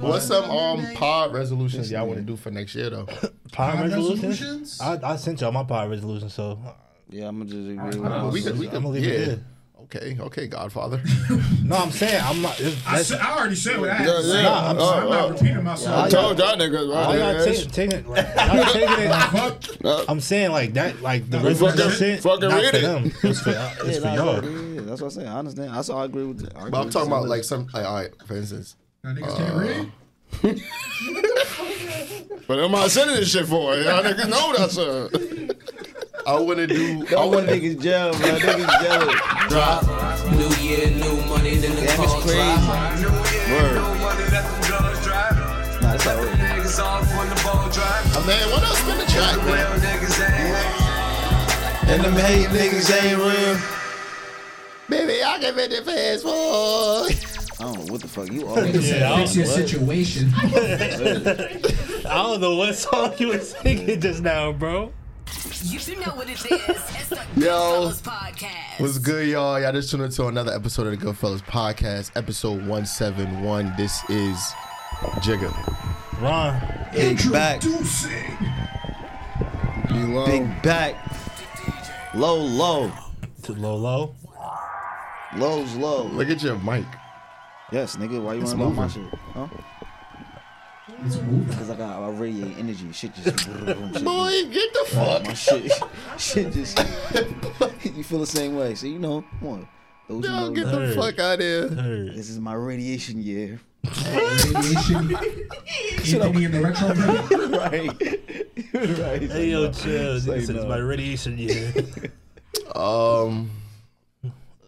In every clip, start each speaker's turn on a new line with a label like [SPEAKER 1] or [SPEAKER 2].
[SPEAKER 1] What's some um pod resolutions y'all want to do for next year though?
[SPEAKER 2] Power
[SPEAKER 3] Pod
[SPEAKER 2] resolutions?
[SPEAKER 3] resolutions?
[SPEAKER 2] I, I sent y'all my power resolution, so
[SPEAKER 4] Yeah, I'm gonna just agree with
[SPEAKER 1] Well, we could, we
[SPEAKER 2] I'm
[SPEAKER 1] could,
[SPEAKER 2] gonna leave it
[SPEAKER 1] yeah.
[SPEAKER 2] there.
[SPEAKER 1] Okay, okay, Godfather.
[SPEAKER 2] no, I'm saying I'm not. It's,
[SPEAKER 3] I,
[SPEAKER 2] that's,
[SPEAKER 3] said, I already said what I had
[SPEAKER 4] Yeah,
[SPEAKER 3] to say.
[SPEAKER 4] yeah.
[SPEAKER 1] uh,
[SPEAKER 3] I'm,
[SPEAKER 4] Oh,
[SPEAKER 3] I'm not
[SPEAKER 4] oh.
[SPEAKER 3] repeating
[SPEAKER 4] I
[SPEAKER 3] myself.
[SPEAKER 4] told y'all niggas,
[SPEAKER 2] I
[SPEAKER 4] right?
[SPEAKER 2] got taking, taking, like, not taking it.
[SPEAKER 3] Fuck.
[SPEAKER 2] I'm saying like that, like the
[SPEAKER 3] Fucking-
[SPEAKER 2] resolution
[SPEAKER 3] fucking
[SPEAKER 2] shit. not
[SPEAKER 4] read
[SPEAKER 2] for
[SPEAKER 4] it.
[SPEAKER 2] them. It's for, it's for y'all.
[SPEAKER 4] Yeah, that's what I'm saying. I understand. That's all I agree with. I agree
[SPEAKER 1] But I'm
[SPEAKER 4] with
[SPEAKER 1] talking
[SPEAKER 4] you.
[SPEAKER 1] about like some like all right, for instance.
[SPEAKER 3] Y'all niggas can't read.
[SPEAKER 4] But am I sending this shit for? Y'all niggas know that's a.
[SPEAKER 1] I wanna do I
[SPEAKER 4] I want
[SPEAKER 1] wanna
[SPEAKER 4] niggas jail, bro. Niggas jail.
[SPEAKER 1] drop
[SPEAKER 5] New year, new money, then the
[SPEAKER 4] That
[SPEAKER 5] car drive.
[SPEAKER 4] is crazy.
[SPEAKER 6] New year,
[SPEAKER 4] Word.
[SPEAKER 6] new money, let them guns drive.
[SPEAKER 4] Nah, that's how it
[SPEAKER 6] Let them niggas off when the ball drive.
[SPEAKER 1] man, what else been the track,
[SPEAKER 6] The
[SPEAKER 1] man?
[SPEAKER 6] real niggas eh? ain't.
[SPEAKER 4] And them hate niggas ain't real.
[SPEAKER 1] Baby, I can make it fast forward.
[SPEAKER 4] I don't know what the fuck you always.
[SPEAKER 2] Yeah, I
[SPEAKER 3] Fix your situation.
[SPEAKER 2] don't, I don't know what song you were singing just now, bro.
[SPEAKER 7] You know what it is. It's the
[SPEAKER 1] Yo.
[SPEAKER 7] Goodfellas Podcast.
[SPEAKER 1] What's good, y'all? Y'all just tuned into another episode of the Goodfellas Podcast, episode 171. This is Jigga.
[SPEAKER 2] Ron,
[SPEAKER 4] Big back,
[SPEAKER 3] Introducing.
[SPEAKER 4] big back. Low, low,
[SPEAKER 2] to Lolo.
[SPEAKER 4] lows, low.
[SPEAKER 1] Look at your mic.
[SPEAKER 4] Yes, nigga. Why you
[SPEAKER 1] It's
[SPEAKER 4] want about my shit?
[SPEAKER 1] moving.
[SPEAKER 4] Huh?
[SPEAKER 3] It's moving.
[SPEAKER 4] Cause I got I radiate energy. Shit just.
[SPEAKER 1] Boy, get the
[SPEAKER 4] My
[SPEAKER 1] fuck.
[SPEAKER 4] shit, shit just. you feel the same way. So you know, come on. Those who
[SPEAKER 1] Y'all
[SPEAKER 4] know,
[SPEAKER 1] get the
[SPEAKER 2] Hey.
[SPEAKER 1] fuck out of here.
[SPEAKER 2] Heard.
[SPEAKER 4] this is my radiation year.
[SPEAKER 3] Radiation. Anthony in the retro. room.
[SPEAKER 4] right. right.
[SPEAKER 2] Hey yo, chill.
[SPEAKER 4] Say
[SPEAKER 2] This is
[SPEAKER 4] no.
[SPEAKER 2] my radiation year.
[SPEAKER 1] Um.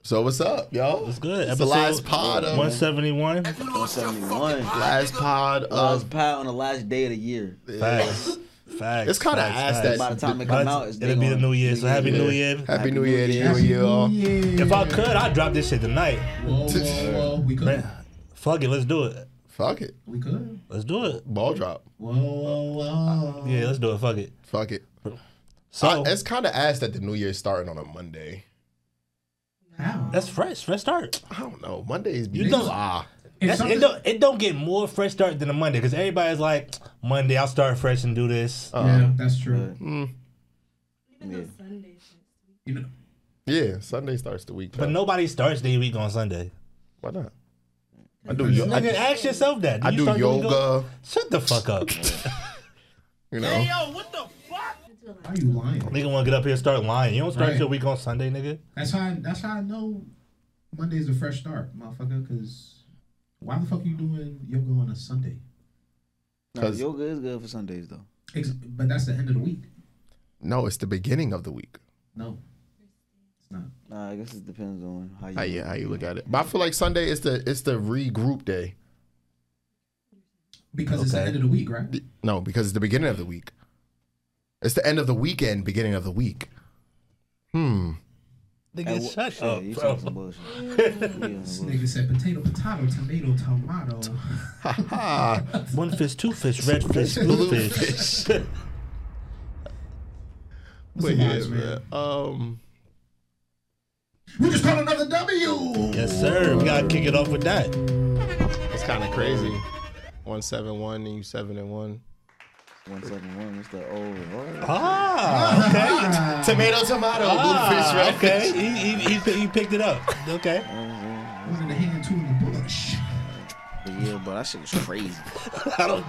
[SPEAKER 1] So what's up, y'all?
[SPEAKER 2] It's good.
[SPEAKER 1] It's the last pod of
[SPEAKER 2] One seventy one.
[SPEAKER 4] 171.
[SPEAKER 1] last pod of.
[SPEAKER 4] Last pile Uh, on the last day of the year.
[SPEAKER 2] Facts. Facts.
[SPEAKER 1] It's kinda
[SPEAKER 2] facts,
[SPEAKER 1] ass
[SPEAKER 2] facts.
[SPEAKER 1] that-
[SPEAKER 4] By the time it
[SPEAKER 2] By
[SPEAKER 4] come
[SPEAKER 2] the-
[SPEAKER 4] out, it's
[SPEAKER 2] it'll be the
[SPEAKER 4] gonna-
[SPEAKER 2] new year. So happy
[SPEAKER 4] Yeah.
[SPEAKER 2] new year.
[SPEAKER 1] Happy
[SPEAKER 4] Happy
[SPEAKER 1] New
[SPEAKER 4] New
[SPEAKER 1] Year to you,
[SPEAKER 4] Year.
[SPEAKER 1] y'all.
[SPEAKER 2] If
[SPEAKER 3] If
[SPEAKER 2] I could, I'd drop this shit tonight.
[SPEAKER 3] Whoa, whoa, whoa. We could.
[SPEAKER 2] Man, fuck it, let's do it.
[SPEAKER 1] Fuck it.
[SPEAKER 3] We could.
[SPEAKER 2] Let's do it.
[SPEAKER 1] Ball drop.
[SPEAKER 3] Whoa, whoa, whoa.
[SPEAKER 2] Yeah, let's do it. Fuck it.
[SPEAKER 1] Fuck it.
[SPEAKER 2] So
[SPEAKER 1] I- it's kind of ass that the New Year's starting on a Monday.
[SPEAKER 3] How?
[SPEAKER 2] that's fresh. Fresh start.
[SPEAKER 1] I don't know. Mondays be Ah.
[SPEAKER 2] You don't-
[SPEAKER 1] blah.
[SPEAKER 3] If
[SPEAKER 2] That's,
[SPEAKER 3] something-
[SPEAKER 2] it don't it don't get more fresh start than a Monday because everybody's like Monday I'll start fresh and do this.
[SPEAKER 3] Yeah, that's true.
[SPEAKER 2] Mm.
[SPEAKER 3] You know,
[SPEAKER 1] Yeah, Sunday starts the week.
[SPEAKER 2] But
[SPEAKER 1] though.
[SPEAKER 2] nobody starts their week on Sunday.
[SPEAKER 1] why not? I do. Yo-
[SPEAKER 2] Nigga,
[SPEAKER 1] I,
[SPEAKER 2] ask yourself that.
[SPEAKER 1] I
[SPEAKER 2] you
[SPEAKER 1] do
[SPEAKER 2] start your week on-
[SPEAKER 1] yoga.
[SPEAKER 2] Shut the fuck up.
[SPEAKER 1] You know.
[SPEAKER 3] why are you lying?
[SPEAKER 2] nigga want to get up here and start lying. You don't start
[SPEAKER 3] Right.
[SPEAKER 2] your week on Sunday, nigga.
[SPEAKER 3] That's how. I, that's how I know Monday's a fresh start, motherfucker. Because why the fuck you doing yoga on a Sunday?
[SPEAKER 4] Nah,
[SPEAKER 1] 'Cause-
[SPEAKER 4] yoga is good for Sundays though.
[SPEAKER 3] Ex- but that's the end of the week.
[SPEAKER 1] No, it's the beginning of the week.
[SPEAKER 3] No, it's not.
[SPEAKER 4] Nah, I guess it depends on how you.
[SPEAKER 1] How you, how you look at it. But I feel like Sunday is the it's the regroup day.
[SPEAKER 3] Because it's the
[SPEAKER 2] Okay.
[SPEAKER 3] end of the week, right?
[SPEAKER 1] The- No, because it's the beginning of the week. It's the end of the weekend, beginning of the week. Hmm.
[SPEAKER 2] Nigga,
[SPEAKER 4] Hey, wha-
[SPEAKER 2] shut
[SPEAKER 4] shit,
[SPEAKER 2] up,
[SPEAKER 4] you
[SPEAKER 2] Oh, bro.
[SPEAKER 4] talking some bullshit. You talking
[SPEAKER 3] This
[SPEAKER 4] some bullshit.
[SPEAKER 3] nigga said potato, potato, tomato, tomato.
[SPEAKER 1] Ah,
[SPEAKER 2] One fish, two fish, red fish, blue
[SPEAKER 1] Blue
[SPEAKER 2] fish.
[SPEAKER 3] What's
[SPEAKER 1] but
[SPEAKER 3] the
[SPEAKER 1] yeah,
[SPEAKER 3] vibes, man?
[SPEAKER 1] man. Um,
[SPEAKER 3] We just caught another W.
[SPEAKER 2] yes, sir. We gotta kick it off with that.
[SPEAKER 1] it's kind of crazy. One seven one, and you seven and one.
[SPEAKER 4] One second, one. It's the old. what?
[SPEAKER 2] Ah, okay.
[SPEAKER 1] Tomato, tomato,
[SPEAKER 2] Ah,
[SPEAKER 1] blue fish, red
[SPEAKER 2] okay. He, he, he, pi- he picked it up. Okay.
[SPEAKER 3] One in the hand, two in the bush.
[SPEAKER 4] But yeah, but that shit was crazy.
[SPEAKER 2] I don't.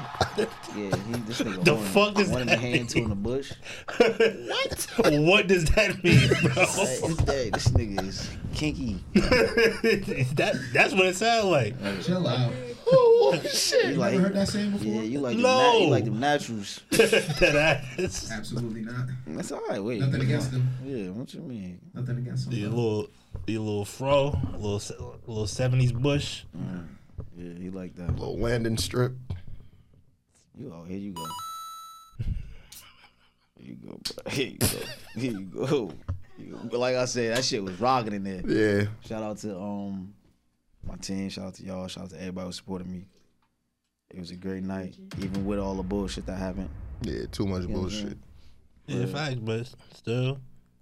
[SPEAKER 4] Yeah, he this nigga.
[SPEAKER 2] The
[SPEAKER 4] one,
[SPEAKER 2] fuck does
[SPEAKER 4] one in the
[SPEAKER 2] that
[SPEAKER 4] hand, two in the bush.
[SPEAKER 2] What? what does that mean,
[SPEAKER 4] Hey,
[SPEAKER 2] bro?
[SPEAKER 4] this, day, this nigga is kinky.
[SPEAKER 2] that that's what it sounds like.
[SPEAKER 3] Chill out.
[SPEAKER 1] Oh
[SPEAKER 4] You
[SPEAKER 1] shit!
[SPEAKER 4] like,
[SPEAKER 3] Never heard that saying before?
[SPEAKER 4] Yeah, you like
[SPEAKER 2] No.
[SPEAKER 4] no. you like them naturals.
[SPEAKER 2] that ass.
[SPEAKER 3] Absolutely not.
[SPEAKER 4] That's all right. Wait,
[SPEAKER 3] Nothing against them.
[SPEAKER 4] Yeah, what you mean?
[SPEAKER 3] Nothing against
[SPEAKER 2] Your
[SPEAKER 3] them.
[SPEAKER 2] little, your little fro, little se- little seventies bush.
[SPEAKER 4] Yeah, he like that.
[SPEAKER 1] Little landing strip.
[SPEAKER 4] You oh, here you go. Here you go, bro. Here you go. Here you go. Here you go. Like I said, that shit was rocking in there.
[SPEAKER 1] Yeah,
[SPEAKER 4] Shout out to um my team. Shout out to y'all. Shout out to everybody who supported me. It was a great night, even with all the bullshit that happened.
[SPEAKER 1] yeah. Too much bullshit.
[SPEAKER 2] Yeah, facts, but still,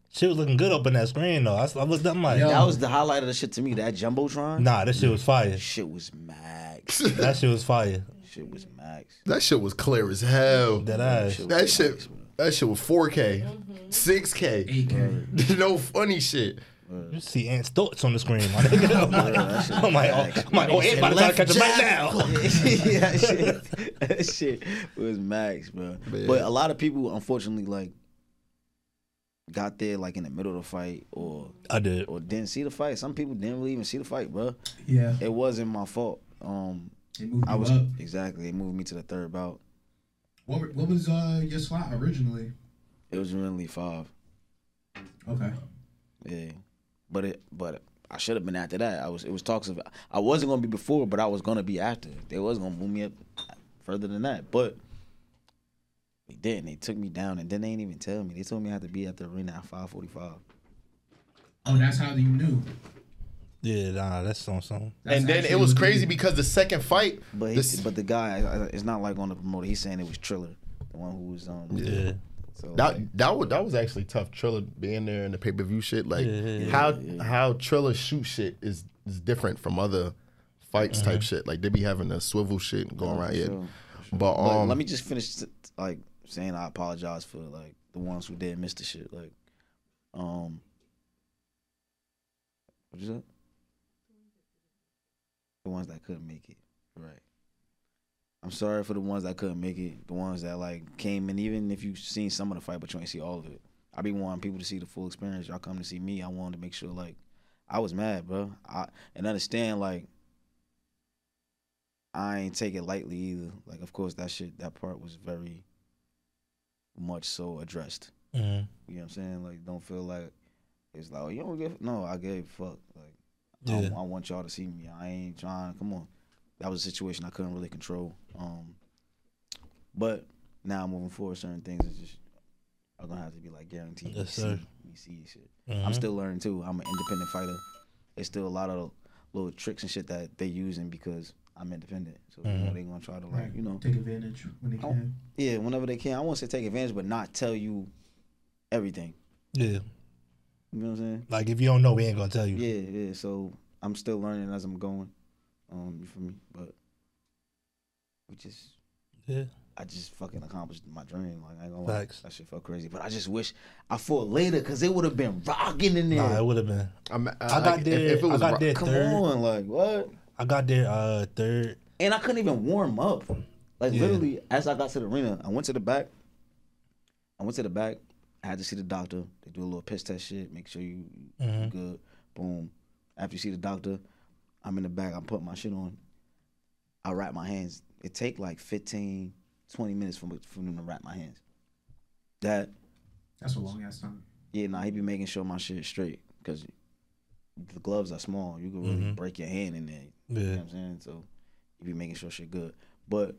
[SPEAKER 2] She was looking good up in that screen though. I, s- I looked up, I'm like,
[SPEAKER 3] Yo.
[SPEAKER 4] That was the highlight of the shit to me. That jumbotron.
[SPEAKER 2] nah, that shit was fire.
[SPEAKER 4] Shit was max.
[SPEAKER 2] That shit was fire.
[SPEAKER 4] shit was max.
[SPEAKER 1] That shit was clear as hell.
[SPEAKER 2] That ass.
[SPEAKER 4] Shit was
[SPEAKER 1] That shit,
[SPEAKER 4] max, bro.
[SPEAKER 1] that shit was 4K, 6K.
[SPEAKER 3] 8K.
[SPEAKER 1] no funny shit.
[SPEAKER 2] You see Ant's thoughts on the screen. My nigga. I'm like,
[SPEAKER 4] Oh, that shit
[SPEAKER 2] I'm like,
[SPEAKER 4] was
[SPEAKER 2] oh,
[SPEAKER 4] facts.
[SPEAKER 2] I'm like, oh,
[SPEAKER 4] Nigga said
[SPEAKER 2] everybody trying to catch
[SPEAKER 4] left
[SPEAKER 2] him right
[SPEAKER 4] jab.
[SPEAKER 2] now.
[SPEAKER 4] yeah, that shit, that shit was max, bro.
[SPEAKER 1] Man.
[SPEAKER 4] But a lot of people, unfortunately, like got there like in the middle of the fight or
[SPEAKER 2] I did.
[SPEAKER 4] or didn't see the fight. Some people didn't really even see the fight, bro.
[SPEAKER 3] Yeah.
[SPEAKER 4] It wasn't my fault. Um,
[SPEAKER 3] They moved
[SPEAKER 4] I
[SPEAKER 3] you
[SPEAKER 4] was
[SPEAKER 3] up.
[SPEAKER 4] exactly. They moved me to the third bout.
[SPEAKER 3] What, were- what was uh, your slot originally?
[SPEAKER 4] It was really five.
[SPEAKER 3] Okay.
[SPEAKER 4] Yeah, but it but I should have been after that. I was it was talks of I wasn't gonna be before, but I was gonna be after. They was gonna move me up further than that, but they didn't. They took me down, and then they didn't even tell me. They told me I had to be at the arena at five forty five.
[SPEAKER 3] Oh, that's how you knew.
[SPEAKER 2] Yeah, nah, that's on something.
[SPEAKER 3] That's
[SPEAKER 1] and then it
[SPEAKER 3] actually
[SPEAKER 1] was
[SPEAKER 3] what you
[SPEAKER 1] crazy
[SPEAKER 3] knew.
[SPEAKER 1] because the second fight,
[SPEAKER 4] But he,
[SPEAKER 1] this-
[SPEAKER 4] but the guy, I- I- it's not like on the promoter. He's saying it was Triller, the one who was um.
[SPEAKER 2] Yeah.
[SPEAKER 4] So
[SPEAKER 1] that
[SPEAKER 4] like,
[SPEAKER 1] that was, that was actually tough. Triller being there in the pay per view shit, like
[SPEAKER 2] Yeah.
[SPEAKER 1] how how Triller shoot shit is is different from other fights type shit. Like they be having a swivel shit and going
[SPEAKER 4] for
[SPEAKER 1] around yeah.
[SPEAKER 4] Mm-hmm. Oh, sure,
[SPEAKER 1] But um,
[SPEAKER 4] but let me just finish t- t- like saying I apologize for like the ones who did miss the shit. Like, um, what you say? The ones that couldn't make it, right? I'm sorry for the ones that couldn't make it. The ones that like came and even if you seen some of the fight, but you ain't see all of it. I be wanting people to see the full experience. Y'all come to see me. I wanted to make sure like I was mad, bro. I and understand like I ain't take it lightly either. Like, of course, that shit, that part was very much so addressed.
[SPEAKER 2] Mhm.
[SPEAKER 4] You know what I'm saying? Like, don't feel like it's like, oh, you don't give. No, I gave a fuck. Like, I,
[SPEAKER 2] Yeah.
[SPEAKER 4] I want y'all to see me. I ain't trying. Come on. That was a situation I couldn't really control. Um, but now moving forward, certain things are just are gonna have to be like guaranteed.
[SPEAKER 2] Yes,
[SPEAKER 4] see,
[SPEAKER 2] sir.
[SPEAKER 4] We see shit. I'm
[SPEAKER 2] Mhm.
[SPEAKER 4] still learning too. I'm an independent fighter. There's still a lot of little tricks and shit that they using because I'm independent. So you know,
[SPEAKER 2] Mhm.
[SPEAKER 4] they gonna try to like
[SPEAKER 3] Right.
[SPEAKER 4] you know
[SPEAKER 3] Take advantage when they
[SPEAKER 4] Oh.
[SPEAKER 3] can.
[SPEAKER 4] yeah whenever they can. I won't say take advantage, but not tell you everything.
[SPEAKER 2] Yeah.
[SPEAKER 4] You know what I'm saying?
[SPEAKER 2] Like if you don't know, we ain't gonna tell you.
[SPEAKER 4] Yeah, yeah. So I'm still learning as I'm going. Um, you feel me? But we just,
[SPEAKER 2] Yeah.
[SPEAKER 4] I just fucking accomplished my dream. Like I ain't gonna
[SPEAKER 2] Facts.
[SPEAKER 4] lie, that shit felt crazy. But I just wish I fought later because it would have been rocking in there.
[SPEAKER 2] Nah, it would have been.
[SPEAKER 1] I'm-
[SPEAKER 2] I
[SPEAKER 1] like,
[SPEAKER 2] got there.
[SPEAKER 1] If, if it was
[SPEAKER 2] I got
[SPEAKER 1] Ro-
[SPEAKER 2] there
[SPEAKER 4] Come
[SPEAKER 2] third.
[SPEAKER 4] on, like what?
[SPEAKER 2] I got there uh third.
[SPEAKER 4] And I couldn't even warm up. Like
[SPEAKER 2] Yeah.
[SPEAKER 4] literally, as I got to the arena, I went to the back. I went to the back. I had to see the doctor. They do a little piss test shit, make sure you you
[SPEAKER 2] Mhm.
[SPEAKER 4] good. Boom. After you see the doctor, I'm in the back. I'm putting my shit on. I wrap my hands. It take like 15, 20 minutes for, for them to wrap my hands. That
[SPEAKER 3] That's a long ass time.
[SPEAKER 4] yeah, nah, he be making sure my shit straight because the gloves are small. You can really
[SPEAKER 2] Mhm.
[SPEAKER 4] break your hand in there. You
[SPEAKER 2] Yeah.
[SPEAKER 4] know what I'm saying? So he be making sure shit good. But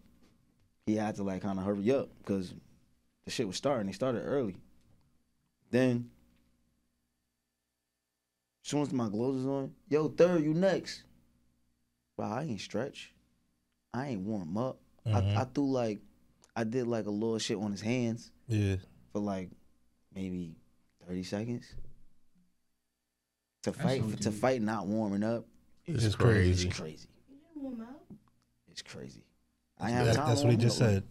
[SPEAKER 4] he had to like kind of hurry up because the shit was starting. They started early. Then, as soon as my gloves was on, yo, third, you next. Bro, I ain't stretch. I ain't warm up.
[SPEAKER 2] Mhm.
[SPEAKER 4] I, I threw like, I did like a little shit on his hands
[SPEAKER 2] Yeah.
[SPEAKER 4] for like maybe 30 seconds. To
[SPEAKER 3] That's
[SPEAKER 4] fight,
[SPEAKER 3] so
[SPEAKER 4] to
[SPEAKER 3] deep.
[SPEAKER 4] fight not warming up
[SPEAKER 1] It's
[SPEAKER 2] It's
[SPEAKER 4] it's
[SPEAKER 1] crazy.
[SPEAKER 4] crazy.
[SPEAKER 8] warm out.
[SPEAKER 4] It's crazy. I ain't have
[SPEAKER 2] That-
[SPEAKER 4] time
[SPEAKER 2] that's
[SPEAKER 4] to
[SPEAKER 2] what he
[SPEAKER 4] warm
[SPEAKER 2] just
[SPEAKER 4] up.
[SPEAKER 2] said.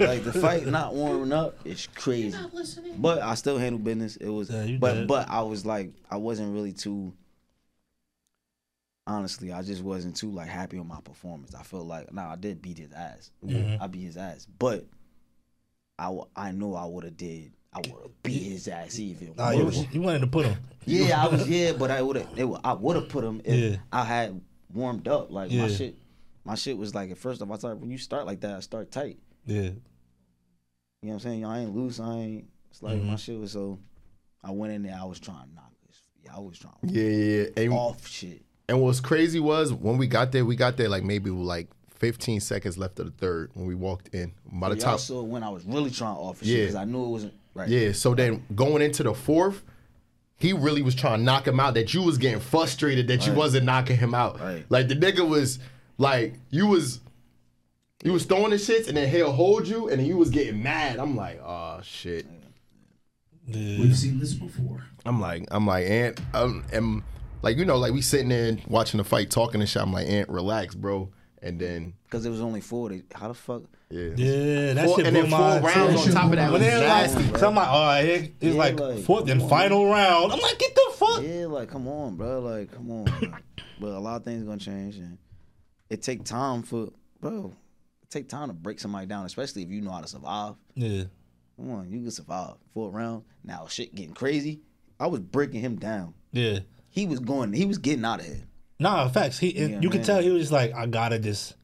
[SPEAKER 4] Like the fight not warming up is crazy.
[SPEAKER 8] listening.
[SPEAKER 4] But I still handle business. It was
[SPEAKER 2] Yeah, you
[SPEAKER 4] but
[SPEAKER 2] did.
[SPEAKER 4] but I was like I wasn't really too honestly, I just wasn't too like happy on my performance. I felt like nah, I did beat his ass.
[SPEAKER 2] Mhm.
[SPEAKER 4] I beat his ass. But I w- I know I would have did I would have beat his ass even.
[SPEAKER 2] Nah, you,
[SPEAKER 4] worse.
[SPEAKER 2] you wanted to put him.
[SPEAKER 4] Yeah, I was. Yeah, but I would have. I would have put him if
[SPEAKER 2] Yeah.
[SPEAKER 4] I had warmed up. Like
[SPEAKER 2] Yeah.
[SPEAKER 4] my shit, my shit was like at first off. I started when you start like that, I start tight.
[SPEAKER 2] Yeah.
[SPEAKER 4] You know what I'm saying? I ain't loose. I ain't. It's like my
[SPEAKER 2] Mhm.
[SPEAKER 4] shit was so. I went in there. I was trying to knock this. Yeah, I was trying to
[SPEAKER 1] Yeah, yeah, yeah. And,
[SPEAKER 4] off shit.
[SPEAKER 1] and what's crazy was when we got there, we got there like maybe like 15 seconds left of the third when we walked in. By the
[SPEAKER 4] But
[SPEAKER 1] time
[SPEAKER 4] y'all saw when I was really trying to off shit
[SPEAKER 1] Yeah.
[SPEAKER 4] because I knew it wasn't right.
[SPEAKER 1] Yeah, so then going into the fourth, he really was trying to knock him out. That you was getting frustrated that you wasn't knocking him out.
[SPEAKER 4] Right.
[SPEAKER 1] Like the nigga was like you was you was throwing the shits and then he'll hold you and then you was getting mad. I'm like, oh shit.
[SPEAKER 3] We've seen this before.
[SPEAKER 1] I'm like, I'm like, Aunt, I'm, am like, you know, like we sitting there watching the fight, talking and shit. I'm like, Aunt, relax, bro. And then,
[SPEAKER 4] Because it was only four. They, how the fuck?
[SPEAKER 1] yeah,
[SPEAKER 2] Yeah, that
[SPEAKER 1] Four-
[SPEAKER 2] shit
[SPEAKER 1] and
[SPEAKER 2] blew
[SPEAKER 1] then
[SPEAKER 2] my
[SPEAKER 1] four
[SPEAKER 2] mind. too.
[SPEAKER 1] rounds on top of that
[SPEAKER 2] When
[SPEAKER 1] was
[SPEAKER 2] they're like,
[SPEAKER 1] nasty.
[SPEAKER 4] nasty,
[SPEAKER 2] so I'm like, all right, it- it's
[SPEAKER 4] Yeah,
[SPEAKER 2] like,
[SPEAKER 4] like,
[SPEAKER 2] fourth and
[SPEAKER 4] come on.
[SPEAKER 2] final round. I'm like, get the fuck.
[SPEAKER 4] Yeah, like come on, bro. Like come on. bro. but a lot of things gonna change, and it take time for bro. It take time to break somebody down, especially if you know how to survive.
[SPEAKER 2] Yeah.
[SPEAKER 4] Come on, you can survive four rounds. Now shit getting crazy. I was breaking him down.
[SPEAKER 2] Yeah.
[SPEAKER 4] He was going. He was getting out of here.
[SPEAKER 2] Nah, facts. He, and
[SPEAKER 4] Yeah,
[SPEAKER 2] you can
[SPEAKER 4] man.
[SPEAKER 2] tell he was just like, I gotta just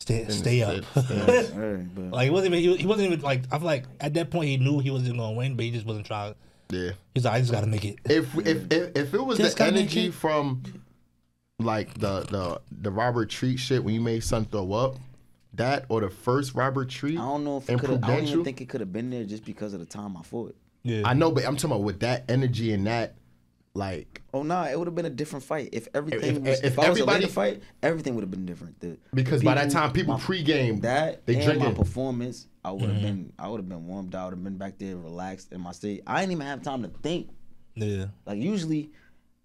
[SPEAKER 2] stay, stay up.
[SPEAKER 4] Alright, but
[SPEAKER 2] like, it wasn't even, he, he wasn't even like, I feel like at that point he knew he wasn't gonna win, but he just wasn't trying.
[SPEAKER 1] yeah.
[SPEAKER 2] He's like, I just gotta make it.
[SPEAKER 1] If if if, if it was
[SPEAKER 2] Just
[SPEAKER 1] the
[SPEAKER 2] gotta make
[SPEAKER 1] energy
[SPEAKER 2] it-
[SPEAKER 1] from like the the the Robert Treat shit when you made son throw up, that or the first Robert Treat.
[SPEAKER 4] I don't know if it
[SPEAKER 1] and
[SPEAKER 4] could. I don't
[SPEAKER 1] Prudential,
[SPEAKER 4] even think it could have been there just because of the time I fought.
[SPEAKER 2] Yeah.
[SPEAKER 1] I know, but I'm talking about with that energy and that, like,
[SPEAKER 4] Oh no, it would have been a different fight if everything.
[SPEAKER 1] if-
[SPEAKER 4] was,
[SPEAKER 1] if
[SPEAKER 4] if, I was a
[SPEAKER 1] everybody-
[SPEAKER 4] later fight, everything would have been different. The
[SPEAKER 1] because by that time people
[SPEAKER 4] my-
[SPEAKER 1] pregame
[SPEAKER 4] that
[SPEAKER 1] they
[SPEAKER 4] and
[SPEAKER 1] drinking.
[SPEAKER 4] my performance, I would have been, I would have been warmed. I would have been back there relaxed in my state. I didn't even have time to think.
[SPEAKER 2] yeah.
[SPEAKER 4] Like usually,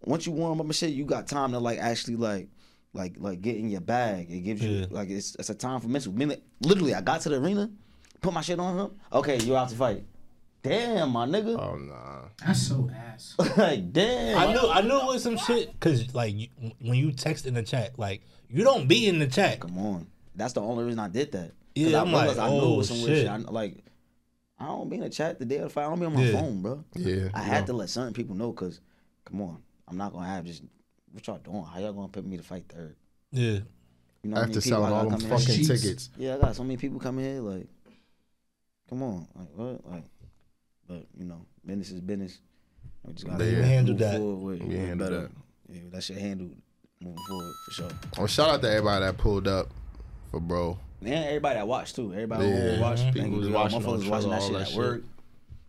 [SPEAKER 4] once you warm up and shit, you got time to like actually like, like like get in your bag. It gives you
[SPEAKER 2] Yeah.
[SPEAKER 4] like it's, it's a time for mental. Minute, literally, I got to the arena, put my shit on him. Okay, you out to fight. Damn, my nigga.
[SPEAKER 1] Oh nah.
[SPEAKER 3] That's so ass.
[SPEAKER 4] like damn.
[SPEAKER 2] I knew I knew it was some shit because like you, when you text in the chat, like you don't be in the chat.
[SPEAKER 4] Come on. That's the only reason I did that. 'Cause
[SPEAKER 2] Yeah,
[SPEAKER 4] I
[SPEAKER 2] I'm like,
[SPEAKER 4] realized I know
[SPEAKER 2] oh,
[SPEAKER 4] it was some weird
[SPEAKER 2] shit.
[SPEAKER 4] shit. I, like, I don't be in the chat the day of the fight. I don't be on my
[SPEAKER 2] Yeah.
[SPEAKER 4] phone, bro.
[SPEAKER 1] Yeah,
[SPEAKER 4] I had to let certain people know because, come on, I'm not gonna have just what y'all doing. How y'all gonna put me to fight third?
[SPEAKER 2] Yeah,
[SPEAKER 4] You know, how many
[SPEAKER 1] After
[SPEAKER 4] people I
[SPEAKER 1] selling
[SPEAKER 4] got
[SPEAKER 1] all them
[SPEAKER 4] coming in?
[SPEAKER 1] fucking
[SPEAKER 3] Sheets.
[SPEAKER 1] tickets.
[SPEAKER 4] Yeah, I got so many people coming here. Like, come on, like what? Like, but you know, business is business. We just gotta
[SPEAKER 1] Yeah. You
[SPEAKER 2] handled
[SPEAKER 4] move
[SPEAKER 2] that.
[SPEAKER 4] forward with-
[SPEAKER 1] You
[SPEAKER 4] with
[SPEAKER 1] handled
[SPEAKER 4] better-
[SPEAKER 1] that.
[SPEAKER 4] Yeah, that shit handled moving forward for sure.
[SPEAKER 1] Well, Oh, shout out to everybody that pulled up for bro.
[SPEAKER 4] And everybody that watched too. Everybody
[SPEAKER 1] Yeah. Mm-hmm.
[SPEAKER 4] that watched.
[SPEAKER 1] People
[SPEAKER 4] Thank you,
[SPEAKER 1] was
[SPEAKER 4] girl.
[SPEAKER 1] watching
[SPEAKER 4] Motherfuckers
[SPEAKER 1] on Twitter,
[SPEAKER 4] watching that
[SPEAKER 1] all
[SPEAKER 4] shit
[SPEAKER 1] that
[SPEAKER 4] at
[SPEAKER 1] shit.
[SPEAKER 4] work.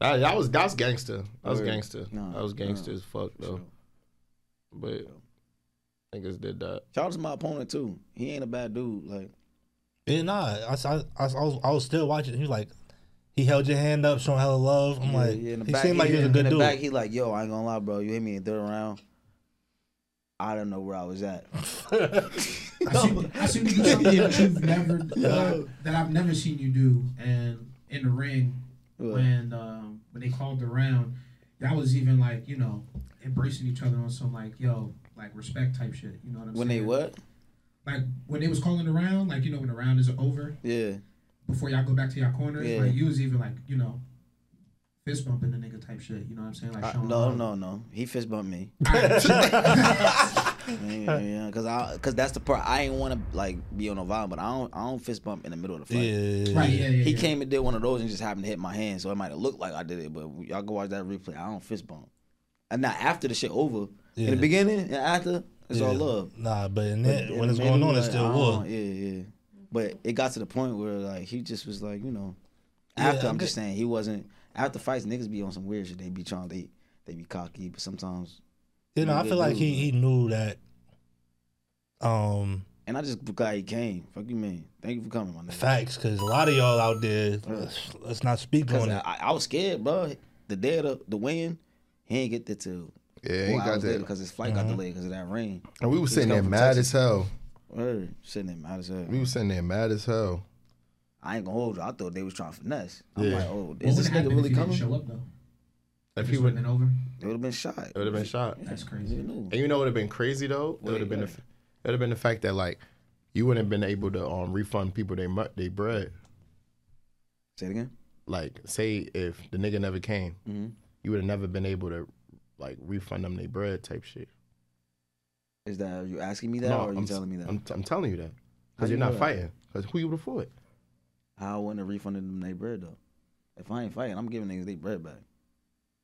[SPEAKER 1] That, that was that's gangster. That was
[SPEAKER 4] Word.
[SPEAKER 1] gangster.
[SPEAKER 4] Nah,
[SPEAKER 1] that was gangster
[SPEAKER 4] nah.
[SPEAKER 1] as fuck though. But niggas did that.
[SPEAKER 4] Shout out to my opponent too. He ain't a bad dude. Like
[SPEAKER 2] yeah, nah. I, s- I, I s- I was, I was still watching. He was like, he held your hand up, showing hella love. I'm like,
[SPEAKER 4] yeah, in the
[SPEAKER 2] he
[SPEAKER 4] back,
[SPEAKER 2] seemed like he was a
[SPEAKER 4] in
[SPEAKER 2] good
[SPEAKER 4] the
[SPEAKER 2] dude.
[SPEAKER 4] back, he like, yo, I ain't gonna lie, bro. You hit me in third round. I don't know where I was at.
[SPEAKER 3] I seen, I seen you do something that you've never uh, that I've never seen you do, and in the ring
[SPEAKER 4] What?
[SPEAKER 3] when um, when they called the round, that was even like you know embracing each other on some like yo like respect type shit. You know what I'm
[SPEAKER 4] When they
[SPEAKER 3] saying?
[SPEAKER 4] what?
[SPEAKER 3] Like when they was calling the round, like you know when the round is over,
[SPEAKER 4] Yeah.
[SPEAKER 3] before y'all go back to y'all corners,
[SPEAKER 4] Yeah.
[SPEAKER 3] like you was even like you know fist bumping the nigga type shit. You know what I'm saying? Like
[SPEAKER 4] I-
[SPEAKER 3] showing
[SPEAKER 4] no,
[SPEAKER 3] love.
[SPEAKER 4] no, no. He fist bumped me. yeah, yeah, cause I, cause that's the part I ain't want to like be on a vibe, but I don't, I don't fist bump in the middle of the fight.
[SPEAKER 2] yeah,
[SPEAKER 3] Right? Yeah, yeah.
[SPEAKER 4] He
[SPEAKER 3] yeah.
[SPEAKER 4] came and did one of those and just happened to hit my hand, so it might have looked like I did it. But y'all go watch that replay. I don't fist bump. And now after the shit over, in
[SPEAKER 2] Yeah.
[SPEAKER 4] the beginning and after, it's all love.
[SPEAKER 2] Nah, but in that,
[SPEAKER 4] In
[SPEAKER 2] when
[SPEAKER 4] the
[SPEAKER 2] it's going
[SPEAKER 4] middle,
[SPEAKER 2] on, it's
[SPEAKER 4] like,
[SPEAKER 2] still
[SPEAKER 4] I don't-
[SPEAKER 2] war.
[SPEAKER 4] Yeah, yeah. But it got to the point where like he just was like, you know, after
[SPEAKER 2] I'm
[SPEAKER 4] I'm just saying he wasn't after fights. Niggas be on some weird shit. They be trying. They they be cocky, but sometimes.
[SPEAKER 2] You know, I
[SPEAKER 4] good
[SPEAKER 2] feel like
[SPEAKER 4] dude,
[SPEAKER 2] he, he knew that. Um,
[SPEAKER 4] And I just glad he came. Fuck you, man. Thank you for coming, my nigga.
[SPEAKER 2] facts, because a lot of y'all out there, let's, let's not speak
[SPEAKER 4] Cause
[SPEAKER 2] on it.
[SPEAKER 4] I, I was scared, bro. The day of the, the win, he ain't get there till
[SPEAKER 1] Yeah, he
[SPEAKER 4] four
[SPEAKER 1] got
[SPEAKER 4] hours later
[SPEAKER 1] that.
[SPEAKER 4] because his flight
[SPEAKER 3] Uh-huh.
[SPEAKER 4] got delayed because of that rain.
[SPEAKER 1] And we was sitting there
[SPEAKER 4] coming from
[SPEAKER 1] mad
[SPEAKER 4] Texas.
[SPEAKER 1] as hell.
[SPEAKER 4] Word, sitting there mad as hell.
[SPEAKER 1] We was sitting there mad as hell.
[SPEAKER 4] I ain't gonna hold you. I thought they was trying to finesse. I'm
[SPEAKER 1] Yeah.
[SPEAKER 4] like, oh,
[SPEAKER 3] What
[SPEAKER 4] is
[SPEAKER 3] would
[SPEAKER 4] this
[SPEAKER 3] happen
[SPEAKER 4] nigga
[SPEAKER 3] if
[SPEAKER 4] really
[SPEAKER 3] he didn't
[SPEAKER 4] coming?
[SPEAKER 3] show up though?
[SPEAKER 1] If
[SPEAKER 3] If
[SPEAKER 1] he
[SPEAKER 3] he would
[SPEAKER 1] would, it
[SPEAKER 3] have been over,
[SPEAKER 4] It would have been shot.
[SPEAKER 1] would have been shot.
[SPEAKER 3] that's crazy.
[SPEAKER 4] You knew.
[SPEAKER 1] And you know what would have been crazy though? It would have been the, f- it would have been the fact that like you wouldn't have been able to um refund people they mu- they bread.
[SPEAKER 4] Say it again.
[SPEAKER 1] Like say if the nigga never came,
[SPEAKER 4] Mm-hmm.
[SPEAKER 1] you would have never been able to like refund them their bread type shit.
[SPEAKER 4] Is that are you asking me that or are you
[SPEAKER 1] I'm s-
[SPEAKER 4] telling me that?
[SPEAKER 1] I'm, I'm telling you that because
[SPEAKER 4] do
[SPEAKER 1] you're
[SPEAKER 4] you
[SPEAKER 1] not
[SPEAKER 4] know that?
[SPEAKER 1] fighting. Because who you would afford?
[SPEAKER 4] How I wouldn't have refunded them their bread though. If I ain't fighting, I'm giving niggas their bread back.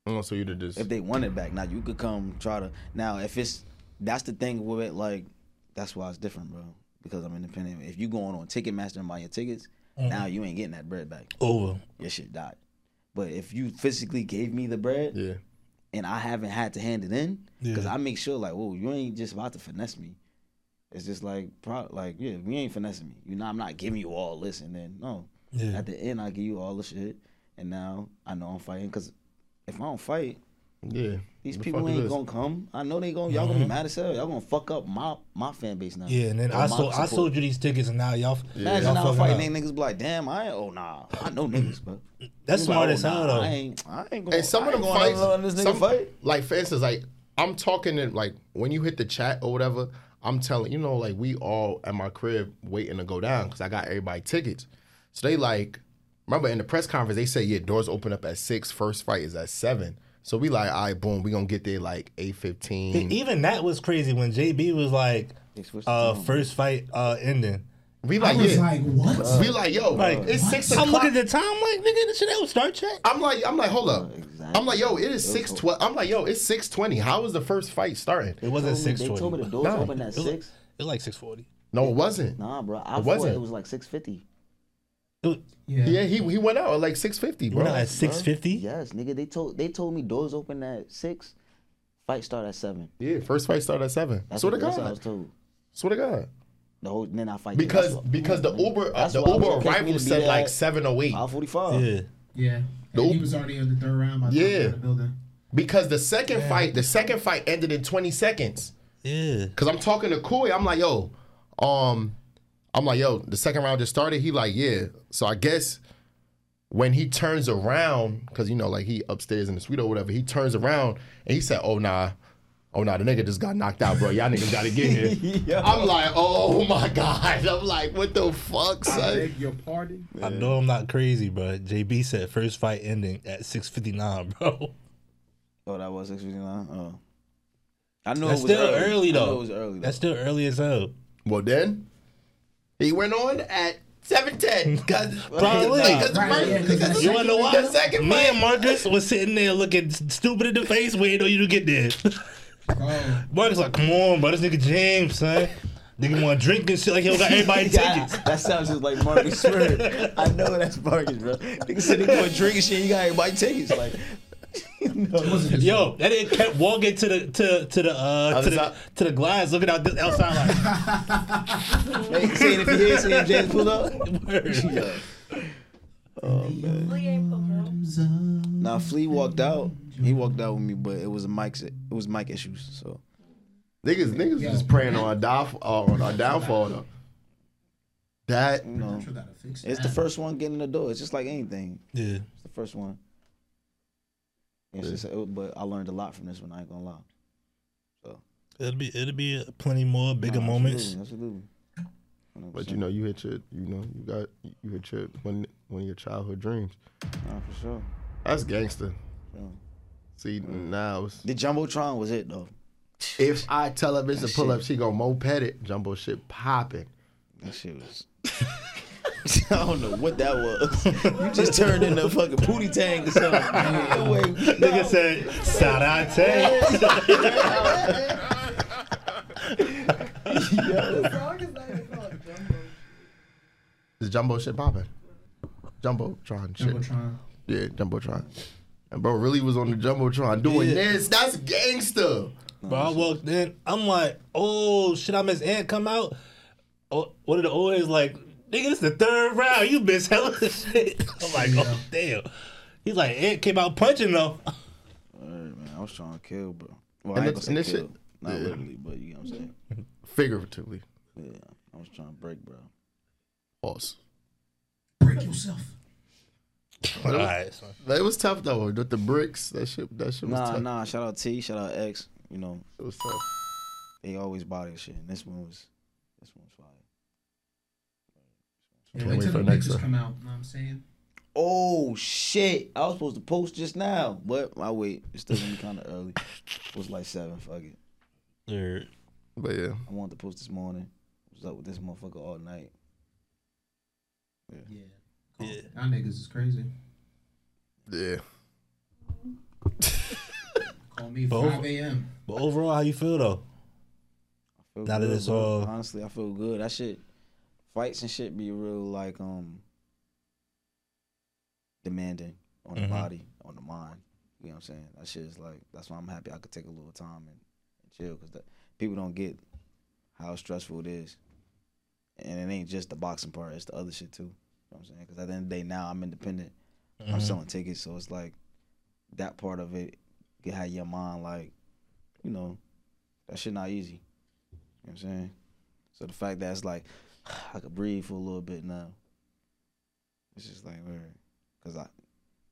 [SPEAKER 1] Oh, so you'd have just
[SPEAKER 4] If they want it back, now you could come try to. Now if it's that's the thing with it, like that's why it's different, bro. Because I'm independent. If you going on Ticketmaster and buy your tickets,
[SPEAKER 3] Mm-hmm.
[SPEAKER 4] now you ain't getting that bread back.
[SPEAKER 2] Over.
[SPEAKER 4] Your shit died. But if you physically gave me the bread,
[SPEAKER 1] yeah.
[SPEAKER 4] and I haven't had to hand it in because
[SPEAKER 2] Yeah.
[SPEAKER 4] I make sure like, whoa, you ain't just about to finesse me. It's just like, pro- like yeah, we ain't finessing me. You know, I'm not giving you all this and then no.
[SPEAKER 2] Yeah.
[SPEAKER 4] At the end, I give you all the shit, and now I know I'm fighting because if I don't fight,
[SPEAKER 1] Yeah.
[SPEAKER 4] these
[SPEAKER 1] The
[SPEAKER 4] people
[SPEAKER 1] fuck is
[SPEAKER 4] ain't
[SPEAKER 1] this?
[SPEAKER 4] gonna come. I know they gonna. Y'all gonna be mad as hell. Y'all gonna fuck up my my fan base now.
[SPEAKER 2] Mm-hmm. Yeah, and then
[SPEAKER 4] Or
[SPEAKER 2] I
[SPEAKER 4] my
[SPEAKER 2] sold, I
[SPEAKER 4] support.
[SPEAKER 2] sold you these tickets, and now y'all, yeah.
[SPEAKER 4] Imagine
[SPEAKER 2] y'all
[SPEAKER 4] now
[SPEAKER 2] fucking
[SPEAKER 4] fighting
[SPEAKER 2] up.
[SPEAKER 4] they niggas be like, damn, I ain't. Oh nah, I know niggas, bro.
[SPEAKER 2] That's
[SPEAKER 4] Niggas
[SPEAKER 2] smart
[SPEAKER 4] like,
[SPEAKER 2] as
[SPEAKER 4] "Oh,
[SPEAKER 2] hell,
[SPEAKER 4] nah,
[SPEAKER 2] though.
[SPEAKER 4] I ain't, I ain't going.
[SPEAKER 1] And some of them fights,
[SPEAKER 4] this nigga
[SPEAKER 1] some,
[SPEAKER 4] fight.
[SPEAKER 1] like for instance, like I'm talking to like when you hit the chat or whatever, I'm telling you know like we all at my crib waiting to go down because I got everybody tickets. So they like remember in the press conference they said yeah doors open up at six, first fight is at seven. So we like all right boom we gonna get there like eight fifteen.
[SPEAKER 2] Even that was crazy when JB was like,
[SPEAKER 4] Mm-hmm. switched the
[SPEAKER 2] uh,
[SPEAKER 4] time.
[SPEAKER 2] first fight uh, ending.
[SPEAKER 1] We
[SPEAKER 3] I
[SPEAKER 1] like
[SPEAKER 3] was
[SPEAKER 1] yeah.
[SPEAKER 3] like, what?
[SPEAKER 4] Uh,
[SPEAKER 1] we like yo
[SPEAKER 2] Like,
[SPEAKER 1] it's six
[SPEAKER 2] I'm
[SPEAKER 1] o'clock.
[SPEAKER 2] looking at the time, like, nigga, this shit that was Star Trek.
[SPEAKER 1] I'm like, I'm like, hold up.
[SPEAKER 4] exactly.
[SPEAKER 1] I'm like, yo, it is six twelve. I'm like, yo, it's six twenty. How was the first fight starting?
[SPEAKER 2] It wasn't six
[SPEAKER 4] They told me
[SPEAKER 2] twenty.
[SPEAKER 4] the doors
[SPEAKER 1] No.
[SPEAKER 4] open at six.
[SPEAKER 2] It was like six forty.
[SPEAKER 1] No, it wasn't.
[SPEAKER 4] Nah, bro. I thought
[SPEAKER 1] wasn't.
[SPEAKER 4] it was like six fifty.
[SPEAKER 3] Yeah.
[SPEAKER 1] Yeah, he he went out at like six fifty,
[SPEAKER 2] You went
[SPEAKER 1] bro.
[SPEAKER 2] out at six fifty.
[SPEAKER 4] Yes, nigga. They told they told me doors open at six. Fight start at seven.
[SPEAKER 1] Yeah, first fight started at seven.
[SPEAKER 4] That's
[SPEAKER 1] swear
[SPEAKER 4] what,
[SPEAKER 1] to
[SPEAKER 4] that's what I was
[SPEAKER 1] God.
[SPEAKER 4] told.
[SPEAKER 1] Swear to God.
[SPEAKER 4] The whole then I fight
[SPEAKER 1] Because because the Uber uh, the Uber arrival said like seven oh eight.
[SPEAKER 4] Five forty five.
[SPEAKER 2] Yeah.
[SPEAKER 3] Yeah. And he was already in the third round by the time we
[SPEAKER 1] Yeah.
[SPEAKER 3] got in the building.
[SPEAKER 1] Because the second fight, the second fight ended in twenty seconds.
[SPEAKER 2] Yeah.
[SPEAKER 1] Cause I'm talking to Coy, I'm like, yo, um, I'm like, yo, the second round just started. He like, yeah. So I guess when he turns around, cause you know, like he upstairs in the suite or whatever, he turns around and he said, oh nah, oh nah, the nigga just got knocked out, bro. Y'all niggas gotta get here. I'm like, oh my god. I'm like, what the fuck, son?
[SPEAKER 8] beg your pardon.
[SPEAKER 2] I know I'm not crazy, but JB said first fight ending at six fifty nine, bro.
[SPEAKER 4] Oh, that was six fifty nine. Oh. I know
[SPEAKER 2] That's
[SPEAKER 4] it was
[SPEAKER 2] still
[SPEAKER 4] early,
[SPEAKER 2] early,
[SPEAKER 4] I know
[SPEAKER 2] though.
[SPEAKER 4] It was early though.
[SPEAKER 2] That's still early as hell.
[SPEAKER 1] Well then, he went on at seven ten. Cause
[SPEAKER 2] Probably.
[SPEAKER 1] because the
[SPEAKER 3] Right, yeah,
[SPEAKER 1] first,
[SPEAKER 3] 'cause
[SPEAKER 1] because
[SPEAKER 3] that's-
[SPEAKER 2] You wanna know why?
[SPEAKER 1] The second
[SPEAKER 2] Me
[SPEAKER 1] fight-
[SPEAKER 2] and Marcus was sitting there looking stupid in the face, waiting on you to get there.
[SPEAKER 3] Oh,
[SPEAKER 2] Marcus like, come on, bro, this nigga James, son. Nigga want to drink and shit like he don't got everybody
[SPEAKER 4] Yeah,
[SPEAKER 2] tickets.
[SPEAKER 4] that sounds just like Marcus. Swear. I know that's Marcus, bro. Nigga said he going drinking shit. You got everybody tickets. Like,
[SPEAKER 2] Yo, that nigga kept walking to the to to the uh to
[SPEAKER 1] Other
[SPEAKER 2] the,
[SPEAKER 1] side.
[SPEAKER 2] to the glass, looking out the outside like.
[SPEAKER 4] hey, seeing if you hear, seeing if James pull up.
[SPEAKER 2] Word.
[SPEAKER 4] Nah, Flea walked out. He walked out with me, but it was Mike's. It was Mike issues. So
[SPEAKER 1] Niggas, niggas was just praying on our, downf- uh, on our downfall though. That
[SPEAKER 4] you know,
[SPEAKER 3] sure that'll fix
[SPEAKER 4] it's the
[SPEAKER 3] that.
[SPEAKER 4] first one getting in the door. It's just like anything.
[SPEAKER 2] Yeah,
[SPEAKER 4] It's the first one. It's just- it- but I learned a lot from this one. I ain't gonna lie.
[SPEAKER 2] it'll be it'll be plenty more bigger
[SPEAKER 4] Nah,
[SPEAKER 2] moments.
[SPEAKER 4] Absolutely. absolutely.
[SPEAKER 1] but you know, you hit your, you know, you got, you hit your one, one of your childhood dreams.
[SPEAKER 4] Nah, for sure.
[SPEAKER 1] That's gangster.
[SPEAKER 4] Yeah.
[SPEAKER 1] See, now it's,
[SPEAKER 4] The jumbotron was it though.
[SPEAKER 1] if I tell her bitch to pull
[SPEAKER 4] shit.
[SPEAKER 1] up, she gonna moped it. Jumbo shit popping.
[SPEAKER 4] That shit was. I don't know what that was. You just turned into a fucking pootie tang or something. Wait,
[SPEAKER 2] Nigga said, Sarate.
[SPEAKER 1] It's jumbo shit popping. Jumbotron shit.
[SPEAKER 3] Jumbotron.
[SPEAKER 1] Yeah, jumbotron. And bro really was on the jumbotron doing
[SPEAKER 2] Yeah.
[SPEAKER 1] this. That's gangster.
[SPEAKER 2] Bro, I walked in. I'm like, oh shit, I miss Ant come out. Oh, one of the old heads like, nigga, this the third round. You miss hella shit. I'm like, oh damn. He's like, Ant came out punching though.
[SPEAKER 4] Alright, man, I was trying to kill, bro. Well,
[SPEAKER 1] And
[SPEAKER 4] I ain't
[SPEAKER 1] it's-
[SPEAKER 4] gonna say
[SPEAKER 1] and this
[SPEAKER 4] kill.
[SPEAKER 1] shit-
[SPEAKER 4] Not
[SPEAKER 1] yeah.
[SPEAKER 4] literally, but you know what I'm saying.
[SPEAKER 1] Figuratively.
[SPEAKER 4] Yeah, I was trying to break, bro.
[SPEAKER 1] Pause.
[SPEAKER 3] Break yourself.
[SPEAKER 2] All right, son.
[SPEAKER 1] It was tough though. With the bricks, that shit, that shit was
[SPEAKER 4] Nah,
[SPEAKER 1] tough.
[SPEAKER 4] nah. Shout out T. Shout out X. You know
[SPEAKER 1] It was tough.
[SPEAKER 4] they always body this shit, and this one was, this one was fire.
[SPEAKER 3] Yeah,
[SPEAKER 1] Can't
[SPEAKER 3] wait
[SPEAKER 1] wait
[SPEAKER 3] till
[SPEAKER 1] for
[SPEAKER 3] the
[SPEAKER 1] the next one.
[SPEAKER 3] pictures come out. You know what I'm saying?
[SPEAKER 4] Oh shit! I was supposed to post just now, but I wait. It's still gonna be kind of early. It was like seven. Fuck it.
[SPEAKER 2] Word.
[SPEAKER 1] But yeah,
[SPEAKER 4] I wanted to post this morning. Was up with this motherfucker all night.
[SPEAKER 3] Yeah. Cool. Y'all niggas is crazy.
[SPEAKER 1] yeah.
[SPEAKER 3] Call me
[SPEAKER 2] Both.
[SPEAKER 3] 5 a.m.
[SPEAKER 2] But overall, how you feel though?
[SPEAKER 4] Feel
[SPEAKER 2] Now that
[SPEAKER 4] good,
[SPEAKER 2] it's
[SPEAKER 4] bro.
[SPEAKER 2] all-
[SPEAKER 4] honestly, I feel good. That shit, fights and shit, be real like um demanding on
[SPEAKER 2] Mhm.
[SPEAKER 4] the body, on the mind. You know what I'm saying? That shit is like that's why I'm happy I could take a little time and, and chill because people don't get how stressful it is, and it ain't just the boxing part; it's the other Mm-hmm.
[SPEAKER 2] Mm-hmm.
[SPEAKER 4] shit too. You know what I'm saying? Because at the end of the day, now I'm independent. I'm selling tickets, so it's like that part of it can have your mind like, you know, that shit not easy. You know what I'm saying? So the fact that it's like I could breathe for a little bit now. It's just like word. Cause I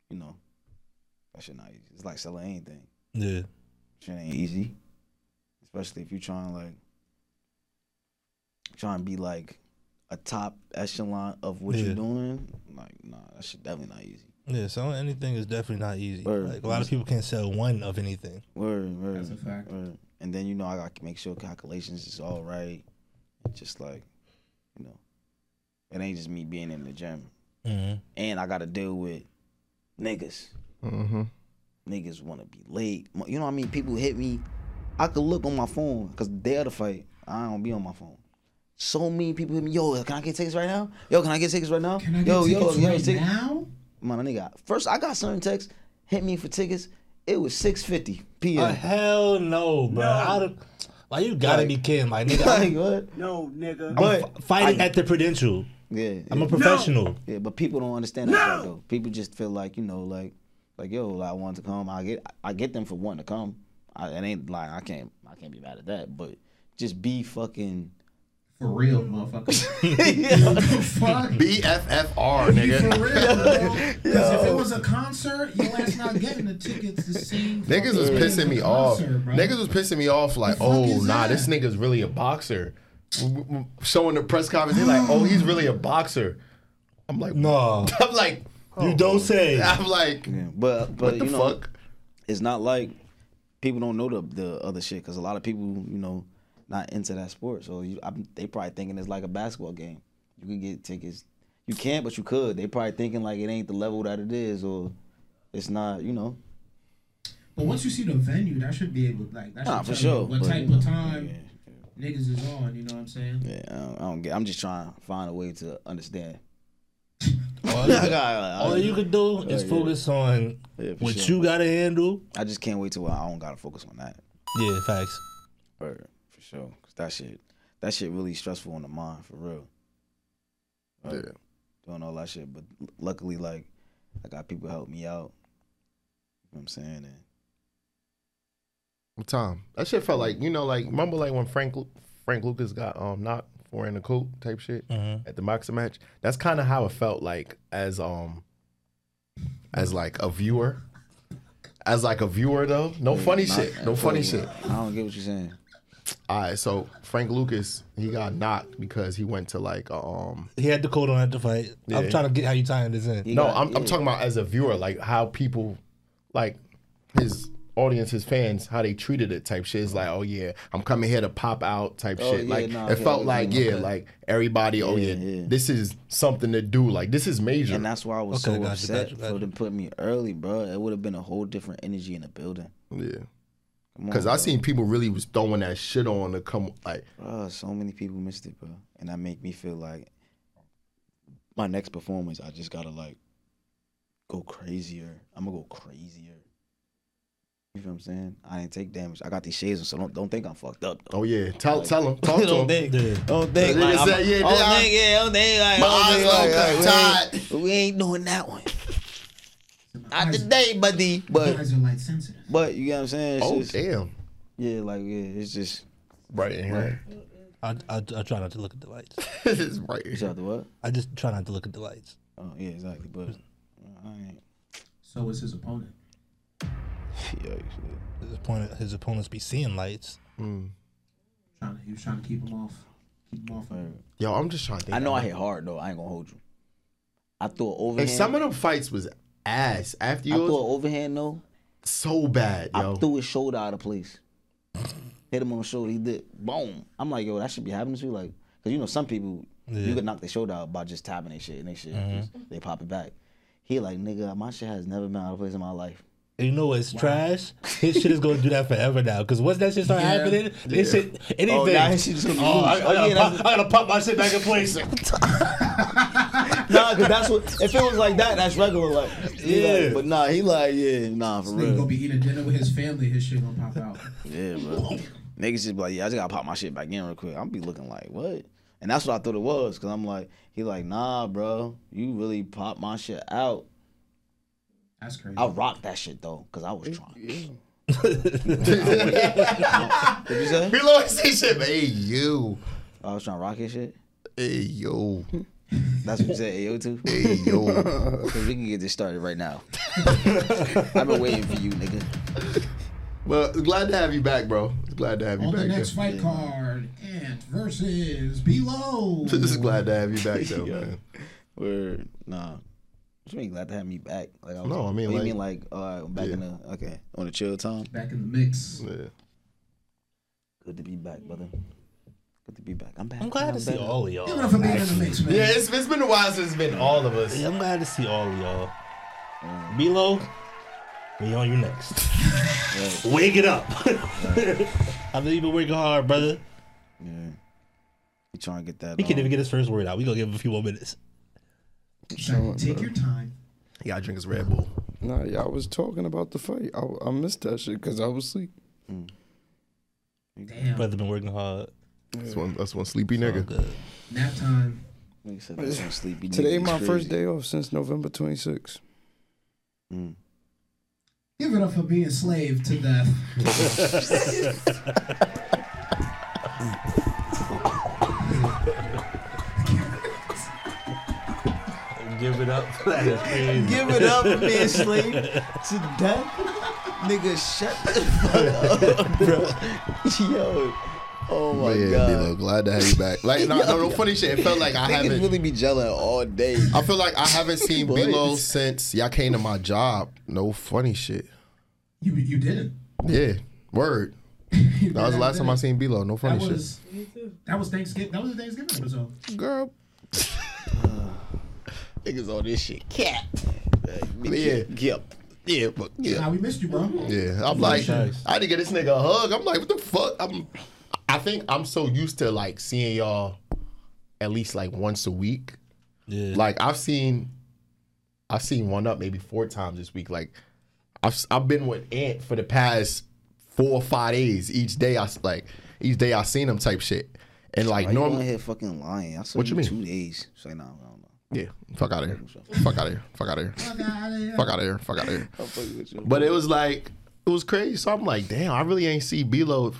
[SPEAKER 4] you know, that shit not easy. It's like selling anything.
[SPEAKER 2] Yeah.
[SPEAKER 4] Shit ain't easy. Especially if you trying like trying to be like a top echelon of what
[SPEAKER 2] Yeah.
[SPEAKER 4] you're doing. Like, nah, that shit definitely not easy.
[SPEAKER 2] Yeah, selling anything is definitely not easy.
[SPEAKER 4] Word.
[SPEAKER 2] Like a lot of people can't sell one of anything.
[SPEAKER 4] Word, word.
[SPEAKER 3] That's a fact.
[SPEAKER 4] Word. And then you know I got to make sure calculations is all right. Just like, you know, it ain't just me being in the gym.
[SPEAKER 2] Mm-hmm.
[SPEAKER 4] And I got to deal with niggas.
[SPEAKER 1] Mm-hmm.
[SPEAKER 4] Niggas want to be late. Mo- You know what I mean? People hit me. I could look on my phone because the day of the fight, I don't be on my phone. So many people hit me. Yo, can I get tickets right now? Yo, can I get tickets right now?
[SPEAKER 3] Can I get
[SPEAKER 4] yo,
[SPEAKER 3] tickets right
[SPEAKER 4] tick-
[SPEAKER 3] now?
[SPEAKER 4] My nigga, first I got certain texts hit me for tickets. It was six fifty p.m.
[SPEAKER 2] Uh, hell no, bro. I'd have- like you gotta
[SPEAKER 4] Like-
[SPEAKER 2] be kidding. Like nigga,
[SPEAKER 4] like
[SPEAKER 2] I'm
[SPEAKER 4] what?
[SPEAKER 8] No, nigga.
[SPEAKER 4] But
[SPEAKER 2] f- fighting at the Prudential.
[SPEAKER 4] Yeah,
[SPEAKER 2] I'm
[SPEAKER 4] yeah,
[SPEAKER 2] a professional.
[SPEAKER 4] yeah, but people don't understand that shit, though. People just feel like you know, like, like yo, like, I want to come. I get, I get them for wanting to come. I, it ain't like I can't, I can't be mad at that. But just be fucking.
[SPEAKER 3] For real, motherfucker.
[SPEAKER 4] yeah,
[SPEAKER 3] Fuck.
[SPEAKER 1] BFFR,
[SPEAKER 3] You for
[SPEAKER 1] nigga.
[SPEAKER 3] real, bro. Because if it was a concert, your ass not getting the tickets to see.
[SPEAKER 1] Niggas was
[SPEAKER 3] fucking
[SPEAKER 1] pissing me
[SPEAKER 3] concert,
[SPEAKER 1] off.
[SPEAKER 3] bro.
[SPEAKER 1] Niggas was pissing me off like,
[SPEAKER 3] The fuck
[SPEAKER 1] oh
[SPEAKER 3] is
[SPEAKER 1] nah,
[SPEAKER 3] that?"
[SPEAKER 1] this nigga's really a boxer. W- w- Showing the press conference, they like, oh, he's really a boxer. I'm like,
[SPEAKER 2] No,
[SPEAKER 1] I'm like, oh.
[SPEAKER 2] you don't say.
[SPEAKER 1] I'm like,
[SPEAKER 4] but but
[SPEAKER 1] what the
[SPEAKER 4] you know,
[SPEAKER 1] fuck?
[SPEAKER 4] it's not like people don't know the the other shit because a lot of people, you know, not into that sport. So you, I'm, they probably thinking it's like a basketball game. You can get tickets. You can't, but you could. They probably thinking like it ain't the level that it is, or it's not. You know.
[SPEAKER 3] But once you see the venue, that should be able, like, that should
[SPEAKER 4] Nah,
[SPEAKER 3] tell
[SPEAKER 4] for sure.
[SPEAKER 3] you what
[SPEAKER 4] but,
[SPEAKER 3] type
[SPEAKER 4] you know,
[SPEAKER 3] of time
[SPEAKER 4] yeah.
[SPEAKER 3] niggas is on. You know what I'm saying?
[SPEAKER 4] Yeah, I don't, I don't get. I'm just trying to find a way to understand.
[SPEAKER 2] All
[SPEAKER 4] I,
[SPEAKER 2] you- all you could do is
[SPEAKER 4] yeah.
[SPEAKER 2] focus on
[SPEAKER 4] Yeah, for
[SPEAKER 2] what
[SPEAKER 4] sure.
[SPEAKER 2] you gotta handle.
[SPEAKER 4] I just can't wait till I don't gotta focus on that.
[SPEAKER 2] Yeah, facts.
[SPEAKER 4] Word, for sure. Cause that shit, that shit really stressful on the mind for real.
[SPEAKER 1] Yeah.
[SPEAKER 4] Doing all that shit, but l- luckily, like, I got people help me out. You know what I'm saying? And
[SPEAKER 1] Tom, that shit felt like you know, like remember like when Frank Lu- Frank Lucas got um knocked four in the coop type shit
[SPEAKER 3] Mm-hmm.
[SPEAKER 1] at the boxing match. That's kind of how it felt like as um as like a viewer, as like a viewer though. No funny
[SPEAKER 4] not-
[SPEAKER 1] shit. No funny shit.
[SPEAKER 4] I don't get what you're saying.
[SPEAKER 1] All right, so Frank Lucas he got knocked because he went to like a, um.
[SPEAKER 2] He had the coat on at the fight.
[SPEAKER 1] Yeah.
[SPEAKER 2] I'm trying to get how you tying this in.
[SPEAKER 4] He
[SPEAKER 1] No,
[SPEAKER 4] got-
[SPEAKER 1] I'm I'm
[SPEAKER 4] yeah.
[SPEAKER 1] talking about as a viewer, like how people, like his audience, his fans, how they treated it type shit. It's like, oh yeah, I'm coming here to pop out type
[SPEAKER 4] Oh,
[SPEAKER 1] shit.
[SPEAKER 4] yeah,
[SPEAKER 1] like
[SPEAKER 4] nah,
[SPEAKER 1] it
[SPEAKER 4] yeah,
[SPEAKER 1] felt
[SPEAKER 4] okay,
[SPEAKER 1] like yeah,
[SPEAKER 4] okay.
[SPEAKER 1] like everybody, oh yeah,
[SPEAKER 4] Yeah, yeah.
[SPEAKER 1] this is something to do. Like this is major.
[SPEAKER 4] And that's why I was
[SPEAKER 2] Okay,
[SPEAKER 4] so
[SPEAKER 2] gotcha,
[SPEAKER 4] upset
[SPEAKER 2] gotcha, gotcha.
[SPEAKER 4] for them putting me early, bro. It would have been a whole different energy in the building.
[SPEAKER 1] yeah,
[SPEAKER 4] Come on,
[SPEAKER 1] because I
[SPEAKER 4] bro.
[SPEAKER 1] seen people really was throwing that shit on to come like
[SPEAKER 4] Bro, so many people missed it, bro. And that make me feel like my next performance, I just gotta like go crazier. I'm gonna go crazier. You feel what I'm saying? I didn't take damage. I got these shades on, so don't don't think I'm fucked up. Though.
[SPEAKER 1] Oh yeah, tell tell him, talk to
[SPEAKER 4] don't
[SPEAKER 1] him.
[SPEAKER 4] think,
[SPEAKER 2] Yeah.
[SPEAKER 4] don't think,
[SPEAKER 1] Nigga
[SPEAKER 4] like, I'm-
[SPEAKER 1] said, yeah,
[SPEAKER 4] don't
[SPEAKER 1] nigga,
[SPEAKER 4] think, yeah, don't think, like,
[SPEAKER 1] My
[SPEAKER 4] don't
[SPEAKER 1] eyes
[SPEAKER 4] think, like,
[SPEAKER 1] gonna cut
[SPEAKER 4] like, we ain't- we ain't doing that one.
[SPEAKER 3] My
[SPEAKER 4] Not
[SPEAKER 3] eyes-
[SPEAKER 4] today, buddy.
[SPEAKER 3] My
[SPEAKER 4] But
[SPEAKER 3] eyes are light sensitive.
[SPEAKER 4] but you know what I'm saying? It's
[SPEAKER 1] Oh
[SPEAKER 4] just,
[SPEAKER 1] damn,
[SPEAKER 4] yeah, like yeah, it's just
[SPEAKER 1] right in here.
[SPEAKER 2] I, I I try not to look at the lights.
[SPEAKER 1] this is right in
[SPEAKER 4] you
[SPEAKER 1] here.
[SPEAKER 4] out the what?
[SPEAKER 2] I just try not to look at the lights.
[SPEAKER 4] Oh yeah, exactly. But I ain't.
[SPEAKER 3] So is his opponent.
[SPEAKER 4] Yeah,
[SPEAKER 2] His opponent, his opponents be seeing lights.
[SPEAKER 3] Trying to, he was trying to keep him off. Keep him off.
[SPEAKER 1] Yo, I'm just trying to think.
[SPEAKER 4] I know I hit hard though. I ain't gonna hold you. I threw an
[SPEAKER 1] And
[SPEAKER 4] overhand.
[SPEAKER 1] some of them fights was ass. After
[SPEAKER 4] I
[SPEAKER 1] you,
[SPEAKER 4] threw an overhand though.
[SPEAKER 1] so bad, yo.
[SPEAKER 4] I threw his shoulder out of place. Hit him on the shoulder. He did boom. I'm like, yo, that should be happening to you, like, cause you know some people you could knock their shoulder out by just tapping their shit and they shit just- they pop it back. He like, nigga, my shit has never been out of place in my life.
[SPEAKER 2] And you know what's trash? His shit is gonna do that forever now. Because once that shit start happening, this shit, anything.
[SPEAKER 4] Oh, now his shit just gonna be
[SPEAKER 2] Oh, I, I
[SPEAKER 4] loose. Oh,
[SPEAKER 2] gotta
[SPEAKER 4] yeah,
[SPEAKER 2] pop,
[SPEAKER 4] that's-
[SPEAKER 2] I gotta pop my shit back in place.
[SPEAKER 4] nah, cause that's what. If it was like that, that's regular. Like, he like-
[SPEAKER 2] Yeah.
[SPEAKER 4] but nah, he like, yeah, nah, for
[SPEAKER 3] Nigga gonna
[SPEAKER 4] real.
[SPEAKER 3] be eating dinner with his family. His shit gonna pop out.
[SPEAKER 4] Yeah, bro. Niggas just be like, yeah, I just gotta pop my shit back in real quick. I'm be looking like, what? And that's what I thought it was, cause I'm like, he like, nah, bro, you really pop my shit out.
[SPEAKER 3] That's crazy.
[SPEAKER 4] I rocked that shit though, cause I was trying. Did you say?
[SPEAKER 1] We love to see shit. but, Hey yo,
[SPEAKER 4] I was trying to rock his shit.
[SPEAKER 1] hey yo,
[SPEAKER 4] That's what you said, AO too.
[SPEAKER 1] hey yo.
[SPEAKER 4] Cause we can get this started right now. I've been waiting for you, nigga.
[SPEAKER 1] Well, glad to have you back, bro. Glad to have you
[SPEAKER 3] On the
[SPEAKER 1] back.
[SPEAKER 3] next
[SPEAKER 1] yeah.
[SPEAKER 3] fight card, Ant versus Below.
[SPEAKER 1] Just glad to have you back, though, man.
[SPEAKER 4] Word. Nah. What you mean glad to have me back? Like I was,
[SPEAKER 1] No, I mean,
[SPEAKER 4] what
[SPEAKER 1] like-
[SPEAKER 4] you mean like uh, back in the okay on the chill time.
[SPEAKER 3] Back in the mix.
[SPEAKER 1] Yeah.
[SPEAKER 4] Good to be back, brother. Good to be back. I'm back.
[SPEAKER 2] I'm glad to see
[SPEAKER 4] back.
[SPEAKER 2] all of
[SPEAKER 3] Give it up for
[SPEAKER 2] y'all.
[SPEAKER 3] being in the mix, man.
[SPEAKER 1] Yeah, it's, it's been a while since it's been all of us.
[SPEAKER 2] Yeah, I'm glad to see all of y'all.
[SPEAKER 4] Mm.
[SPEAKER 2] Milo, we on you next. Wig it up. I know you've been working hard, brother.
[SPEAKER 4] Yeah. You trying to get that?
[SPEAKER 2] He can't
[SPEAKER 4] um,
[SPEAKER 2] even get his first word out. We gonna give him a few more minutes.
[SPEAKER 3] Shaq, Take your time.
[SPEAKER 1] Yeah, I drink his Red Bull.
[SPEAKER 8] Nah, yeah, I was talking about the fight. I, I missed that shit because I was asleep.
[SPEAKER 3] Damn.
[SPEAKER 2] Brother been working hard.
[SPEAKER 1] That's one. That's one sleepy nigga.
[SPEAKER 2] Good.
[SPEAKER 3] Nap time.
[SPEAKER 4] Nigga said that's some sleepy.
[SPEAKER 8] Today,
[SPEAKER 4] niggas
[SPEAKER 8] my
[SPEAKER 4] crazy.
[SPEAKER 8] first day off since November 26th.
[SPEAKER 4] Mm.
[SPEAKER 3] Give it up for being slave to death.
[SPEAKER 2] Give it up. That is crazy.
[SPEAKER 4] Give it up, man, slave to death. Nigga, shut the fuck up, bro. Yo. Oh my
[SPEAKER 1] But yeah,
[SPEAKER 4] god.
[SPEAKER 1] D-Lo, glad to have you back. Like, no, no, no funny shit. It felt like I
[SPEAKER 4] Niggas
[SPEAKER 1] haven't.
[SPEAKER 4] really be gelling all day.
[SPEAKER 1] I feel like I haven't seen
[SPEAKER 4] Boys.
[SPEAKER 1] Bilo since y'all came to my job. No funny shit.
[SPEAKER 3] You you didn't.
[SPEAKER 1] Yeah, word.
[SPEAKER 3] You
[SPEAKER 1] That was the last time I seen Bilo. No
[SPEAKER 3] That
[SPEAKER 1] funny shit.
[SPEAKER 3] was that was Thanksgiving. That was a Thanksgiving episode.
[SPEAKER 1] Girl,
[SPEAKER 4] Niggas on this shit. Cat.
[SPEAKER 1] But yeah,
[SPEAKER 4] Yep.
[SPEAKER 1] yeah, but yeah,
[SPEAKER 3] Nah, we missed you, bro.
[SPEAKER 1] yeah. I'm like,
[SPEAKER 2] Thanks.
[SPEAKER 1] I had to get this nigga a hug. I'm like, what the fuck? I'm. I think I'm so used to like seeing y'all at least like once a week.
[SPEAKER 2] Yeah.
[SPEAKER 1] Like I've seen, I've seen one up maybe four times this week. Like I've I've been with Ant for the past four or five days. Each day I s- like each day I seen him type shit. And like
[SPEAKER 4] Why you on
[SPEAKER 1] normally,
[SPEAKER 4] here fucking lying? I saw
[SPEAKER 1] What you
[SPEAKER 4] you
[SPEAKER 1] mean?
[SPEAKER 4] two days. Say like, nah, I don't know.
[SPEAKER 1] yeah, fuck out of here, fuck out of here, fuck out of here, fuck out of here, fuck out of here.
[SPEAKER 4] I'm fucking with you.
[SPEAKER 1] But it was like it was crazy. So I'm like, damn, I really ain't see Bilo.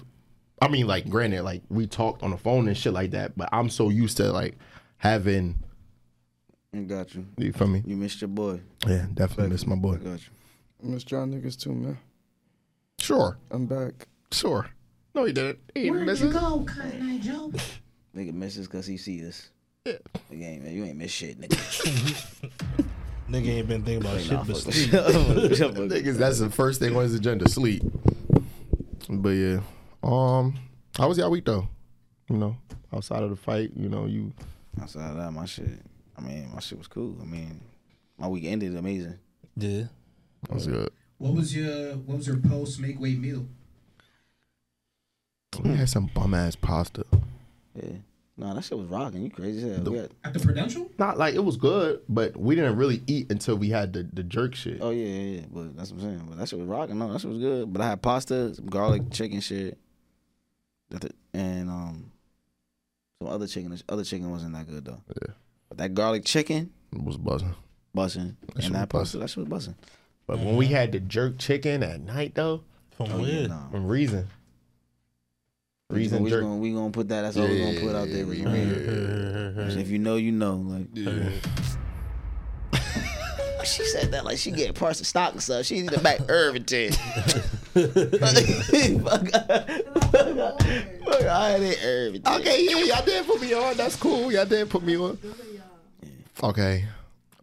[SPEAKER 1] I mean, like, granted, like we talked on the phone and shit like that, but I'm so used to like having
[SPEAKER 4] I got you.
[SPEAKER 1] you feel me?
[SPEAKER 4] You missed your boy.
[SPEAKER 1] Yeah, definitely miss my boy.
[SPEAKER 4] I got you.
[SPEAKER 8] Miss John niggas too, man.
[SPEAKER 1] Sure,
[SPEAKER 8] I'm back.
[SPEAKER 1] sure. No, he didn't. He didn't
[SPEAKER 3] Where'd
[SPEAKER 1] miss
[SPEAKER 3] you
[SPEAKER 1] it.
[SPEAKER 3] go, Cotton Eye Joe?
[SPEAKER 4] Nigga misses cause he see this.
[SPEAKER 1] Yeah.
[SPEAKER 4] Nigga ain't man, you ain't miss shit, nigga.
[SPEAKER 2] Nigga ain't been thinking about shit but sleep.
[SPEAKER 4] Nigga,
[SPEAKER 1] Niggas, that's the first thing on his agenda, sleep. But yeah, um, how was y'all week though? You know, outside of the fight, you know, you
[SPEAKER 4] Outside of that, my shit. I mean, my shit was cool. I mean, my week ended amazing.
[SPEAKER 2] Yeah.
[SPEAKER 1] that was good.
[SPEAKER 3] What was your what was your post make weight meal?
[SPEAKER 1] We had some bum ass pasta.
[SPEAKER 4] Yeah. Nah, that shit was rocking. You crazy as hell. We had-
[SPEAKER 3] At the Prudential?
[SPEAKER 1] Not like it was good, but we didn't really eat until we had the, the jerk shit.
[SPEAKER 4] oh yeah, yeah, yeah. But that's what I'm saying. But that shit was rocking. No, that shit was good. But I had pasta, some garlic chicken shit. That's it. And um, some other chicken. The other chicken wasn't that good though.
[SPEAKER 1] Yeah.
[SPEAKER 4] But that garlic chicken,
[SPEAKER 1] It was buzzing.
[SPEAKER 4] bussin'.
[SPEAKER 1] shit
[SPEAKER 4] And
[SPEAKER 1] was
[SPEAKER 4] that pasta, that shit was bussin'.
[SPEAKER 1] But when we had the jerk chicken at night though,
[SPEAKER 2] From
[SPEAKER 4] Oh, yeah,
[SPEAKER 2] where?
[SPEAKER 4] nah.
[SPEAKER 1] from Reason,
[SPEAKER 4] We
[SPEAKER 1] Reason
[SPEAKER 4] gonna, we
[SPEAKER 1] jerk.
[SPEAKER 4] gonna, we gonna put that. That's all we gonna put out there. was reason. So if you know, you know. Like she said that, like she get parts of stock and stuff. She need to back Irvington. fuck, fuck, fuck, I ain't Irvington.
[SPEAKER 1] Okay, yeah, y'all did put me on. That's cool. Y'all did put me on. Okay,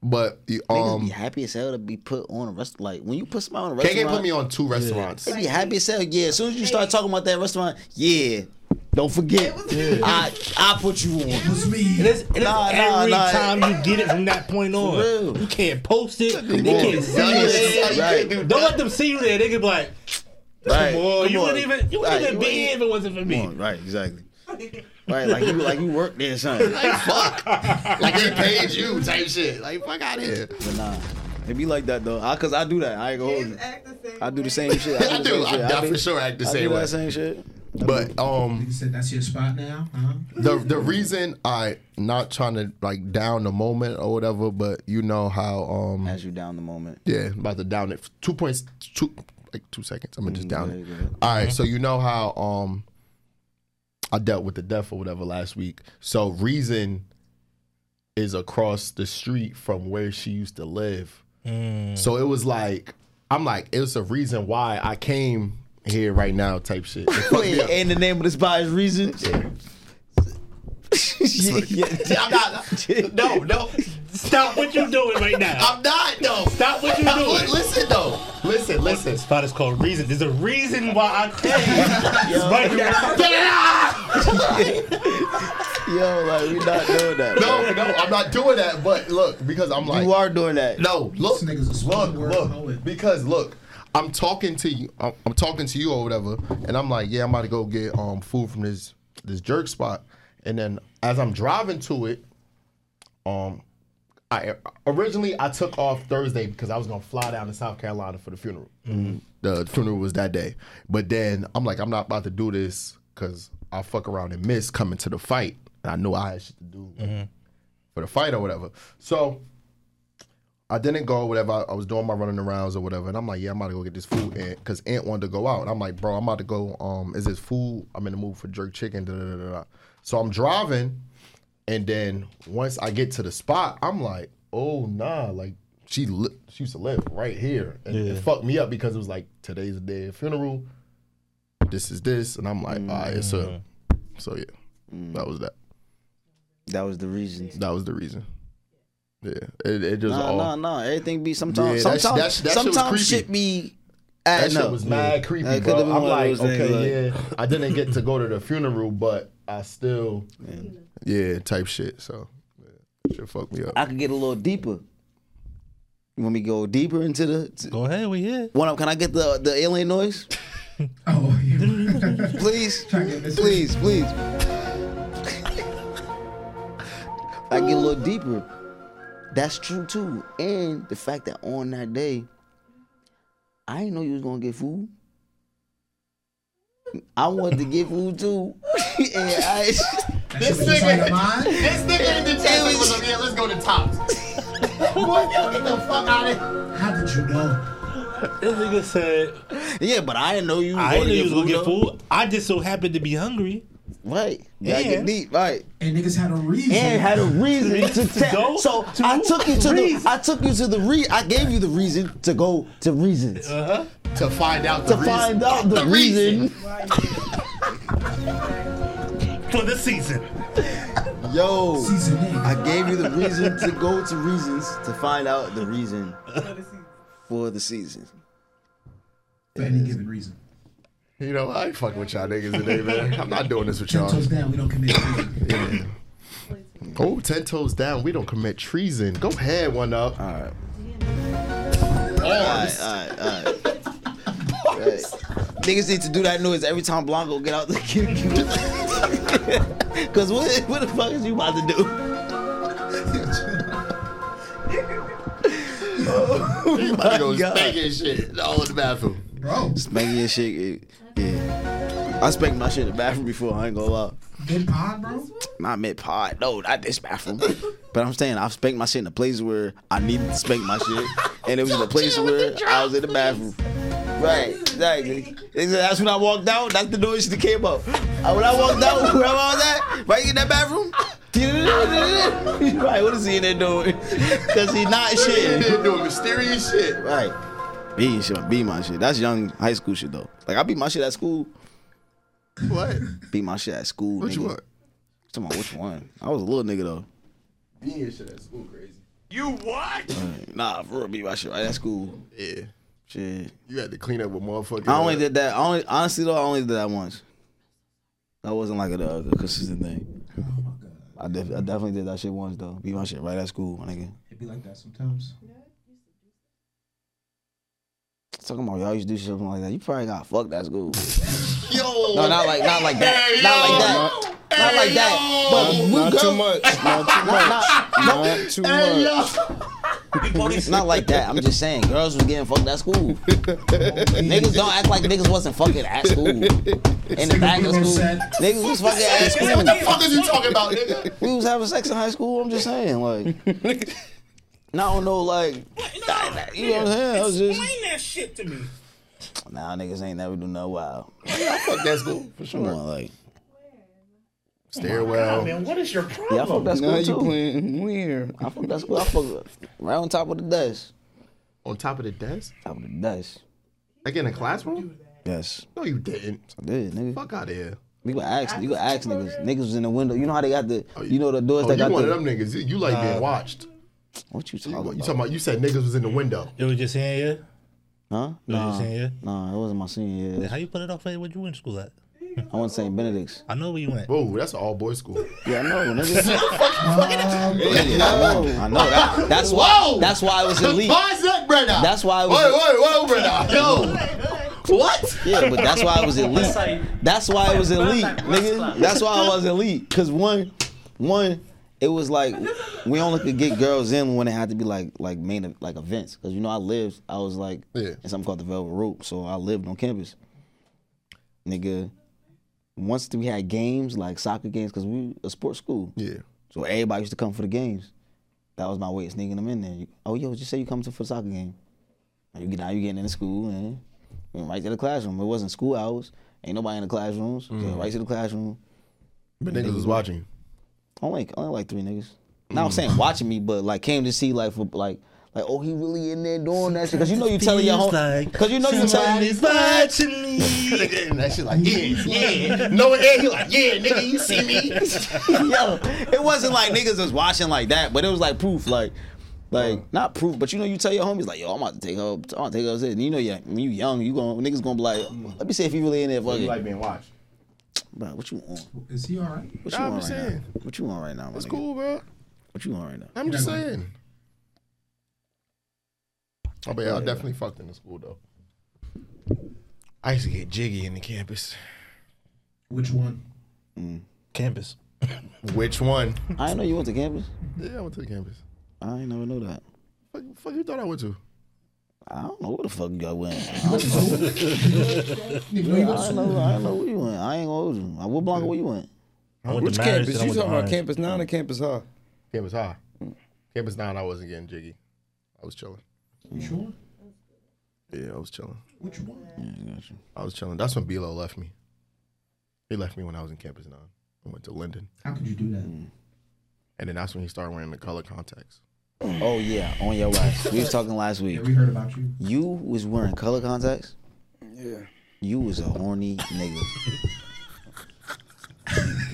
[SPEAKER 1] but you,
[SPEAKER 4] Niggas
[SPEAKER 1] um,
[SPEAKER 4] be happy as hell to be put on a restaurant. Like when you put somebody on a
[SPEAKER 1] KK
[SPEAKER 4] restaurant,
[SPEAKER 1] put me on two restaurants.
[SPEAKER 4] They be happy as hell. Yeah, as soon as you start talking about that restaurant, yeah, don't forget, I I put you on.
[SPEAKER 3] It was me.
[SPEAKER 2] And it's, and it's
[SPEAKER 4] Nah, nah,
[SPEAKER 2] every
[SPEAKER 4] nah.
[SPEAKER 2] time you get it from that point on,
[SPEAKER 4] real.
[SPEAKER 2] you can't post it. They
[SPEAKER 1] Come on.
[SPEAKER 2] can't see
[SPEAKER 1] Y'all
[SPEAKER 2] you
[SPEAKER 1] niggas is
[SPEAKER 2] there.
[SPEAKER 1] like, you can't
[SPEAKER 4] Right.
[SPEAKER 1] do
[SPEAKER 2] Don't
[SPEAKER 1] that.
[SPEAKER 2] let them see you there. They could be like,
[SPEAKER 4] Right.
[SPEAKER 2] "Come on,
[SPEAKER 4] come
[SPEAKER 2] you
[SPEAKER 4] on.
[SPEAKER 2] wouldn't even, you wouldn't
[SPEAKER 4] Right,
[SPEAKER 2] even be
[SPEAKER 4] ain't-
[SPEAKER 2] here if it wasn't for
[SPEAKER 4] Come
[SPEAKER 2] me."
[SPEAKER 4] on, right, exactly. Right, like you like you work there, son.
[SPEAKER 1] Like fuck, like they paid you type shit. Like fuck out here.
[SPEAKER 4] But nah, it be like that though. I, Cause I do that. I ain't gonna hold you. I do the same shit.
[SPEAKER 1] I
[SPEAKER 4] the
[SPEAKER 1] do.
[SPEAKER 4] same shit.
[SPEAKER 1] I, I for sure act the
[SPEAKER 4] I
[SPEAKER 1] same
[SPEAKER 4] do
[SPEAKER 1] way.
[SPEAKER 4] that same shit.
[SPEAKER 1] But um,
[SPEAKER 3] Nigga said that's your spot now, huh?
[SPEAKER 1] the the reason I not trying to like down the moment or whatever, but you know how um
[SPEAKER 4] As you down the moment.
[SPEAKER 1] yeah I'm about to down it two points two like two seconds. I'm gonna just down it.
[SPEAKER 4] Mm, go ahead.
[SPEAKER 1] All right, so you know how um I dealt with the death or whatever last week. So reason is across the street from where she used to live. So it was like I'm like it's a reason why I came here right now type shit. It fucked me
[SPEAKER 4] Wait,
[SPEAKER 1] up.
[SPEAKER 4] ain't the name of this body's reasons? yeah, yeah.
[SPEAKER 1] I'm not. No, no.
[SPEAKER 2] Stop what you're doing right now.
[SPEAKER 1] I'm not though.
[SPEAKER 2] Stop what you're doing.
[SPEAKER 1] Listen though. Listen, listen.
[SPEAKER 2] This spot is called Reason. There's a reason why I came. It's right now.
[SPEAKER 1] Get it out!
[SPEAKER 4] Yo, like we not doing that.
[SPEAKER 1] No, no, I'm not doing that. But look, because I'm
[SPEAKER 4] bro.
[SPEAKER 1] like,
[SPEAKER 4] you are doing that.
[SPEAKER 1] no, look,
[SPEAKER 3] This nigga's a
[SPEAKER 1] look,
[SPEAKER 3] spoken word
[SPEAKER 1] look,
[SPEAKER 3] poet.
[SPEAKER 1] because look, I'm talking to you, I'm, I'm talking to you or whatever, and I'm like, yeah, I'm about to go get um food from this this jerk spot, and then as I'm driving to it, um. I, originally, I took off Thursday because I was gonna fly down to South Carolina for the funeral. The funeral was that day, but then I'm like, I'm not about to do this because I'll fuck around and miss coming to the fight. And I knew I had shit to do for the fight or whatever. So I didn't go, whatever. I, I was doing my running arounds or whatever, and I'm like, yeah, I'm about to go get this food, Aunt, because Aunt wanted to go out. And I'm like, bro, I'm about to go. Um, is this food? I'm in the mood for jerk chicken. Da, da, da, da, da. So I'm driving, and then once I get to the spot, I'm like, oh nah, like she li- she used to live right here, and it fucked me up because it was like today's the day of funeral. This is this, and I'm like, all right, it's her. So yeah,
[SPEAKER 4] Mm.
[SPEAKER 1] that was that.
[SPEAKER 4] That was the reasons.
[SPEAKER 1] That was the reason. Yeah, it, it just
[SPEAKER 4] Nah,
[SPEAKER 1] all.
[SPEAKER 4] nah, nah. Everything be sometimes.
[SPEAKER 1] Yeah, that sh-
[SPEAKER 4] sometimes,
[SPEAKER 1] that sh- that shit was
[SPEAKER 4] sometimes
[SPEAKER 1] creepy.
[SPEAKER 4] shit be.
[SPEAKER 1] That
[SPEAKER 4] adding
[SPEAKER 1] shit
[SPEAKER 4] up.
[SPEAKER 1] was mad creepy,
[SPEAKER 4] That
[SPEAKER 1] bro.
[SPEAKER 4] could've been
[SPEAKER 1] I'm
[SPEAKER 4] one of
[SPEAKER 1] like,
[SPEAKER 4] those things,
[SPEAKER 1] okay, yeah, I didn't get to go to the funeral, but I still, yeah, type shit. So, yeah, shit fucked me up.
[SPEAKER 4] I could get a little deeper. You want me to go deeper into the to-
[SPEAKER 2] Go ahead, we here.
[SPEAKER 4] one up? Can I get the the alien noise,
[SPEAKER 3] Oh, yeah.
[SPEAKER 4] please?
[SPEAKER 3] Try to get this-
[SPEAKER 4] please, please. I get a little deeper. That's true too, and the fact that on that day, I didn't know you was gonna get food. I wanted to get food too, and I.
[SPEAKER 3] That shit was just on your mind?
[SPEAKER 1] this nigga in the
[SPEAKER 4] chat was like,
[SPEAKER 1] yeah, let's go to tops. what? Get the fuck out of here.
[SPEAKER 3] How did you know?
[SPEAKER 2] This nigga said,
[SPEAKER 4] Yeah, but I didn't know you. Was
[SPEAKER 2] I
[SPEAKER 4] gonna
[SPEAKER 2] didn't know you was gonna
[SPEAKER 4] food,
[SPEAKER 2] get
[SPEAKER 4] though.
[SPEAKER 2] food. I just so happened to be hungry.
[SPEAKER 4] Right. Yeah.
[SPEAKER 2] Yeah.
[SPEAKER 4] Get deep. Right.
[SPEAKER 3] And niggas had a reason.
[SPEAKER 4] and had a reason to tell.
[SPEAKER 2] go
[SPEAKER 4] So
[SPEAKER 2] to
[SPEAKER 4] I took you to the.
[SPEAKER 2] reason.
[SPEAKER 4] I took you to the re. I gave you the reason to go to reasons
[SPEAKER 1] To find out the
[SPEAKER 4] to
[SPEAKER 1] reason.
[SPEAKER 4] find out the, reason.
[SPEAKER 2] For the season.
[SPEAKER 4] Yo,
[SPEAKER 3] Season eight.
[SPEAKER 4] I gave you the reason to go to reasons to find out the reason for the season.
[SPEAKER 3] for any given reason.
[SPEAKER 1] You know, I ain't fucking with y'all niggas today, man. I'm not doing this with
[SPEAKER 3] Ten
[SPEAKER 1] y'all.
[SPEAKER 3] toes down, we don't commit. treason.
[SPEAKER 1] Yeah. Oh, ten toes down. We don't commit treason. Go ahead, one up. All right.
[SPEAKER 4] All right, all right, all right. Right. Niggas need to do that noise every time Blanco get out the kitchen. Cause what, what the fuck is you about to do?
[SPEAKER 1] You about to go
[SPEAKER 4] Oh My God.
[SPEAKER 1] spank and shit all in the bathroom.
[SPEAKER 3] Bro,
[SPEAKER 4] Spanking your shit. it- yeah. I spanked my shit in the bathroom before. I ain't gonna lie.
[SPEAKER 3] good pod, bro.
[SPEAKER 4] Not mid pod. No, not this bathroom. But I'm saying I've spanked my shit in a place where I needed to spank my shit, and it was in a place where I was in the bathroom. Right, exactly. And That's when I walked out. That's the noise that came up. Uh, When I walked out, wherever I was at, right in that bathroom. right, what is he in there doing? Cause he not shitting.
[SPEAKER 1] They're doing mysterious shit.
[SPEAKER 4] Right. Being shit, beat my shit. That's young high school shit though. Like I beat my shit at school.
[SPEAKER 1] What?
[SPEAKER 4] Beat my shit at school.
[SPEAKER 1] What
[SPEAKER 4] nigga.
[SPEAKER 1] you want?
[SPEAKER 4] Come on, which one? I was a little nigga though.
[SPEAKER 1] Being shit at school crazy.
[SPEAKER 4] Nah, for real, beat my shit right at school.
[SPEAKER 1] Yeah.
[SPEAKER 4] Shit.
[SPEAKER 1] You had to clean up with motherfuckers.
[SPEAKER 4] I only did that. I only honestly though, I only did that once. That wasn't like a, a consistent thing. I, def- I definitely did that shit once though. Beat my shit right at school, my nigga.
[SPEAKER 3] It be like that sometimes.
[SPEAKER 4] Talking about y'all used to do something like that. You probably got fucked at school.
[SPEAKER 1] uh, Yo.
[SPEAKER 4] No, not like not like that.
[SPEAKER 1] Hey,
[SPEAKER 4] not
[SPEAKER 1] yo.
[SPEAKER 4] like that. Not like that. But
[SPEAKER 8] Not,
[SPEAKER 4] we
[SPEAKER 8] not
[SPEAKER 4] girl-
[SPEAKER 8] too much. Not too much.
[SPEAKER 4] Not,
[SPEAKER 8] Not too
[SPEAKER 1] Hey,
[SPEAKER 8] much.
[SPEAKER 1] yo.
[SPEAKER 9] police.
[SPEAKER 4] Not like that. I'm just saying, girls was getting fucked at school. niggas don't act like niggas wasn't fucking at school. In the back of
[SPEAKER 3] being
[SPEAKER 4] school,
[SPEAKER 3] upset.
[SPEAKER 4] niggas was fucking at
[SPEAKER 1] What the
[SPEAKER 4] school.
[SPEAKER 1] fuck is you talking about, nigga?
[SPEAKER 4] We was having sex in high school. I'm just saying, like, and I don't know, like, you know what I'm saying? I was just,
[SPEAKER 2] Explain that shit to me.
[SPEAKER 4] nah, niggas ain't never do no wild.
[SPEAKER 1] Fuck that school for
[SPEAKER 4] Come on,
[SPEAKER 1] sure.
[SPEAKER 4] like,
[SPEAKER 2] God,
[SPEAKER 1] Stairwell.
[SPEAKER 2] man, what is your
[SPEAKER 4] yeah, I fucked
[SPEAKER 2] problem?
[SPEAKER 4] that school
[SPEAKER 10] Now you
[SPEAKER 4] too.
[SPEAKER 10] playing weird.
[SPEAKER 4] I fucked that school. I fucked right on top of the desk.
[SPEAKER 1] On top of the desk?
[SPEAKER 4] Top of the desk.
[SPEAKER 1] Like in a classroom?
[SPEAKER 4] Yes,
[SPEAKER 1] No, you didn't.
[SPEAKER 4] I did, nigga.
[SPEAKER 1] Fuck out of here.
[SPEAKER 4] You can ask. You can ask niggas. Niggas was in the window. You know how they got the.
[SPEAKER 1] Oh,
[SPEAKER 4] You know the doors
[SPEAKER 1] Oh,
[SPEAKER 4] that
[SPEAKER 1] you
[SPEAKER 4] got
[SPEAKER 1] one of
[SPEAKER 4] the.
[SPEAKER 1] them niggas. You- You like being watched.
[SPEAKER 4] What you
[SPEAKER 1] You
[SPEAKER 4] talking
[SPEAKER 1] you
[SPEAKER 4] about?
[SPEAKER 1] talking about? You said niggas was in the window.
[SPEAKER 11] It was just saying, yeah.
[SPEAKER 4] Huh?
[SPEAKER 11] It was just
[SPEAKER 4] Nah,
[SPEAKER 11] saying, yeah.
[SPEAKER 4] nah, it wasn't my senior
[SPEAKER 11] Then
[SPEAKER 4] year.
[SPEAKER 11] How you put it off? Like, where you went to school at?
[SPEAKER 4] I went to St. Benedict's.
[SPEAKER 11] I know where you went.
[SPEAKER 1] Whoa, that's all boys school.
[SPEAKER 4] Yeah, I know, nigga. I know. I know. That, that's why.
[SPEAKER 1] Whoa!
[SPEAKER 4] That's why I was elite.
[SPEAKER 1] Why is that, brother?
[SPEAKER 4] That's why I was.
[SPEAKER 1] Wait, wait, wait, brother. Yo, what?
[SPEAKER 4] Yeah, but that's why I was elite. That's why I was elite, nigga. That's why I was elite. Cause one, one, it was like we only could get girls in when it had to be like like main like events. Cause you know I lived, I was like
[SPEAKER 1] Yeah.
[SPEAKER 4] in something called the Velvet Rope, so I lived on campus, nigga. Once we had games like soccer games, cause we a sports school,
[SPEAKER 1] Yeah.
[SPEAKER 4] so everybody used to come for the games. That was my way of sneaking them in there. You- Oh yo, just say you come to for the soccer game. And you get now you getting in the school and went right to the classroom. It wasn't school hours. Ain't nobody in the classrooms. So right to the classroom.
[SPEAKER 1] But niggas was watching.
[SPEAKER 4] Only only like three niggas. Not
[SPEAKER 1] Mm.
[SPEAKER 4] I'm saying watching me, but like came to see like for like like oh he really in there doing that shit because you know you telling your home because you know you telling
[SPEAKER 11] somebody's watching me.
[SPEAKER 1] Nigga, and that shit like, yeah, yeah. No, and he like, yeah, nigga, you see me?
[SPEAKER 4] yo it wasn't like niggas was watching like that but it was like proof like like not proof but you know you tell your homies like yo I'm about to take her I'm about to take her upstairs. and you know yeah when you young you going niggas gonna be like let me see if he really in there fucking like,
[SPEAKER 1] being watched.
[SPEAKER 4] bro what you on what
[SPEAKER 3] Is he all right?
[SPEAKER 4] you
[SPEAKER 1] I'm
[SPEAKER 4] on right
[SPEAKER 1] just saying.
[SPEAKER 4] now what you on right now my
[SPEAKER 1] That's
[SPEAKER 4] nigga?
[SPEAKER 1] cool, bro.
[SPEAKER 4] what you on right now
[SPEAKER 1] I'm just saying. Oh, but yeah, I definitely fucked in the school though. I used to get jiggy in the campus.
[SPEAKER 3] Which one?
[SPEAKER 11] Campus.
[SPEAKER 1] Which one?
[SPEAKER 4] I didn't know you went to campus
[SPEAKER 1] Yeah, I went to the campus.
[SPEAKER 4] I ain't never know that
[SPEAKER 1] Fuck, fuck you thought I went to?
[SPEAKER 4] I don't know where the fuck y'all went. I don't,
[SPEAKER 3] Nigga, no, you go
[SPEAKER 4] I
[SPEAKER 3] to
[SPEAKER 4] don't
[SPEAKER 3] school.
[SPEAKER 4] know. I don't know where you went. I ain't gonna hold you. What block where you went?
[SPEAKER 11] I went
[SPEAKER 10] Which
[SPEAKER 11] to Marist,
[SPEAKER 10] campus?
[SPEAKER 11] then I went
[SPEAKER 10] You
[SPEAKER 11] to
[SPEAKER 10] talking about
[SPEAKER 11] Orange. Oh.
[SPEAKER 10] campus nine or campus high?
[SPEAKER 1] Campus high. Campus nine, I wasn't getting jiggy. I was chilling.
[SPEAKER 3] You sure?
[SPEAKER 1] Yeah, I was chilling.
[SPEAKER 3] Which one?
[SPEAKER 1] I was chilling. That's when Bilo left me. He left me when I was in campus nine. I went to Linden,
[SPEAKER 3] How could you do that?
[SPEAKER 1] and then that's when he started wearing the color contacts.
[SPEAKER 4] Oh yeah, on your ass. We was talking last week.
[SPEAKER 3] Yeah, we heard about you.
[SPEAKER 4] You was wearing color contacts. Yeah. You was a horny nigga.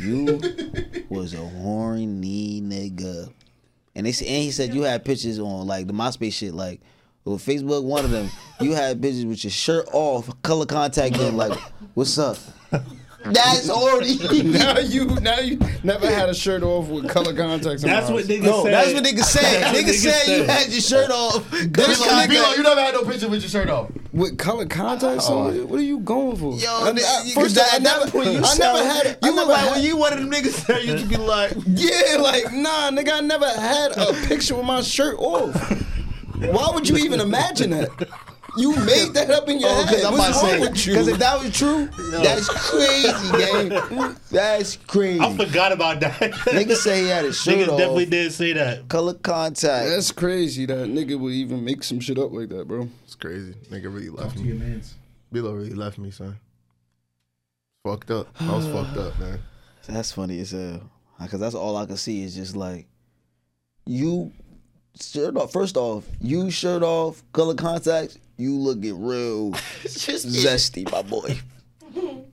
[SPEAKER 4] you was a horny nigga. And they s- and he said you had pictures on like the MySpace shit like. Well, Facebook, one of them, you had pictures with your shirt off, color contact in, like, what's up? That's horny.
[SPEAKER 10] Now you, now you never had a shirt off with color contacts. on
[SPEAKER 11] That's
[SPEAKER 10] my
[SPEAKER 11] what
[SPEAKER 10] eyes.
[SPEAKER 11] niggas
[SPEAKER 4] No,
[SPEAKER 11] said.
[SPEAKER 4] that's what niggas said.
[SPEAKER 11] That's what
[SPEAKER 4] niggas said you
[SPEAKER 11] said.
[SPEAKER 4] had your shirt off. This
[SPEAKER 1] Bilo, Bilo, you
[SPEAKER 4] nigga,
[SPEAKER 1] never had no picture with your shirt off.
[SPEAKER 10] With color contacts on? What- What are you going for?
[SPEAKER 4] Oh. yo,
[SPEAKER 10] I- I-
[SPEAKER 4] nigga,
[SPEAKER 10] first off, I
[SPEAKER 4] at
[SPEAKER 10] never,
[SPEAKER 4] that point, you
[SPEAKER 10] I
[SPEAKER 4] sound-
[SPEAKER 10] never had. it. I
[SPEAKER 4] You look
[SPEAKER 10] never
[SPEAKER 4] like
[SPEAKER 10] had-
[SPEAKER 4] when you one of them niggas that used to be like,
[SPEAKER 10] Yeah, like nah, nigga, I never had a picture with my shirt off. Why would you even imagine that? You made that up in your
[SPEAKER 4] oh,
[SPEAKER 10] head.
[SPEAKER 4] because I'm
[SPEAKER 10] What's
[SPEAKER 4] about to
[SPEAKER 10] wrong
[SPEAKER 4] say,
[SPEAKER 10] with you?
[SPEAKER 4] because if that was true, that's crazy, gang. That's crazy.
[SPEAKER 11] I forgot about that.
[SPEAKER 4] Niggas say he had his shirt
[SPEAKER 11] Niggas
[SPEAKER 4] off.
[SPEAKER 11] definitely did say that.
[SPEAKER 4] Color contact.
[SPEAKER 10] That's crazy that nigga would even make some shit up like that, bro.
[SPEAKER 1] It's crazy. Nigga really
[SPEAKER 3] Talk
[SPEAKER 1] left
[SPEAKER 3] to
[SPEAKER 1] me.
[SPEAKER 3] your mans.
[SPEAKER 1] Bilo really left me, son. Fucked up. I was fucked up, man.
[SPEAKER 4] That's funny as hell. Because that's all I can see is just like, you shirt off. First off, you shirt off, color contacts. You looking real zesty, my boy.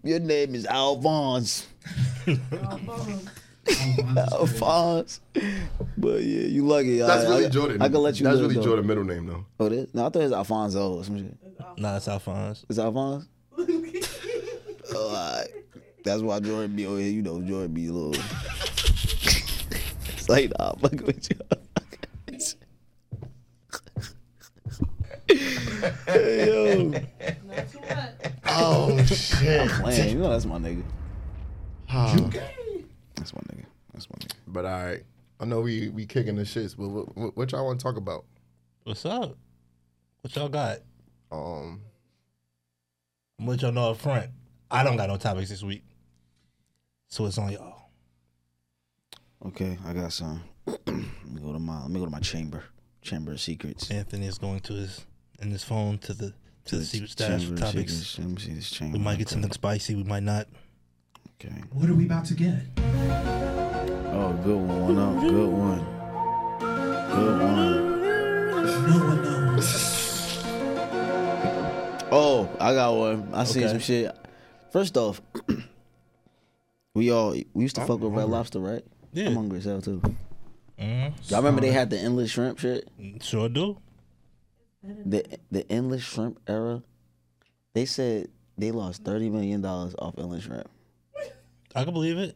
[SPEAKER 4] Your name is Alphonse. Alphonse. But yeah, you lucky.
[SPEAKER 1] That's
[SPEAKER 4] I,
[SPEAKER 1] really
[SPEAKER 4] I,
[SPEAKER 1] Jordan.
[SPEAKER 4] I can let you.
[SPEAKER 1] That's
[SPEAKER 4] live,
[SPEAKER 1] really
[SPEAKER 4] though.
[SPEAKER 1] Jordan middle name though.
[SPEAKER 4] Oh, this? No, I thought it was Alfonso or some shit.
[SPEAKER 11] Nah, it's Alphonse.
[SPEAKER 4] Is Alphonse? oh, all right. That's why Jordan be over here. You know, Jordan be a little. it's like, nah, I'm fucking with you. hey, yo.
[SPEAKER 1] Oh shit.
[SPEAKER 4] Man, you know that's my nigga. That's my nigga. That's my nigga.
[SPEAKER 1] But all right, I know we we kicking the shits, but what, what, what y'all want to talk about?
[SPEAKER 2] What's up? What y'all got?
[SPEAKER 1] Um,
[SPEAKER 2] What y'all know up front? I don't got no topics this week, so it's oh, on y'all.
[SPEAKER 4] Okay, I got some. let me go to my let me go to my chamber. Chamber of Secrets.
[SPEAKER 2] Anthony is going to his in his phone to the to the secret stash for
[SPEAKER 4] Chamber of
[SPEAKER 2] topics.
[SPEAKER 4] Secrets. Let me see this chamber.
[SPEAKER 2] We might get something spicy. We might not.
[SPEAKER 4] Okay.
[SPEAKER 3] What are we about to get?
[SPEAKER 4] Oh, good one. One up. Good one. Good one.
[SPEAKER 3] No one knows.
[SPEAKER 4] Oh, I got one. I seen
[SPEAKER 2] Okay.
[SPEAKER 4] some shit. First off, we all we used to fuck with Red Lobster, right?
[SPEAKER 2] Yeah.
[SPEAKER 4] I'm hungry as hell too.
[SPEAKER 2] Mm,
[SPEAKER 4] Y'all remember they had the endless shrimp shit?
[SPEAKER 2] sure do.
[SPEAKER 4] the the endless shrimp era, they said they lost thirty million dollars off endless shrimp.
[SPEAKER 2] I can believe it.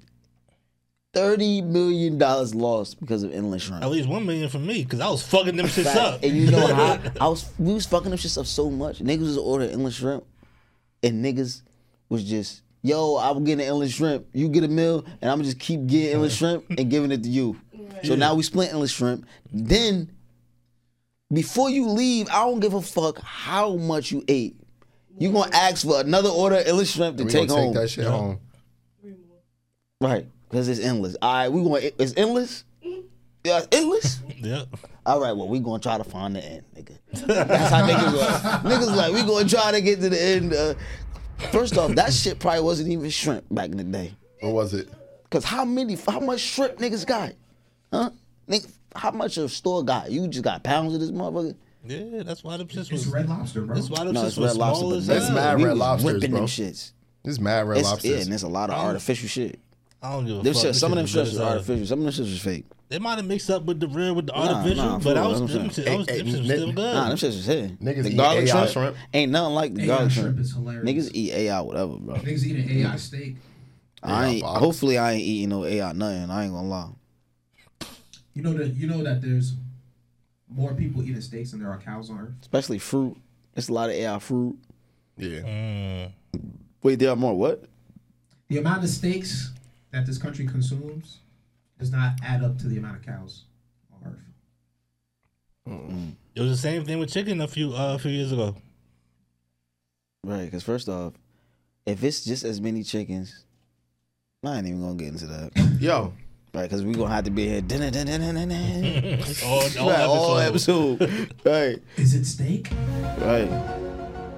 [SPEAKER 4] Thirty million dollars lost because of endless shrimp.
[SPEAKER 2] At least one million for me, cause I was fucking them shits
[SPEAKER 4] Fact.
[SPEAKER 2] up.
[SPEAKER 4] And you know how I was we was fucking them shit up so much. Niggas was ordering endless shrimp and niggas was just, yo, I'm getting endless shrimp. You get a meal and I'm just keep getting endless shrimp and giving it to you. So now we split endless shrimp. Then before you leave, I don't give a fuck how much you ate. You gonna ask for another order of endless shrimp to
[SPEAKER 1] we
[SPEAKER 4] take
[SPEAKER 1] gonna
[SPEAKER 4] home.
[SPEAKER 1] take that shit home.
[SPEAKER 4] Right. Because it's endless. All right, we going it's endless. Yeah, it's endless.
[SPEAKER 2] Yep.
[SPEAKER 4] All right, well, we gonna try to find the end, nigga. That's how niggas was. Niggas like, we gonna try to get to the end. Uh, first off, that shit probably wasn't even shrimp back in the day.
[SPEAKER 1] What was it?
[SPEAKER 4] Cause how many, how much shrimp niggas got? Huh? Nigga, how much a store got? You just got pounds of this motherfucker.
[SPEAKER 2] Yeah, that's why them shits
[SPEAKER 3] It's
[SPEAKER 2] was.
[SPEAKER 3] Red Lobster, bro.
[SPEAKER 2] That's why them
[SPEAKER 4] No,
[SPEAKER 2] shits
[SPEAKER 4] it's
[SPEAKER 2] was
[SPEAKER 4] red lobster.
[SPEAKER 2] small
[SPEAKER 4] But
[SPEAKER 2] as
[SPEAKER 1] That's
[SPEAKER 2] hell.
[SPEAKER 1] mad
[SPEAKER 4] we
[SPEAKER 1] Red
[SPEAKER 4] was
[SPEAKER 1] Lobsters,
[SPEAKER 4] ripping
[SPEAKER 1] bro.
[SPEAKER 4] them shits.
[SPEAKER 1] This mad red
[SPEAKER 4] It's, yeah,
[SPEAKER 1] lobsters.
[SPEAKER 4] and it's a lot of artificial shit.
[SPEAKER 2] I don't give a
[SPEAKER 4] Them
[SPEAKER 2] fuck.
[SPEAKER 4] shit, some of them
[SPEAKER 2] shits
[SPEAKER 4] shrimp
[SPEAKER 2] was
[SPEAKER 4] is
[SPEAKER 2] good as hell.
[SPEAKER 4] artificial. Some of them shits is fake.
[SPEAKER 2] They might have mixed up with the real with the artificial,
[SPEAKER 4] nah,
[SPEAKER 2] but
[SPEAKER 4] for
[SPEAKER 2] I
[SPEAKER 4] real,
[SPEAKER 2] was,
[SPEAKER 4] that's what
[SPEAKER 2] them
[SPEAKER 4] I'm
[SPEAKER 2] shit, I was,
[SPEAKER 1] Hey,
[SPEAKER 2] them
[SPEAKER 1] hey,
[SPEAKER 2] shits
[SPEAKER 1] nit-
[SPEAKER 2] still good.
[SPEAKER 4] Nah, them shits is here.
[SPEAKER 1] Niggas
[SPEAKER 4] the
[SPEAKER 1] eat
[SPEAKER 4] garlic
[SPEAKER 1] AI
[SPEAKER 4] shrimp,
[SPEAKER 1] shrimp.
[SPEAKER 4] ain't nothing like the
[SPEAKER 3] AI
[SPEAKER 4] garlic
[SPEAKER 3] shrimp
[SPEAKER 4] shrimp.
[SPEAKER 3] is hilarious.
[SPEAKER 4] Niggas eat AI, whatever, bro.
[SPEAKER 3] Niggas eat an AI steak.
[SPEAKER 4] I
[SPEAKER 1] AI
[SPEAKER 4] ain't,
[SPEAKER 1] box.
[SPEAKER 4] hopefully I ain't eating no AI nothing. I ain't gonna lie.
[SPEAKER 3] You know that you know that there's more people eating steaks than there are cows on earth.
[SPEAKER 4] Especially fruit. It's a lot of AI fruit.
[SPEAKER 1] yeah.
[SPEAKER 3] Mm-hmm.
[SPEAKER 4] Wait, there are more what?
[SPEAKER 3] The amount of steaks that this country consumes does not add up to the amount of cows on earth.
[SPEAKER 2] It was the same thing with chicken a few uh, a few years ago.
[SPEAKER 4] Right, because first off, if it's just as many chickens, I ain't even gonna get into that. right,
[SPEAKER 1] Yo,
[SPEAKER 4] because we gonna have to be here. Right,
[SPEAKER 2] All, all
[SPEAKER 4] all
[SPEAKER 2] episodes.
[SPEAKER 4] episode. right,
[SPEAKER 3] Is it steak
[SPEAKER 4] right.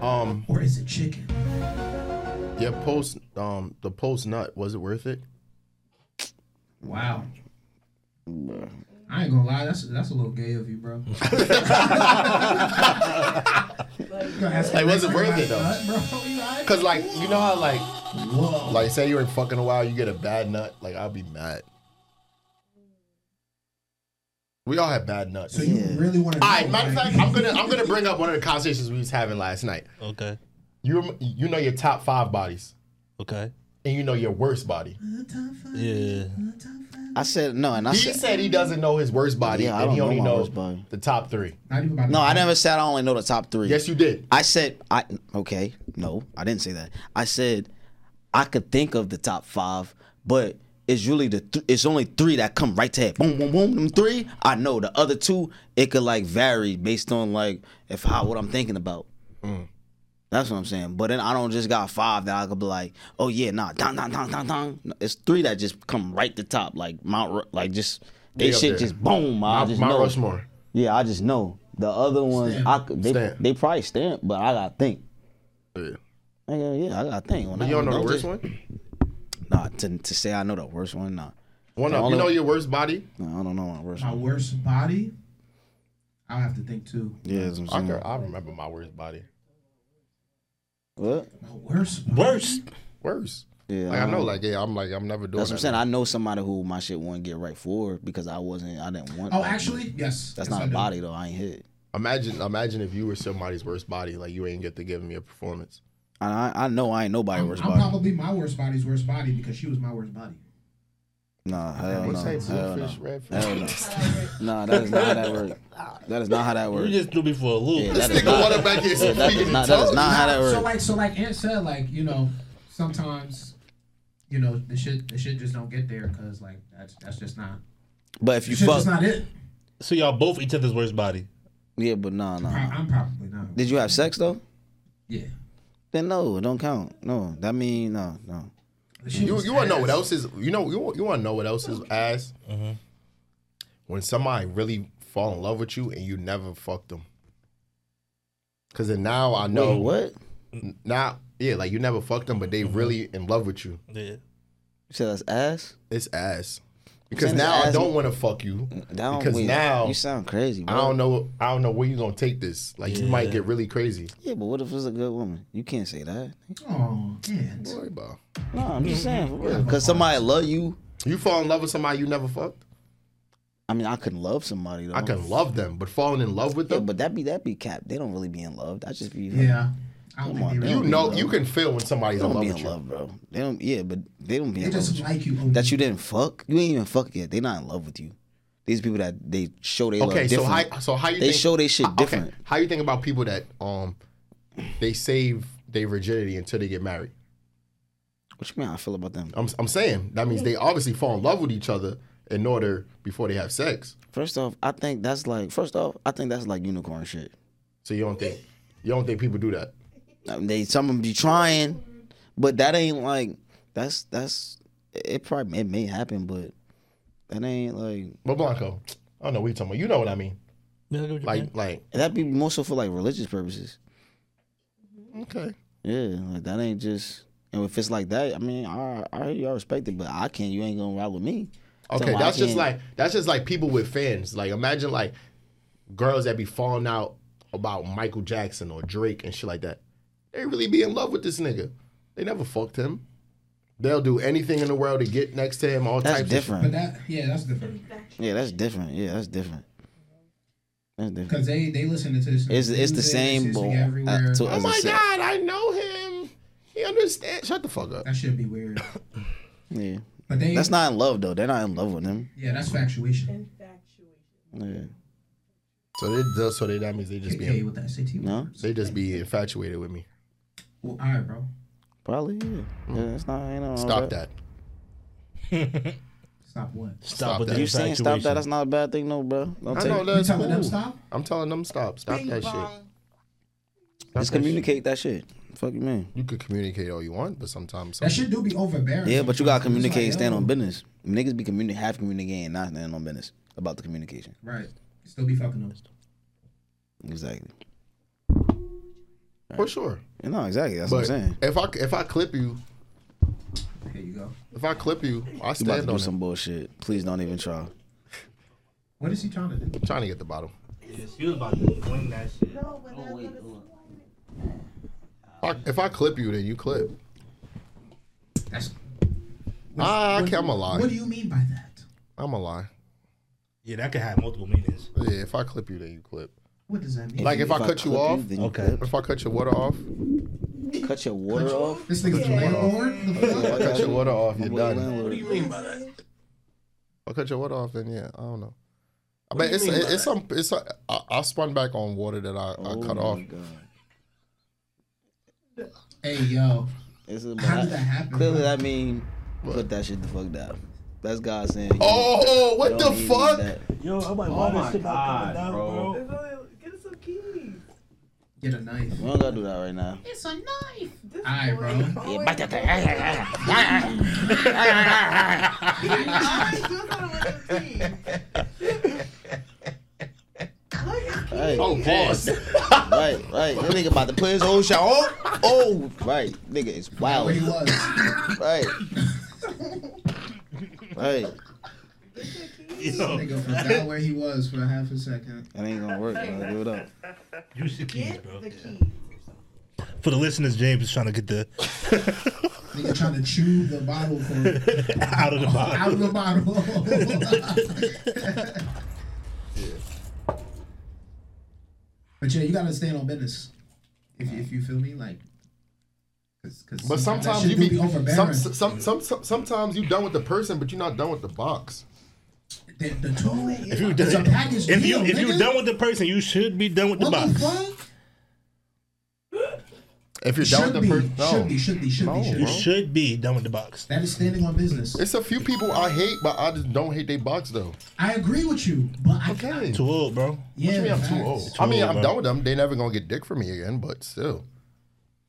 [SPEAKER 1] um,
[SPEAKER 3] or is it chicken?
[SPEAKER 1] your post, um, the post nut was it worth it?
[SPEAKER 3] Wow. I ain't gonna lie, that's that's a little gay of you, bro. You gonna ask
[SPEAKER 1] Like,
[SPEAKER 3] me
[SPEAKER 1] was it
[SPEAKER 3] if I
[SPEAKER 1] worth
[SPEAKER 3] got
[SPEAKER 1] it, though?
[SPEAKER 3] nut, bro? You alright?
[SPEAKER 1] Cause like you know how like
[SPEAKER 3] Whoa.
[SPEAKER 1] like say you were fucking a while, you get a bad nut. Like I'll be mad. We all have bad nuts.
[SPEAKER 3] So you really want to?
[SPEAKER 1] All right, matter of fact, I'm gonna I'm gonna bring up one of the conversations we was having last night.
[SPEAKER 2] Okay,
[SPEAKER 1] You rem- you know your top five bodies,
[SPEAKER 2] okay,
[SPEAKER 1] and you know your worst body.
[SPEAKER 2] yeah.
[SPEAKER 4] I said no, and I
[SPEAKER 1] He
[SPEAKER 4] said
[SPEAKER 1] said he doesn't know his worst body,
[SPEAKER 4] Yeah, I
[SPEAKER 1] and he
[SPEAKER 4] don't
[SPEAKER 1] only
[SPEAKER 4] know my
[SPEAKER 1] knows
[SPEAKER 4] worst body.
[SPEAKER 1] the top three.
[SPEAKER 3] Not even about
[SPEAKER 4] no.
[SPEAKER 3] to-
[SPEAKER 4] I never said I only know the top three.
[SPEAKER 1] Yes, you did.
[SPEAKER 4] I said I okay. No, I didn't say that. I said I could think of the top five, but it's really the th- it's only three that come right to head. Boom, boom, boom. Them three I know. The other two it could like vary based on like if how what I'm thinking about.
[SPEAKER 1] Mm.
[SPEAKER 4] That's what I'm saying. But then I don't just got five that I could be like, oh yeah, nah, dong, dong, dong, dong, dong. No, It's three that just come right to top, like Mount, Ru- like just they
[SPEAKER 1] They up
[SPEAKER 4] shit
[SPEAKER 1] there.
[SPEAKER 4] just boom. I
[SPEAKER 1] Mount
[SPEAKER 4] just
[SPEAKER 1] Mount
[SPEAKER 4] know.
[SPEAKER 1] Rushmore.
[SPEAKER 4] Yeah, I just know the other ones. I could, they
[SPEAKER 1] Stamp.
[SPEAKER 4] they probably stamp, but I gotta think.
[SPEAKER 1] Yeah.
[SPEAKER 4] Nigga, yeah, I gotta think. When
[SPEAKER 1] But
[SPEAKER 4] I-
[SPEAKER 1] you don't know
[SPEAKER 4] I'm
[SPEAKER 1] the worst
[SPEAKER 4] just-
[SPEAKER 1] one.
[SPEAKER 4] Nah, to, to say I know the worst one, nah.
[SPEAKER 1] One
[SPEAKER 4] The
[SPEAKER 1] up. You
[SPEAKER 4] only-
[SPEAKER 1] know your worst body.
[SPEAKER 4] Nah, I don't know my worst
[SPEAKER 3] my
[SPEAKER 4] one.
[SPEAKER 3] worst body. I'll have to think too.
[SPEAKER 4] Yeah, that's what
[SPEAKER 1] I,
[SPEAKER 4] I'm
[SPEAKER 1] can,
[SPEAKER 4] saying.
[SPEAKER 1] I remember my worst body.
[SPEAKER 4] What?
[SPEAKER 3] My worst. Body.
[SPEAKER 2] Worst.
[SPEAKER 1] Worst.
[SPEAKER 4] Yeah,
[SPEAKER 1] Like I know.
[SPEAKER 4] don't-
[SPEAKER 1] Like yeah, I'm like I'm never doing
[SPEAKER 4] That's what I'm
[SPEAKER 1] that.
[SPEAKER 4] saying. I know somebody who my shit wouldn't get right for because I wasn't, I didn't want.
[SPEAKER 3] Oh,
[SPEAKER 4] that.
[SPEAKER 3] actually, yes. yes,
[SPEAKER 4] that's not
[SPEAKER 3] I
[SPEAKER 4] a
[SPEAKER 3] do.
[SPEAKER 4] body though. I ain't hit.
[SPEAKER 1] Imagine, imagine if you were somebody's worst body, like you ain't get to give me a performance.
[SPEAKER 4] And I, I know I ain't nobody
[SPEAKER 3] I'm,
[SPEAKER 4] worst
[SPEAKER 3] I'm
[SPEAKER 4] body.
[SPEAKER 3] probably my worst body's worst body because she was my worst body.
[SPEAKER 4] Nah, hell no, hell no,
[SPEAKER 1] redfish?
[SPEAKER 4] hell no. Nah, that is not how that works. That is not how that
[SPEAKER 2] You
[SPEAKER 4] works.
[SPEAKER 2] just threw me for a loop.
[SPEAKER 4] Yeah,
[SPEAKER 1] This
[SPEAKER 4] that is
[SPEAKER 1] nigga
[SPEAKER 4] not.
[SPEAKER 1] wanna back here
[SPEAKER 4] Yeah, that is
[SPEAKER 1] speaking
[SPEAKER 4] not. That is not how that
[SPEAKER 3] so
[SPEAKER 4] works.
[SPEAKER 3] like, so like Aunt said, like you know, sometimes, you know, the shit, the shit just don't get there because like that's that's just not.
[SPEAKER 4] But if
[SPEAKER 3] You
[SPEAKER 4] you
[SPEAKER 3] shit
[SPEAKER 4] fuck,
[SPEAKER 3] just not it.
[SPEAKER 2] So y'all both each other's worst body.
[SPEAKER 4] Yeah, but nah,
[SPEAKER 3] I,
[SPEAKER 4] nah.
[SPEAKER 3] I'm probably not.
[SPEAKER 4] Did you have sex though?
[SPEAKER 3] Yeah.
[SPEAKER 4] Then no, it don't count. No, that mean no, no.
[SPEAKER 3] The shit
[SPEAKER 1] You
[SPEAKER 3] was
[SPEAKER 1] you wanna know
[SPEAKER 3] ass.
[SPEAKER 1] what else is you know you you wanna know what else is ass?
[SPEAKER 4] Mm-hmm.
[SPEAKER 1] When somebody really fall in love with you and you never fucked them. Cause then now I know
[SPEAKER 4] Wait, what? Mm-hmm.
[SPEAKER 1] now yeah like you never fucked them but they really in love with you.
[SPEAKER 2] Yeah.
[SPEAKER 4] You said that's ass.
[SPEAKER 1] It's ass because
[SPEAKER 4] saying it's
[SPEAKER 1] now I
[SPEAKER 4] ass-
[SPEAKER 1] don't want to fuck you
[SPEAKER 4] That don't-
[SPEAKER 1] because
[SPEAKER 4] wait,
[SPEAKER 1] now
[SPEAKER 4] you sound crazy. Bro.
[SPEAKER 1] I don't know I don't know where you gonna take this. Like you might
[SPEAKER 2] Yeah.
[SPEAKER 1] get really crazy.
[SPEAKER 4] Yeah, but what if it's a good woman? You can't say that.
[SPEAKER 3] Oh, man.
[SPEAKER 1] Don't worry about. it.
[SPEAKER 4] No, I'm just saying for real. Cause somebody love you.
[SPEAKER 1] You fall in love with somebody you never fucked.
[SPEAKER 4] I mean, I can love somebody though.
[SPEAKER 1] I can love them, but falling in love with
[SPEAKER 4] Yeah,
[SPEAKER 1] them,
[SPEAKER 4] but that be that be cap. They don't really be in love. That just be
[SPEAKER 3] Yeah. I don't
[SPEAKER 4] Come on,
[SPEAKER 3] think they
[SPEAKER 1] you
[SPEAKER 3] really
[SPEAKER 1] know you can feel when somebody's
[SPEAKER 4] They
[SPEAKER 1] in love
[SPEAKER 4] don't be
[SPEAKER 1] with
[SPEAKER 4] in
[SPEAKER 1] you.
[SPEAKER 4] love, bro. They don't. Yeah, but they don't be
[SPEAKER 3] They
[SPEAKER 4] in love.
[SPEAKER 3] just
[SPEAKER 4] with you.
[SPEAKER 3] like you.
[SPEAKER 4] That you didn't fuck. You ain't even fuck yet. They not in love with you. These people that they show they
[SPEAKER 1] Okay,
[SPEAKER 4] love
[SPEAKER 1] so
[SPEAKER 4] different.
[SPEAKER 1] how so how you
[SPEAKER 4] They
[SPEAKER 1] think,
[SPEAKER 4] show they shit
[SPEAKER 1] how-
[SPEAKER 4] different.
[SPEAKER 1] How you think about people that um they save their virginity until they get married?
[SPEAKER 4] what you mean? how I feel about them.
[SPEAKER 1] I'm I'm saying that means they obviously fall in love with each other in order before they have sex.
[SPEAKER 4] First off, I think that's like. First off, I think that's like unicorn shit.
[SPEAKER 1] So you don't think you don't think people do that?
[SPEAKER 4] I mean, they some of them be trying, but that ain't like. That's that's. It probably it may happen, but that ain't like.
[SPEAKER 1] But Blanco, I don't know what you're talking about. You know what I mean?
[SPEAKER 2] Yeah, I get what you mean.
[SPEAKER 1] Like like
[SPEAKER 4] That be more so for like religious purposes.
[SPEAKER 1] okay.
[SPEAKER 4] Yeah, like that ain't just. And if it's like that, I mean, I I hear y'all respect it, but I can't. You ain't gonna ride with me.
[SPEAKER 1] Okay,
[SPEAKER 4] So I
[SPEAKER 1] that's just
[SPEAKER 4] can't-
[SPEAKER 1] like that's just like people with fans. Like imagine like girls that be falling out about Michael Jackson or Drake and shit like that. They really be in love with this nigga. They never fucked him. They'll do anything in the world to get next to him. All
[SPEAKER 4] That's
[SPEAKER 1] types
[SPEAKER 3] But
[SPEAKER 4] different.
[SPEAKER 3] that, yeah, that's different.
[SPEAKER 4] Yeah, that's different. Yeah, that's different. That's different.
[SPEAKER 3] Because they, they listen to this.
[SPEAKER 4] It's it's the
[SPEAKER 3] music,
[SPEAKER 4] same,
[SPEAKER 3] it's
[SPEAKER 4] but
[SPEAKER 3] music
[SPEAKER 4] uh,
[SPEAKER 3] everywhere.
[SPEAKER 4] to-
[SPEAKER 1] of shit. Oh
[SPEAKER 4] as I
[SPEAKER 1] my
[SPEAKER 4] said-
[SPEAKER 1] god, I know him. He understands. Shut the fuck up.
[SPEAKER 3] that should be weird.
[SPEAKER 4] Yeah,
[SPEAKER 3] But they,
[SPEAKER 4] that's not in love though. They're not in love with him.
[SPEAKER 3] Yeah, that's factuation.
[SPEAKER 4] Yeah,
[SPEAKER 1] So they just, so they, that means they just
[SPEAKER 3] Get
[SPEAKER 1] be
[SPEAKER 3] paid with that SAT.
[SPEAKER 4] No?
[SPEAKER 1] they just be infatuated with me.
[SPEAKER 3] Well, all right, bro.
[SPEAKER 4] probably. Yeah, yeah that's not. Ain't nothing wrong
[SPEAKER 1] Hmm. Stop
[SPEAKER 4] with
[SPEAKER 1] that.
[SPEAKER 3] Stop what?
[SPEAKER 1] Stop
[SPEAKER 2] with
[SPEAKER 1] that.
[SPEAKER 2] the
[SPEAKER 4] You saying stop that?
[SPEAKER 2] infatuation.
[SPEAKER 4] That's not a bad thing, no, bro. Don't
[SPEAKER 1] I
[SPEAKER 4] take.
[SPEAKER 1] know
[SPEAKER 4] Know
[SPEAKER 3] You
[SPEAKER 1] that's
[SPEAKER 3] telling them
[SPEAKER 1] cool.
[SPEAKER 3] stop?
[SPEAKER 1] I'm telling them stop. Stop that shit. Stop that
[SPEAKER 4] Just
[SPEAKER 1] shit.
[SPEAKER 4] communicate that shit. Fuck you, man.
[SPEAKER 1] You could communicate all you want, but sometimes
[SPEAKER 3] That shit do be overbearing.
[SPEAKER 4] Yeah, but you gotta
[SPEAKER 3] sometimes. It's
[SPEAKER 4] communicate and
[SPEAKER 3] like,
[SPEAKER 4] stand
[SPEAKER 3] yo.
[SPEAKER 4] on business. Niggas be communi- half communicating, and not standing on business about the communication.
[SPEAKER 3] Right. Still be fucking them.
[SPEAKER 4] Exactly.
[SPEAKER 1] for sure.
[SPEAKER 4] Yeah, No, exactly. That's
[SPEAKER 1] But
[SPEAKER 4] what I'm saying.
[SPEAKER 1] if I if I clip you,
[SPEAKER 3] Here you go.
[SPEAKER 1] if I clip you, I
[SPEAKER 4] You about to
[SPEAKER 1] stand
[SPEAKER 4] do
[SPEAKER 1] on it.
[SPEAKER 4] some bullshit. Please don't even try.
[SPEAKER 3] What is he trying to do?
[SPEAKER 1] trying to get the bottom.
[SPEAKER 2] She was about to wing that shit. Oh,
[SPEAKER 1] If I, if I clip you, then you clip.
[SPEAKER 3] That's.
[SPEAKER 1] Ah, okay, I'm a lie.
[SPEAKER 3] What do you mean by that?
[SPEAKER 1] I'm a lie.
[SPEAKER 2] Yeah, that could have multiple meanings.
[SPEAKER 1] Yeah, if I clip you, then you clip.
[SPEAKER 3] What does that mean?
[SPEAKER 1] Like if I cut you
[SPEAKER 4] clip
[SPEAKER 1] off,
[SPEAKER 4] then you
[SPEAKER 2] Okay.
[SPEAKER 1] If I cut your water off,
[SPEAKER 4] clip- cut your water off.
[SPEAKER 3] this nigga's landlord? The fuck?
[SPEAKER 1] if I cut your water off, you're
[SPEAKER 4] Boy,
[SPEAKER 1] done.
[SPEAKER 4] landlord.
[SPEAKER 1] If I cut your water off, then yeah, I don't know. But it's it's, some it's a, I, I spun back on water that I, I cut
[SPEAKER 4] Oh my
[SPEAKER 1] off.
[SPEAKER 4] God.
[SPEAKER 3] Hey, yo.
[SPEAKER 4] It's a,
[SPEAKER 3] How did that happen,
[SPEAKER 4] Clearly,
[SPEAKER 3] bro?
[SPEAKER 4] that mean put that shit the fuck down. That's God saying. you
[SPEAKER 1] Oh, what
[SPEAKER 4] don't
[SPEAKER 1] the
[SPEAKER 4] need
[SPEAKER 1] fuck?
[SPEAKER 4] that.
[SPEAKER 2] Yo, I'm like, why that shit about coming down, bro?
[SPEAKER 3] Get a knife.
[SPEAKER 4] We don't gotta do that right now.
[SPEAKER 3] All right, bro.
[SPEAKER 4] Yeah, bite that thing. Right,
[SPEAKER 1] Oh, pause.
[SPEAKER 4] right, right. That nigga about to put his whole shot. Oh, oh, right. Nigga, it's
[SPEAKER 3] Where
[SPEAKER 4] wild.
[SPEAKER 3] he was.
[SPEAKER 4] Right. Right.
[SPEAKER 2] Yo,
[SPEAKER 3] Nigga forgot where he was for a half a second.
[SPEAKER 4] That ain't gonna work, bro. Give it up.
[SPEAKER 2] use the keys, bro. For the listeners, James is trying to get the
[SPEAKER 3] Nigga trying to chew the bottle for
[SPEAKER 2] out of the
[SPEAKER 3] out
[SPEAKER 2] box.
[SPEAKER 3] of the bottle. but yeah, you gotta stand on business. If, if you feel me, like. Cause, cause
[SPEAKER 1] But
[SPEAKER 3] that
[SPEAKER 1] sometimes
[SPEAKER 3] shit
[SPEAKER 1] you
[SPEAKER 3] do
[SPEAKER 1] be some,
[SPEAKER 3] overbearing.
[SPEAKER 1] some, some, some, sometimes you done with the person, but you're not done with the box.
[SPEAKER 3] the, the tool.
[SPEAKER 2] If you
[SPEAKER 3] it's a
[SPEAKER 2] done,
[SPEAKER 3] package
[SPEAKER 2] if you
[SPEAKER 3] deal,
[SPEAKER 2] if
[SPEAKER 3] nigga.
[SPEAKER 2] you done with the person, you should be done with the
[SPEAKER 3] what the
[SPEAKER 2] box.
[SPEAKER 3] fuck?
[SPEAKER 1] If you're down
[SPEAKER 3] Should
[SPEAKER 1] with
[SPEAKER 3] be,
[SPEAKER 1] the person, no.
[SPEAKER 3] should be, should be, should
[SPEAKER 1] No,
[SPEAKER 3] be, should
[SPEAKER 2] You
[SPEAKER 1] bro.
[SPEAKER 3] be.
[SPEAKER 2] should be done with the box.
[SPEAKER 3] That is standing on business.
[SPEAKER 1] It's a few people I hate, but I just don't hate they box though.
[SPEAKER 3] I agree with you, but I
[SPEAKER 1] Okay.
[SPEAKER 2] Too old, bro.
[SPEAKER 1] What
[SPEAKER 3] Yeah,
[SPEAKER 1] you mean I'm too
[SPEAKER 3] facts.
[SPEAKER 1] old? I mean,
[SPEAKER 2] old,
[SPEAKER 1] I'm
[SPEAKER 2] bro.
[SPEAKER 1] done with them. They never gonna get dick from me again, but still,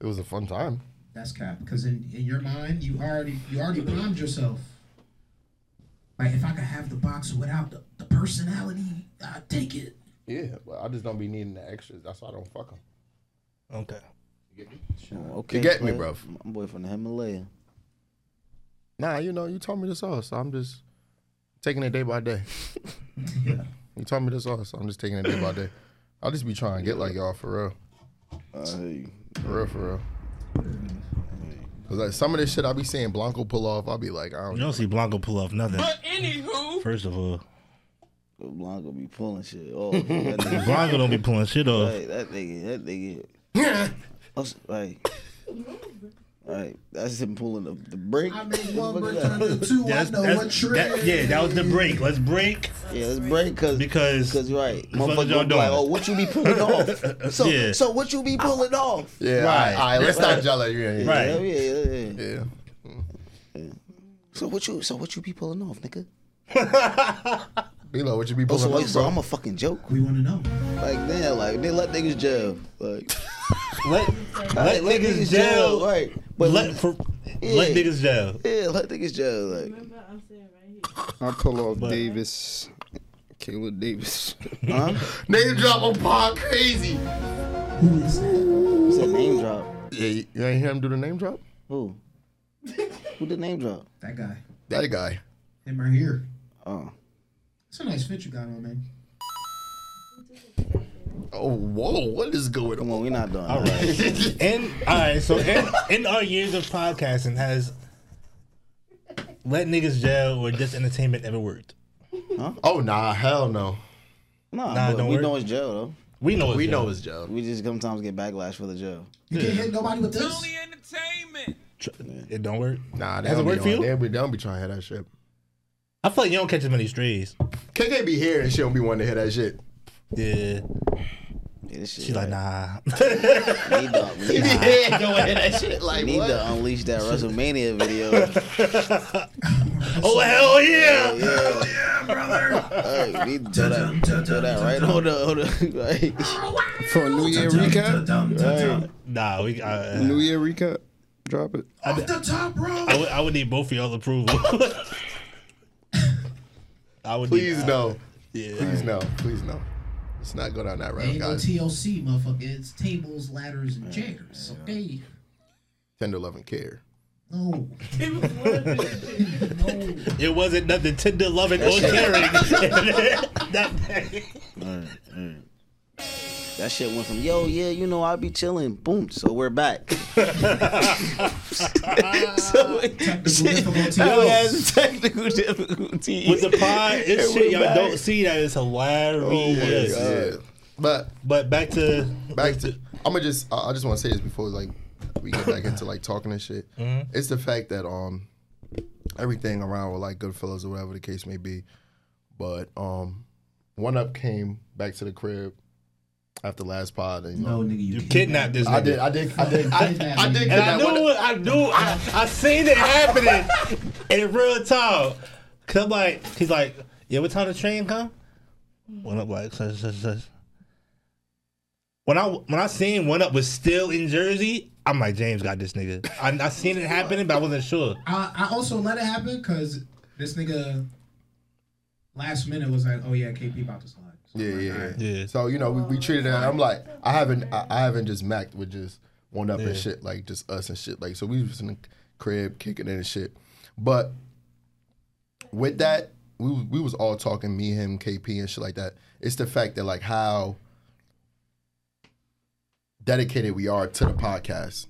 [SPEAKER 1] it was a fun time.
[SPEAKER 3] That's cap. Because in, in your mind, you already you already bombed yourself. Like if I could have the box without the, the personality, I'd take it.
[SPEAKER 1] Yeah, but I just don't be needing the extras. That's why I don't fuck them.
[SPEAKER 2] Okay.
[SPEAKER 4] Okay,
[SPEAKER 1] You get me,
[SPEAKER 4] player.
[SPEAKER 1] bruv.
[SPEAKER 4] My boy from the Himalaya.
[SPEAKER 1] Nah, you know, you told me this all, so I'm just taking it day by day.
[SPEAKER 3] Yeah.
[SPEAKER 1] You told me this all, so I'm just taking it day by day. I'll just be trying to get like y'all for real. For real, for real. Cause like some of this shit I be seeing Blanco pull off, I'll be like, I don't
[SPEAKER 2] You
[SPEAKER 1] know.
[SPEAKER 2] don't see Blanco pull off nothing. But anywho, first of all,
[SPEAKER 4] Blanco be pulling shit off. that, nigga,
[SPEAKER 2] Blanco don't be pulling shit off.
[SPEAKER 4] like, that nigga, that nigga. That's- Like, like, that's him pulling the, the brake.
[SPEAKER 3] I made one break turn into two. I know what trick.
[SPEAKER 2] that- yeah, that was the break. Let's break
[SPEAKER 4] Yeah, it's break cause
[SPEAKER 2] because
[SPEAKER 4] because right,
[SPEAKER 2] fuck
[SPEAKER 4] motherfucker
[SPEAKER 2] is y'all
[SPEAKER 4] gonna be like,
[SPEAKER 2] doing?
[SPEAKER 4] oh, what you be pulling off? So,
[SPEAKER 2] Yeah.
[SPEAKER 4] so what you be pulling off?
[SPEAKER 1] Yeah,
[SPEAKER 2] Right.
[SPEAKER 1] all right, all right, let's not y'all like, yeah, yeah,
[SPEAKER 2] Right.
[SPEAKER 4] Hell yeah, yeah, yeah.
[SPEAKER 1] yeah.
[SPEAKER 4] So what you, so what you be pulling off, nigga?
[SPEAKER 1] Be-Lo, what you be
[SPEAKER 4] Oh, so,
[SPEAKER 1] pulling
[SPEAKER 4] wait,
[SPEAKER 1] up,
[SPEAKER 4] so I'm
[SPEAKER 1] bro?
[SPEAKER 4] a fucking joke.
[SPEAKER 3] We want to know.
[SPEAKER 4] Like damn, like they let niggas jail. Like
[SPEAKER 2] let let, niggas jail.
[SPEAKER 4] Right, but
[SPEAKER 2] Let for let
[SPEAKER 4] Yeah.
[SPEAKER 2] niggas jail.
[SPEAKER 4] yeah, let niggas jail. Like
[SPEAKER 10] I pull off Davis, Caleb Davis.
[SPEAKER 1] Name drop on pod crazy.
[SPEAKER 3] Who is that?
[SPEAKER 4] it's a name drop.
[SPEAKER 1] Yeah, you, you ain't hear him do the name drop?
[SPEAKER 4] Who? Who did name drop?
[SPEAKER 3] That guy.
[SPEAKER 1] That guy.
[SPEAKER 3] Him right here.
[SPEAKER 4] Oh,
[SPEAKER 3] It's a nice fit you got on, man.
[SPEAKER 1] Oh, whoa, what is going
[SPEAKER 4] come on,
[SPEAKER 1] on?
[SPEAKER 4] we not doing.
[SPEAKER 2] All
[SPEAKER 4] that.
[SPEAKER 2] right. and all right, so in, in our years of podcasting, has let niggas jail or just entertainment ever worked?
[SPEAKER 1] Oh, nah, hell no.
[SPEAKER 4] Nah,
[SPEAKER 2] Nah,
[SPEAKER 4] but
[SPEAKER 2] don't
[SPEAKER 4] we
[SPEAKER 2] worry.
[SPEAKER 4] know it's jail though.
[SPEAKER 2] We know it's
[SPEAKER 1] We
[SPEAKER 2] jail.
[SPEAKER 1] know it's Joe.
[SPEAKER 4] We just sometimes get backlash for the jail.
[SPEAKER 3] You can't hit nobody with this.
[SPEAKER 12] entertainment.
[SPEAKER 2] it don't work.
[SPEAKER 1] Nah, they
[SPEAKER 2] Has it
[SPEAKER 1] don't, be
[SPEAKER 2] worked for
[SPEAKER 1] on-
[SPEAKER 2] you?
[SPEAKER 1] they be- they don't be trying to hit that shit.
[SPEAKER 2] I feel like you don't catch as many strays.
[SPEAKER 1] KK be here and she don't be wanting to hit that shit.
[SPEAKER 2] Yeah,
[SPEAKER 4] Yeah, this shit.
[SPEAKER 2] she's like, nah.
[SPEAKER 4] we need to, we
[SPEAKER 1] He be
[SPEAKER 4] need,
[SPEAKER 1] here and don't hit that shit.
[SPEAKER 4] we
[SPEAKER 1] Like,
[SPEAKER 4] need
[SPEAKER 1] what?
[SPEAKER 4] to unleash that WrestleMania video.
[SPEAKER 2] oh hell yeah!
[SPEAKER 4] hey, we need to throw that, throw that right on the, on the right.
[SPEAKER 10] For a New Year recap?
[SPEAKER 2] Nah, we. Uh,
[SPEAKER 10] New Year recap? Drop it.
[SPEAKER 3] Off the top, bro.
[SPEAKER 2] I would, I would need both of y'all approval. I would
[SPEAKER 1] Please
[SPEAKER 2] need,
[SPEAKER 1] no.
[SPEAKER 2] Yeah.
[SPEAKER 1] Please no. Please no. Let's not go down that route,
[SPEAKER 3] Ain't no
[SPEAKER 1] guys.
[SPEAKER 3] TLC, motherfucker. It's tables, ladders, and chairs. Okay.
[SPEAKER 1] Tender love and care.
[SPEAKER 3] No. no.
[SPEAKER 2] It wasn't nothing tender loving or caring. that day.
[SPEAKER 4] That shit went from yo, yeah, you know, I be chilling. Boom. So we're back. so
[SPEAKER 3] Yo.
[SPEAKER 4] we had some technical difficulties.
[SPEAKER 2] With the pod, it's
[SPEAKER 4] And
[SPEAKER 2] shit
[SPEAKER 4] we're
[SPEAKER 2] y'all
[SPEAKER 4] back.
[SPEAKER 2] don't see that is hilarious.
[SPEAKER 1] Yeah. But
[SPEAKER 2] But back to
[SPEAKER 1] back to I'm gonna just I I just want to say this before like we get back into like talking and shit.
[SPEAKER 2] Mm-hmm.
[SPEAKER 1] It's the fact that um everything around with like Goodfellas or whatever the case may be, but um one up came back to the crib after last pod and you know,
[SPEAKER 3] No, nigga, you,
[SPEAKER 2] you kidnapped this.
[SPEAKER 1] I
[SPEAKER 2] nigga.
[SPEAKER 1] did I did I did I,
[SPEAKER 3] Kidnapped
[SPEAKER 1] I
[SPEAKER 3] me.
[SPEAKER 1] did
[SPEAKER 2] And I
[SPEAKER 1] kidnap one
[SPEAKER 2] knew
[SPEAKER 1] Up.
[SPEAKER 2] it. I knew. I, I seen it happening in real time. Cause I'm like, he's like, yeah, what time the train come? One up like such such such. When I when I seen one up was still in Jersey, I'm like, James got this nigga. I, I seen it happening, but I wasn't sure.
[SPEAKER 3] I, I also let it happen because this nigga last minute was like, "Oh yeah, KP about to slide." So I'm
[SPEAKER 1] Yeah,
[SPEAKER 3] like,
[SPEAKER 1] yeah,
[SPEAKER 3] alright.
[SPEAKER 2] Yeah.
[SPEAKER 1] So you know we, we treated it. I'm like I haven't I, I haven't just macked with just one up and shit like just us and shit like so we was in the crib kicking it and shit, but with that we we was all talking me him KP and shit like that. It's the fact that like how dedicated we are to the podcast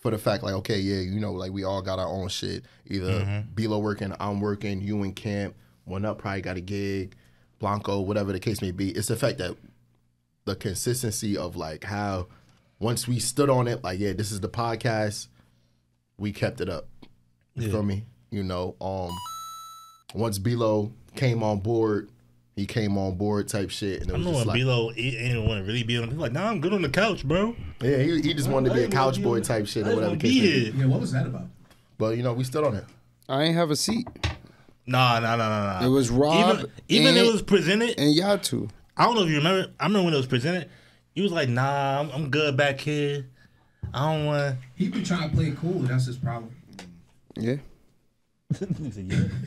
[SPEAKER 1] for the fact like okay yeah you know like we all got our own shit either
[SPEAKER 2] Mm-hmm.
[SPEAKER 1] Belo working I'm working you in camp one up probably got a gig Blanco whatever the case may be it's the fact that the consistency of like how once we stood on it like yeah this is the podcast we kept it up you feel me you know um once Belo came on board he came on board type shit, and it
[SPEAKER 2] I
[SPEAKER 1] was
[SPEAKER 2] know
[SPEAKER 1] just
[SPEAKER 2] when
[SPEAKER 1] like,
[SPEAKER 2] B-Lo he ain't want to really be on. He's like, nah, I'm good on the couch, bro.
[SPEAKER 1] yeah, he, he just wanted to be a couch boy type shit or whatever. the case may be.
[SPEAKER 3] Yeah, what was that about?
[SPEAKER 1] But you know, we stood on it.
[SPEAKER 10] I ain't have a seat.
[SPEAKER 2] Nah, nah, nah, nah, nah.
[SPEAKER 10] It was Rob.
[SPEAKER 2] Even, even
[SPEAKER 10] and,
[SPEAKER 2] it was presented.
[SPEAKER 10] and Yatu.
[SPEAKER 2] I don't know if you remember. I remember when it was presented. You was like, nah, I'm, I'm good back here. I don't want.
[SPEAKER 3] He been trying to play it cool. That's his problem.
[SPEAKER 10] Yeah.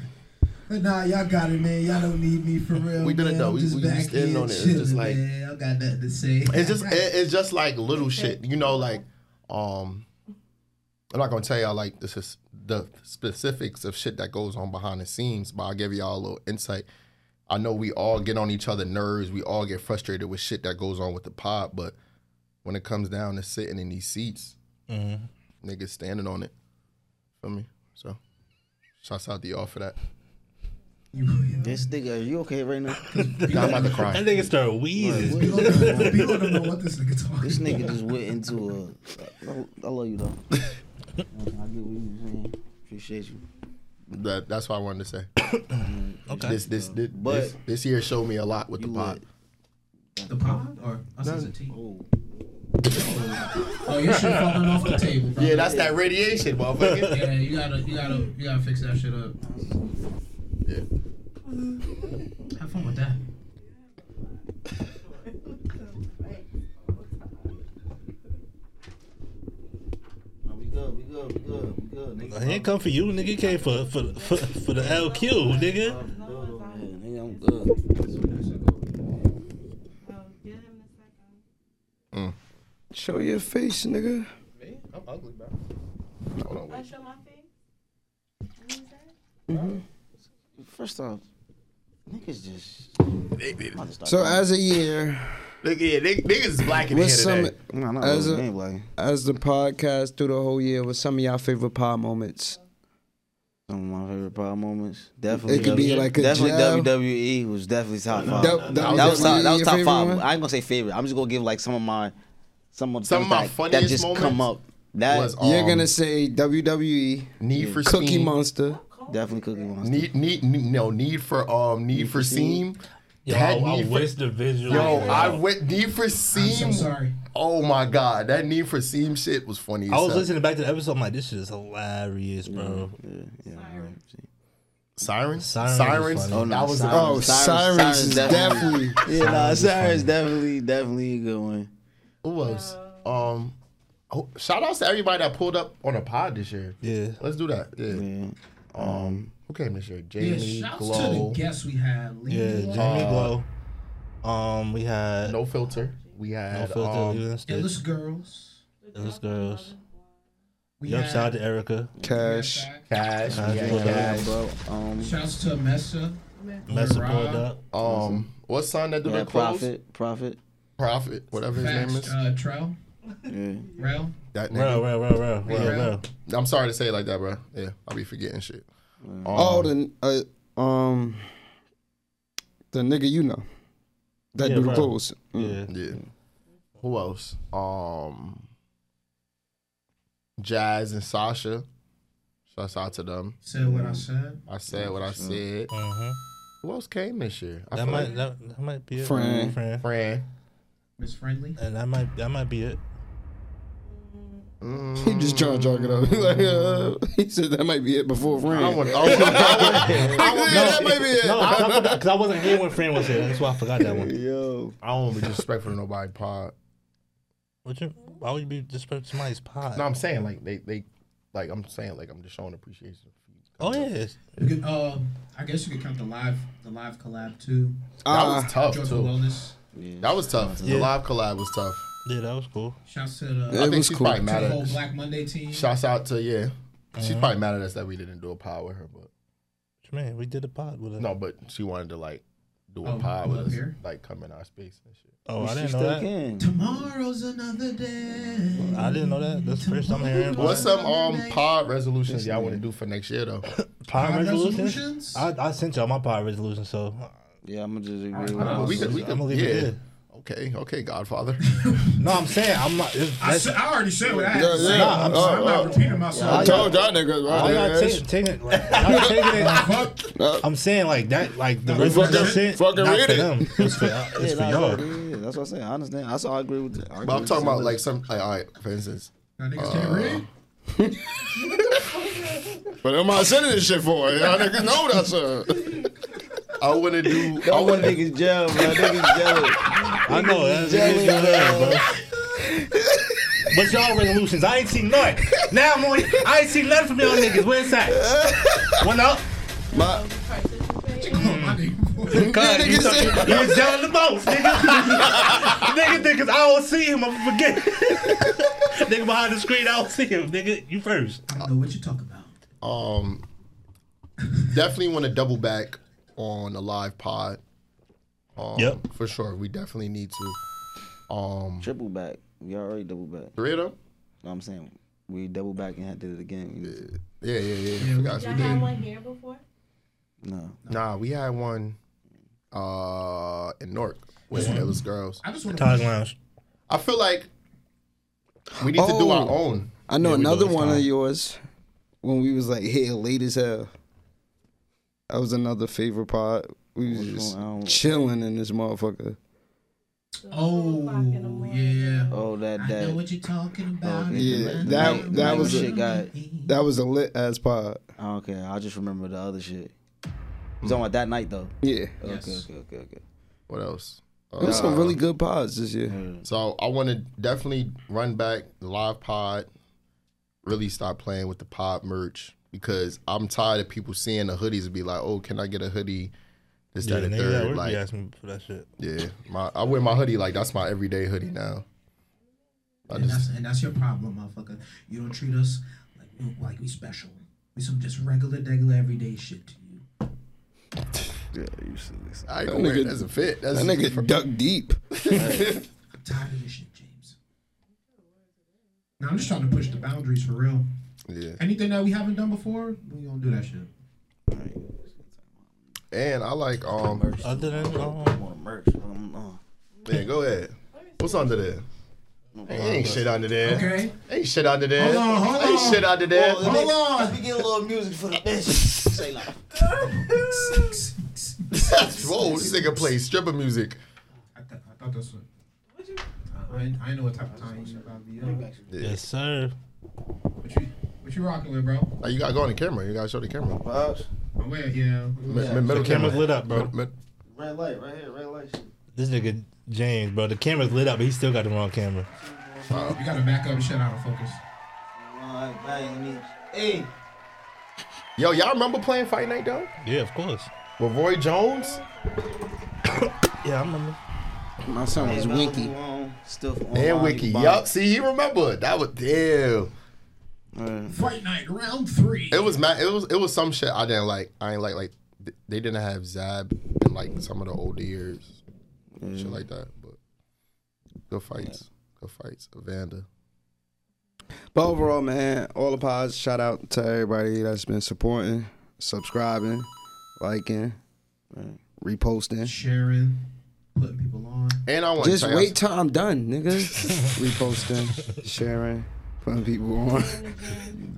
[SPEAKER 3] But nah, y'all got it, man. Y'all don't need me for real.
[SPEAKER 1] We did it,
[SPEAKER 3] man.
[SPEAKER 1] though.
[SPEAKER 3] I'm
[SPEAKER 1] We-
[SPEAKER 3] just
[SPEAKER 1] we
[SPEAKER 3] back
[SPEAKER 1] just in
[SPEAKER 3] here
[SPEAKER 1] on it. It's
[SPEAKER 3] chilling,
[SPEAKER 1] just like-
[SPEAKER 3] man. I got nothing to say.
[SPEAKER 1] It's just it, it's just like little shit, you know. Like, um, I'm not gonna tell y'all like this is the specifics of shit that goes on behind the scenes, but I'll give y'all a little insight. I know we all get on each other nerves. We all get frustrated with shit that goes on with the pod, but when it comes down to sitting in these seats, niggas standing on it. Feel me? So, shouts out to y'all for that.
[SPEAKER 11] This nigga, are you okay right now?
[SPEAKER 1] Nah, I'm about to cry.
[SPEAKER 2] That nigga started wheezing.
[SPEAKER 3] People don't- people don't know what this nigga talking.
[SPEAKER 11] This nigga just went into a. I, I love you though. I get what you saying. Appreciate you.
[SPEAKER 1] That, that's what I wanted to say.
[SPEAKER 2] Okay.
[SPEAKER 1] This this this,
[SPEAKER 11] But-
[SPEAKER 1] this this year showed me a lot with the
[SPEAKER 11] You
[SPEAKER 1] pod.
[SPEAKER 11] lit.
[SPEAKER 3] The pod or us as a team?
[SPEAKER 11] Oh,
[SPEAKER 3] Oh, your shit falling off the table, bro.
[SPEAKER 1] Yeah, that's that radiation, motherfucker.
[SPEAKER 3] Yeah, you gotta, you gotta, you gotta fix that shit up.
[SPEAKER 1] yeah.
[SPEAKER 3] Have fun with that.
[SPEAKER 11] no, we good. We good. We good. We good. Nigga,
[SPEAKER 2] He ain't come for you, nigga. He came for for for, for the LQ, nigga.
[SPEAKER 11] I'm good over here. Nigga, I'm good.
[SPEAKER 10] Mm. Show your face, nigga.
[SPEAKER 1] I'm ugly, bro. Hold on, wait.
[SPEAKER 10] Mm-hmm.
[SPEAKER 11] First off, niggas just. I'm about to start
[SPEAKER 10] So
[SPEAKER 11] crying.
[SPEAKER 10] as a year,
[SPEAKER 1] Look, yeah, nigg- niggas is black in
[SPEAKER 10] with
[SPEAKER 1] the head
[SPEAKER 10] some
[SPEAKER 1] today.
[SPEAKER 11] Nah, not
[SPEAKER 10] as
[SPEAKER 11] really.
[SPEAKER 10] a-
[SPEAKER 11] Ain't like
[SPEAKER 10] as the podcast through the whole year, with some of y'all favorite pod moments?
[SPEAKER 11] some of my favorite pod moments. Definitely, E.
[SPEAKER 10] could be like a
[SPEAKER 11] definitely
[SPEAKER 10] jab.
[SPEAKER 11] WWE was definitely top five.
[SPEAKER 10] Dub-
[SPEAKER 11] that,
[SPEAKER 10] WWE
[SPEAKER 11] was top, that was
[SPEAKER 10] your
[SPEAKER 11] top
[SPEAKER 10] favorite
[SPEAKER 11] five.
[SPEAKER 10] one?
[SPEAKER 11] I ain't gonna say favorite. I'm just gonna give like some of my some of the
[SPEAKER 1] Some
[SPEAKER 11] things
[SPEAKER 1] of my
[SPEAKER 11] that- that,
[SPEAKER 1] funniest
[SPEAKER 11] just come
[SPEAKER 1] moments
[SPEAKER 11] up. That
[SPEAKER 1] was
[SPEAKER 10] You're
[SPEAKER 1] Um,
[SPEAKER 10] gonna say WWE,
[SPEAKER 1] Need for
[SPEAKER 10] Cookie
[SPEAKER 1] Speed.
[SPEAKER 10] Monster.
[SPEAKER 11] definitely Cookie Monster.
[SPEAKER 1] Need, need, need, no, need for um, need for seam.
[SPEAKER 2] Yo, I,
[SPEAKER 1] That
[SPEAKER 2] I
[SPEAKER 1] need for-
[SPEAKER 2] wish the visual.
[SPEAKER 1] Yo, I
[SPEAKER 2] Wow.
[SPEAKER 1] went need for
[SPEAKER 3] I'm
[SPEAKER 1] seam.
[SPEAKER 3] so sorry.
[SPEAKER 1] Oh my god, that need for seam shit was funny. as
[SPEAKER 2] I was
[SPEAKER 1] hell.
[SPEAKER 2] listening back to the episode. I'm like, this shit is hilarious, bro.
[SPEAKER 11] Yeah, right.
[SPEAKER 1] Sirens,
[SPEAKER 2] Sirens was
[SPEAKER 1] sirens.
[SPEAKER 2] funny.
[SPEAKER 11] Oh, no,
[SPEAKER 1] that was
[SPEAKER 11] Sirens.
[SPEAKER 10] Oh,
[SPEAKER 11] Cyrus-
[SPEAKER 10] Cyrus,
[SPEAKER 11] Cyrus
[SPEAKER 10] is
[SPEAKER 11] definitely-
[SPEAKER 10] definitely.
[SPEAKER 11] Yeah, nah, Cyrus definitely, definitely a good one.
[SPEAKER 1] who else? Um, oh, shout outs to everybody that pulled up on a pod this year.
[SPEAKER 2] Yeah.
[SPEAKER 1] let's do that. Yeah.
[SPEAKER 11] Yeah.
[SPEAKER 1] Um, who came this year?
[SPEAKER 3] Yeah,
[SPEAKER 1] Jamie,
[SPEAKER 3] shouts to the
[SPEAKER 1] Glow,
[SPEAKER 3] guests we had. Lee.
[SPEAKER 2] Yeah, Jamie
[SPEAKER 1] Uh,
[SPEAKER 2] Glow. Um, we had
[SPEAKER 1] No Filter. We had
[SPEAKER 2] Filter,
[SPEAKER 1] um,
[SPEAKER 2] you understand?
[SPEAKER 3] Illus girls.
[SPEAKER 2] Those girls.
[SPEAKER 3] We
[SPEAKER 2] Yup,
[SPEAKER 3] had-
[SPEAKER 2] shout out to Erica.
[SPEAKER 10] Cash.
[SPEAKER 1] Cash. We had
[SPEAKER 2] Cash.
[SPEAKER 1] Cash.
[SPEAKER 11] Bro, um,
[SPEAKER 3] Shouts to Mesa.
[SPEAKER 2] Mess pulled up.
[SPEAKER 1] Um, what's son that do
[SPEAKER 11] yeah,
[SPEAKER 1] the clothes?
[SPEAKER 11] profit, profit.
[SPEAKER 1] Prophet, whatever his name
[SPEAKER 3] Facts,
[SPEAKER 1] is.
[SPEAKER 3] uh, Trell.
[SPEAKER 11] Yeah.
[SPEAKER 3] Rel.
[SPEAKER 1] That name.
[SPEAKER 2] Bro, bro, bro, bro, bro,
[SPEAKER 3] Yeah.
[SPEAKER 2] bro.
[SPEAKER 1] I'm sorry to say it like that, bro. Yeah, I'll be forgetting shit. Um,
[SPEAKER 10] Oh, the uh, um, the nigga you know that
[SPEAKER 2] Yeah,
[SPEAKER 10] do the
[SPEAKER 2] right.
[SPEAKER 10] clothes.
[SPEAKER 2] Yeah.
[SPEAKER 1] yeah. Who else? Um, Jazz and Sasha. Shouts out to them.
[SPEAKER 3] Said what I said.
[SPEAKER 1] I said what I said.
[SPEAKER 2] Mhm.
[SPEAKER 1] Who else came this year? I
[SPEAKER 2] That
[SPEAKER 1] feel
[SPEAKER 2] might
[SPEAKER 1] like
[SPEAKER 2] that, that might be it.
[SPEAKER 10] Fran.
[SPEAKER 2] Fran.
[SPEAKER 1] Fran.
[SPEAKER 3] Miss Friendly.
[SPEAKER 2] And that might that might be it.
[SPEAKER 10] He just trying to jog it up. like, uh, he said that might be it before
[SPEAKER 1] I
[SPEAKER 10] friend.
[SPEAKER 1] want. I want. I want.
[SPEAKER 10] Yeah, that might be it.
[SPEAKER 2] No, I forgot because I wasn't here when Fran was here. That's why I forgot that one.
[SPEAKER 10] Yo,
[SPEAKER 1] I don't be disrespectful to nobody. Pod.
[SPEAKER 2] Would you, why would you be disrespecting somebody's pod?
[SPEAKER 1] No, I'm saying like they they like I'm saying like I'm just showing appreciation.
[SPEAKER 2] Oh yes.
[SPEAKER 3] You could, uh, I guess you could count the live, the live collab too.
[SPEAKER 1] That
[SPEAKER 10] Uh,
[SPEAKER 1] was tough
[SPEAKER 3] Joyful
[SPEAKER 1] too.
[SPEAKER 3] Wellness.
[SPEAKER 1] That was tough.
[SPEAKER 2] Yeah.
[SPEAKER 1] The live collab was tough.
[SPEAKER 2] Yeah, that was cool.
[SPEAKER 3] Shouts to the,
[SPEAKER 1] I
[SPEAKER 10] It
[SPEAKER 1] think
[SPEAKER 10] was
[SPEAKER 1] she's
[SPEAKER 10] cool.
[SPEAKER 1] probably
[SPEAKER 3] to
[SPEAKER 1] mad
[SPEAKER 3] the whole
[SPEAKER 1] at.
[SPEAKER 3] Black Monday team.
[SPEAKER 1] Shouts out to yeah. She's probably mad at us that we didn't do a pod with her, but
[SPEAKER 2] Man, we did a pod with it.
[SPEAKER 1] no, but she wanted to like do a
[SPEAKER 3] Oh,
[SPEAKER 1] pod with
[SPEAKER 3] up
[SPEAKER 1] us,
[SPEAKER 3] here?
[SPEAKER 1] like come in our space and shit.
[SPEAKER 2] Oh, I
[SPEAKER 11] She
[SPEAKER 2] didn't know
[SPEAKER 11] still
[SPEAKER 2] that.
[SPEAKER 11] can.
[SPEAKER 3] Tomorrow's another day.
[SPEAKER 2] I didn't know that. That's the first time I'm hearing. about
[SPEAKER 1] What's
[SPEAKER 2] it.
[SPEAKER 1] some um pod resolutions y'all want to do for next year though?
[SPEAKER 2] pod
[SPEAKER 3] Pod
[SPEAKER 2] resolutions?
[SPEAKER 3] resolutions?
[SPEAKER 2] I, I sent y'all my pod resolution, so
[SPEAKER 11] Yeah, I'm gonna just agree with
[SPEAKER 1] But
[SPEAKER 11] that.
[SPEAKER 1] we could, we
[SPEAKER 2] I'm
[SPEAKER 1] could,
[SPEAKER 2] gonna leave
[SPEAKER 1] yeah.
[SPEAKER 2] it there.
[SPEAKER 1] Okay, okay, Godfather.
[SPEAKER 2] No, I'm saying I'm not. It's,
[SPEAKER 3] I, said, I already said what I had
[SPEAKER 1] Yeah,
[SPEAKER 3] to say.
[SPEAKER 1] yeah.
[SPEAKER 3] I'm,
[SPEAKER 1] Oh,
[SPEAKER 3] sorry,
[SPEAKER 10] Uh,
[SPEAKER 3] I'm not
[SPEAKER 1] oh.
[SPEAKER 3] repeating myself.
[SPEAKER 1] I told y'all niggas. right?
[SPEAKER 2] I'm
[SPEAKER 1] Yeah,
[SPEAKER 2] not taking, taking it. Like, I'm not taking it.
[SPEAKER 3] Fuck.
[SPEAKER 2] I'm saying like that, like the
[SPEAKER 1] We
[SPEAKER 2] original
[SPEAKER 1] fucking-
[SPEAKER 2] shit.
[SPEAKER 1] fucking
[SPEAKER 2] not
[SPEAKER 1] read
[SPEAKER 2] for
[SPEAKER 1] it.
[SPEAKER 2] them. It's for, it's for
[SPEAKER 4] nah,
[SPEAKER 2] y'all.
[SPEAKER 4] yeah, yeah, that's what I say. I understand. I saw. I agree with. I agree
[SPEAKER 1] But I'm talking
[SPEAKER 4] with some
[SPEAKER 1] about
[SPEAKER 4] of
[SPEAKER 1] like some like all right, for instance.
[SPEAKER 3] Y'all niggas can't read.
[SPEAKER 1] But am I sending this shit for? Y'all niggas know that's a. I wanna do. I
[SPEAKER 4] that. All
[SPEAKER 1] wanna.
[SPEAKER 4] niggas jail, bro. Niggas jealous.
[SPEAKER 2] I know. That's,
[SPEAKER 4] jealous,
[SPEAKER 2] that's
[SPEAKER 4] bro.
[SPEAKER 2] But y'all resolutions, I ain't seen none. Now I'm on. I ain't seen nothing from y'all niggas. Where's that? One up.
[SPEAKER 10] My,
[SPEAKER 3] Oh, my nigga, boy.
[SPEAKER 2] God, you
[SPEAKER 10] Niggas
[SPEAKER 2] talking-
[SPEAKER 10] said-
[SPEAKER 2] you was telling the most, nigga. nigga, niggas, I don't see him. I'm forget. nigga behind the screen, I don't see him. Nigga, you first.
[SPEAKER 3] I don't know what you talking about.
[SPEAKER 1] Um, definitely want to double back on a live pod. Um,
[SPEAKER 2] Yep.
[SPEAKER 1] for sure. We definitely need to. Um,
[SPEAKER 4] Triple back. We already double back.
[SPEAKER 1] three of them.
[SPEAKER 4] know what I'm saying? We double back and had did it again. We just-
[SPEAKER 1] Yeah, yeah, yeah. yeah forgot
[SPEAKER 13] Y'all
[SPEAKER 1] we did.
[SPEAKER 13] had one here before?
[SPEAKER 4] No.
[SPEAKER 1] Nah, we had one. Uh, in Newark with the illest girls.
[SPEAKER 3] I just want
[SPEAKER 2] Taj
[SPEAKER 3] to.
[SPEAKER 2] Lounge.
[SPEAKER 1] I feel like we need to do our
[SPEAKER 10] Oh.
[SPEAKER 1] own.
[SPEAKER 10] I know
[SPEAKER 2] Yeah, we
[SPEAKER 10] another
[SPEAKER 2] both
[SPEAKER 10] one of
[SPEAKER 2] tied.
[SPEAKER 10] yours when we was like here late as hell. That was another favorite part. We was
[SPEAKER 4] Which
[SPEAKER 10] just
[SPEAKER 4] one? I don't-
[SPEAKER 10] chilling in this motherfucker.
[SPEAKER 13] Two o'clock in the
[SPEAKER 3] Oh
[SPEAKER 13] morning.
[SPEAKER 3] yeah.
[SPEAKER 4] Oh, that
[SPEAKER 3] I know
[SPEAKER 4] that.
[SPEAKER 3] what you're talking about.
[SPEAKER 4] Okay.
[SPEAKER 10] Yeah, that that
[SPEAKER 4] Like
[SPEAKER 10] was
[SPEAKER 4] shit
[SPEAKER 10] a,
[SPEAKER 4] got.
[SPEAKER 10] that was a lit ass pod.
[SPEAKER 4] I don't care. I just remember the other shit. You talking about that night though?
[SPEAKER 10] Yeah,
[SPEAKER 4] Okay,
[SPEAKER 3] Yes.
[SPEAKER 4] okay, okay, okay.
[SPEAKER 1] What else? Uh,
[SPEAKER 10] there was some really good pods this year.
[SPEAKER 1] So I want to definitely run back the live pod. Really stop playing with the pod merch because I'm tired of people seeing the hoodies and be like, "Oh, can I get a hoodie?" This, that, and third. like,
[SPEAKER 2] asking for that shit.
[SPEAKER 1] yeah, my I wear my hoodie like that's my everyday hoodie now. I
[SPEAKER 3] And that's,
[SPEAKER 1] just
[SPEAKER 3] and that's your problem, motherfucker. You don't treat us like we, like we special. We some just regular, regular, everyday shit to you.
[SPEAKER 4] Yeah, you see this.
[SPEAKER 1] I ain't gonna wear it.
[SPEAKER 10] nigga-
[SPEAKER 1] That's a fit. That's
[SPEAKER 10] That nigga duck deep.
[SPEAKER 3] I'm tired of this shit, James. Now I'm just trying to push the boundaries for real.
[SPEAKER 1] yeah.
[SPEAKER 3] Anything that we haven't done before, we gonna do that shit.
[SPEAKER 1] And I like um.
[SPEAKER 2] Other than
[SPEAKER 4] I
[SPEAKER 2] um,
[SPEAKER 4] want merch. I'm, uh,
[SPEAKER 1] Yeah, go ahead. What's under there? Hey, ain't shit under there.
[SPEAKER 3] Okay.
[SPEAKER 1] Ain't shit under there.
[SPEAKER 3] Hold on, hold
[SPEAKER 1] Ain't
[SPEAKER 3] on.
[SPEAKER 1] shit under there.
[SPEAKER 3] Hold on.
[SPEAKER 4] we get a little music for the bitch. Say like,
[SPEAKER 1] Whoa, this nigga plays stripper music.
[SPEAKER 3] I, th- I thought that's what. I ain't- I ain't know what type of time you about to be on.
[SPEAKER 2] yes sir.
[SPEAKER 3] What you what you rocking with, bro?
[SPEAKER 1] Like, you gotta go on the camera. You gotta show the camera.
[SPEAKER 4] Pops,
[SPEAKER 3] I'm wearing yeah.
[SPEAKER 1] Mi- mi- middle
[SPEAKER 2] The camera's lit up, bro.
[SPEAKER 1] Mid- mid-
[SPEAKER 4] red light right here, red light.
[SPEAKER 2] This nigga James, bro. The camera's lit up, but he still got the wrong camera.
[SPEAKER 3] You gotta back up and shut out of focus.
[SPEAKER 4] Hey,
[SPEAKER 1] Yo, y'all remember playing Fight Night though?
[SPEAKER 2] Yeah, of course.
[SPEAKER 1] With Roy Jones?
[SPEAKER 2] Yeah, I remember.
[SPEAKER 10] My son was winky.
[SPEAKER 4] Stuff
[SPEAKER 1] And Wiki. Yup, see, he remember. That was damn.
[SPEAKER 3] Fight night round three.
[SPEAKER 1] It was mad. It was it was some shit I didn't like. I ain't like like th- they didn't have Zab in like some of the older years. Shit
[SPEAKER 2] Mm.
[SPEAKER 1] like that. But good fights. Good fights. Evander.
[SPEAKER 10] But overall, man, all the pods. Shout out to everybody that's been supporting, subscribing, liking, reposting.
[SPEAKER 3] sharing, putting people on.
[SPEAKER 1] And I want
[SPEAKER 10] Just
[SPEAKER 1] to tell
[SPEAKER 10] wait till I'm done, nigga. reposting, sharing, putting people on.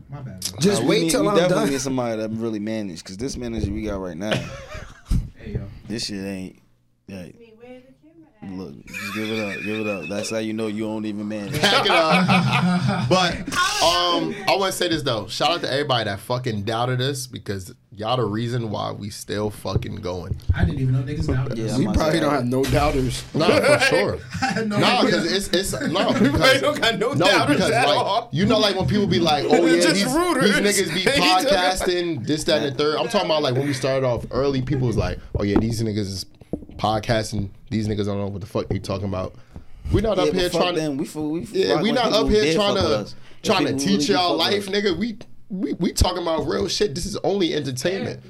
[SPEAKER 3] My bad. Bro.
[SPEAKER 4] Nah,
[SPEAKER 10] Just
[SPEAKER 4] Uh, we
[SPEAKER 10] wait
[SPEAKER 4] need-
[SPEAKER 10] till
[SPEAKER 4] we
[SPEAKER 10] I'm
[SPEAKER 4] definitely
[SPEAKER 10] done.
[SPEAKER 4] need somebody that really manage, cause this manager we got right now,
[SPEAKER 3] Hey yo.
[SPEAKER 4] this shit ain't. Right.
[SPEAKER 13] Me, where the camera at?
[SPEAKER 4] Look, just give it up, give it up. That's how you know you don't even manage.
[SPEAKER 1] Check it out. but um, I want to say this though. Shout out to everybody that fucking doubted us because y'all the reason why we still fucking going.
[SPEAKER 3] I didn't even know niggas doubted
[SPEAKER 4] Yeah,
[SPEAKER 3] us.
[SPEAKER 10] We
[SPEAKER 4] I'm
[SPEAKER 10] probably
[SPEAKER 4] saying-
[SPEAKER 10] don't have no doubters.
[SPEAKER 1] Nah, for sure.
[SPEAKER 3] I had no
[SPEAKER 1] No,
[SPEAKER 3] idea.
[SPEAKER 1] because it's it's no. Because,
[SPEAKER 10] don't got no doubters
[SPEAKER 1] because
[SPEAKER 10] at
[SPEAKER 1] like
[SPEAKER 10] all.
[SPEAKER 1] you know, like when people be like, oh yeah,
[SPEAKER 10] Just
[SPEAKER 1] these,
[SPEAKER 10] rooters.
[SPEAKER 1] these niggas be
[SPEAKER 10] They just-
[SPEAKER 1] podcasting this, that, and the third. I'm talking about like when we started off early, people was like, oh yeah, these niggas is podcasting. These niggas don't know what the fuck you talking about. We not
[SPEAKER 4] Yeah,
[SPEAKER 1] up
[SPEAKER 4] but
[SPEAKER 1] here
[SPEAKER 4] fuck
[SPEAKER 1] trying.
[SPEAKER 4] them. We, fuck- we fuck
[SPEAKER 1] Yeah,
[SPEAKER 4] with
[SPEAKER 1] we not
[SPEAKER 4] people
[SPEAKER 1] up
[SPEAKER 4] who
[SPEAKER 1] here
[SPEAKER 4] did fuck
[SPEAKER 1] trying
[SPEAKER 4] with
[SPEAKER 1] to
[SPEAKER 4] us. If
[SPEAKER 1] trying to
[SPEAKER 4] people
[SPEAKER 1] teach
[SPEAKER 4] really do
[SPEAKER 1] y'all
[SPEAKER 4] fuck
[SPEAKER 1] life,
[SPEAKER 4] with us.
[SPEAKER 1] nigga. We we we talking about real shit. This is only entertainment.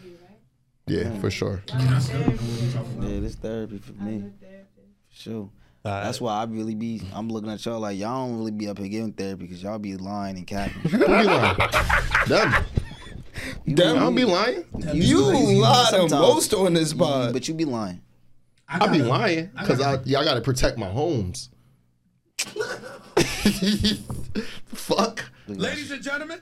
[SPEAKER 1] Yeah, for sure.
[SPEAKER 4] Yeah, this therapy for me. For sure.
[SPEAKER 2] Alright.
[SPEAKER 4] That's why I really be. I'm looking at y'all like y'all don't really be up here giving therapy because y'all be lying and capping.
[SPEAKER 1] Who be lying? Them. Them. I don't be lying.
[SPEAKER 10] You
[SPEAKER 4] be-
[SPEAKER 10] lie the
[SPEAKER 4] sometimes-
[SPEAKER 10] most on this pod.
[SPEAKER 4] but you be lying.
[SPEAKER 1] I be lying because I, y'all got to protect my homes. Fuck.
[SPEAKER 6] Ladies and gentlemen,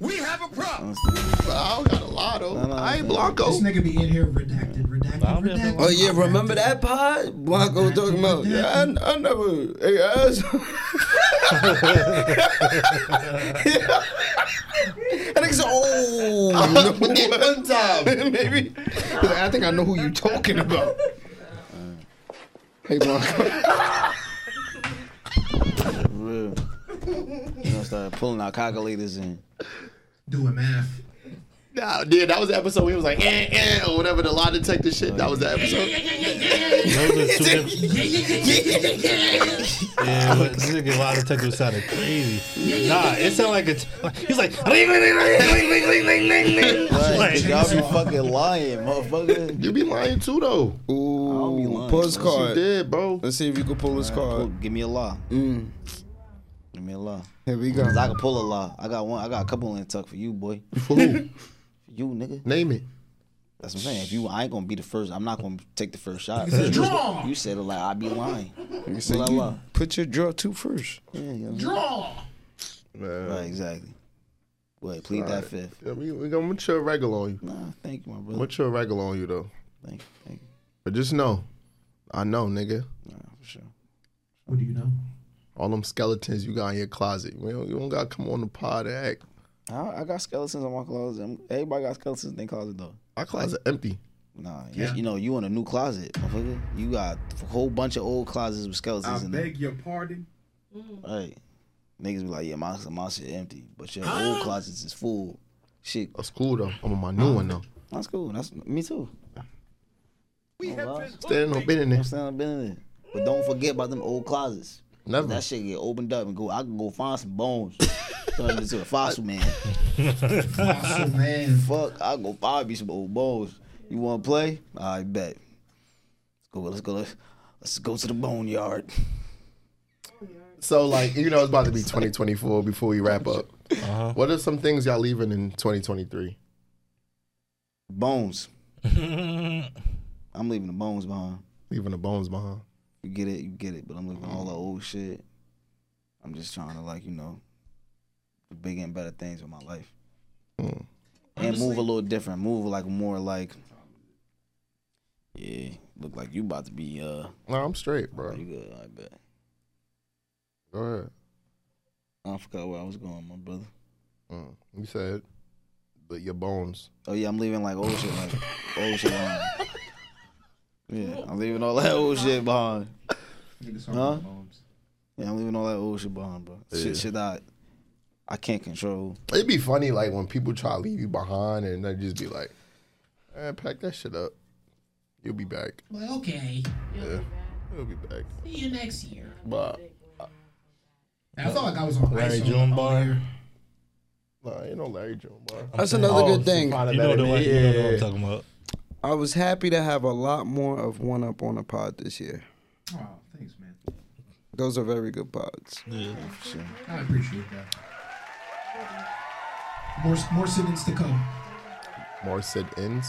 [SPEAKER 6] we have a problem.
[SPEAKER 1] I don't got a lot of. I ain't Blanco.
[SPEAKER 3] This nigga be in here redacted, redacted, redacted.
[SPEAKER 8] Oh yeah, remember that pod? Blanco was talking about. Yeah, I, I never. Hey, ass.
[SPEAKER 10] I think it's oh
[SPEAKER 1] one time
[SPEAKER 10] maybe. I think I know who you talking about. Hey, Blanco.
[SPEAKER 4] For real. You gonna start pulling out calculators and
[SPEAKER 3] doing math.
[SPEAKER 1] Nah, dude, that was the episode where he was like, eh, eh, or whatever, the lie detector shit. That was the episode.
[SPEAKER 2] Those are two different. Yeah, but this nigga lie detector sounded crazy. Nah, it sounded like it's. He's like. "Ring, ring, ring, ring, ring, ring, ring, ring, ring, ring."
[SPEAKER 4] Right,
[SPEAKER 2] Like,
[SPEAKER 4] 'cause y'all be fucking lying, motherfucker.
[SPEAKER 1] you be lying too, though.
[SPEAKER 4] be
[SPEAKER 10] Ooh,
[SPEAKER 4] lying.
[SPEAKER 10] pull his
[SPEAKER 4] Yes,
[SPEAKER 1] You
[SPEAKER 4] you
[SPEAKER 10] card.
[SPEAKER 1] did, bro.
[SPEAKER 10] Let's see if you can pull his
[SPEAKER 4] Pull-
[SPEAKER 10] card.
[SPEAKER 4] give me a lie.
[SPEAKER 10] Mm,
[SPEAKER 4] Give me a lie.
[SPEAKER 10] here we go.
[SPEAKER 4] Cause I can pull a lie. I got one. I got a couple in tuck for you, boy.
[SPEAKER 1] For who?
[SPEAKER 4] You nigga.
[SPEAKER 1] Name it.
[SPEAKER 4] That's what I'm saying. If you, I ain't gonna be the first. I'm not gonna take the first shot.
[SPEAKER 3] Draw.
[SPEAKER 4] You said a lie. I be lying.
[SPEAKER 10] You say
[SPEAKER 4] La,
[SPEAKER 10] you
[SPEAKER 4] la.
[SPEAKER 10] put your draw two first.
[SPEAKER 4] Yeah, you know.
[SPEAKER 3] Draw.
[SPEAKER 4] Right, exactly. Wait, plead that fifth.
[SPEAKER 1] Yeah, we, we gonna mature regular on you.
[SPEAKER 4] Nah, thank you, my brother.
[SPEAKER 1] Mature regular on you, though.
[SPEAKER 4] Thank you, thank you.
[SPEAKER 1] But just know, I know, nigga.
[SPEAKER 4] Nah, for sure.
[SPEAKER 3] What do you know?
[SPEAKER 1] All them skeletons you got in your closet. We don't, you don't gotta come on the pod and act.
[SPEAKER 4] I, I got skeletons in my closet. I'm, everybody got skeletons in their closet though.
[SPEAKER 1] My closet empty.
[SPEAKER 4] Nah, you-
[SPEAKER 3] Yeah.
[SPEAKER 4] you, know you in a new closet, motherfucker. You got a whole bunch of old closets with skeletons in them.
[SPEAKER 6] your pardon.
[SPEAKER 4] Right. Niggas be like, yeah, my, my shit empty, but your old closets is full. Shit,
[SPEAKER 1] That's cool though. I'm on my new one though.
[SPEAKER 4] that's cool. That's me too. Oh,
[SPEAKER 6] We have been
[SPEAKER 1] Standing no been in
[SPEAKER 4] You know
[SPEAKER 1] there.
[SPEAKER 4] what I'm saying? I've been in it. But don't forget about them old closets.
[SPEAKER 1] Never.
[SPEAKER 4] That shit get opened up and go. I can go find some bones. Turn into a fossil man.
[SPEAKER 3] Oh man.
[SPEAKER 4] Fuck, I go find me some old bones. You want to play? I bet. Let's go. Let's go. Let's, let's go to the bone yard.
[SPEAKER 1] So like, you know, it's about to be 2024 before we wrap up.
[SPEAKER 2] Uh-huh.
[SPEAKER 1] What are some things y'all leaving in 2023?
[SPEAKER 4] Bones. I'm leaving the bones behind.
[SPEAKER 1] Leaving the bones behind.
[SPEAKER 4] You get it. You get it. But I'm leaving all the old shit. I'm just trying to like you know, do bigger and better things with my life.
[SPEAKER 1] Hmm.
[SPEAKER 4] and move a little different. Move like more like, yeah, look like you about to be uh,
[SPEAKER 1] No, I'm straight, bro.
[SPEAKER 4] you good. I bet.
[SPEAKER 1] Go ahead.
[SPEAKER 4] I forgot where I was going, my brother.
[SPEAKER 1] Mm. You said, but your bones.
[SPEAKER 4] Oh yeah, I'm leaving like old shit, like old shit behind. Yeah, I'm leaving all that old shit behind.
[SPEAKER 3] Niggas
[SPEAKER 4] Huh?
[SPEAKER 3] talking bones.
[SPEAKER 4] Yeah, I'm leaving all that old shit behind, bro.
[SPEAKER 1] Yeah.
[SPEAKER 4] Shit, shit I, I can't control.
[SPEAKER 1] It'd be funny like when people try to leave you behind and they just be like, eh, pack that shit up. You'll be back.
[SPEAKER 3] Well, okay.
[SPEAKER 1] Yeah. You'll be back.
[SPEAKER 3] See you next year.
[SPEAKER 1] But
[SPEAKER 3] I felt like I was on
[SPEAKER 2] Larry
[SPEAKER 3] ice. on-
[SPEAKER 2] June
[SPEAKER 3] on
[SPEAKER 2] bar.
[SPEAKER 3] there.
[SPEAKER 1] nah, ain't no Larry Jones, bro.
[SPEAKER 10] That's another
[SPEAKER 2] Oh,
[SPEAKER 10] good thing.
[SPEAKER 2] You know the one. You know what I'm talking about.
[SPEAKER 10] I was happy to have a lot more of one up on the pod this year.
[SPEAKER 3] Oh, thanks, man.
[SPEAKER 10] Those are very good pods.
[SPEAKER 3] I appreciate that. More, more sit-ins to come.
[SPEAKER 1] More sit ins.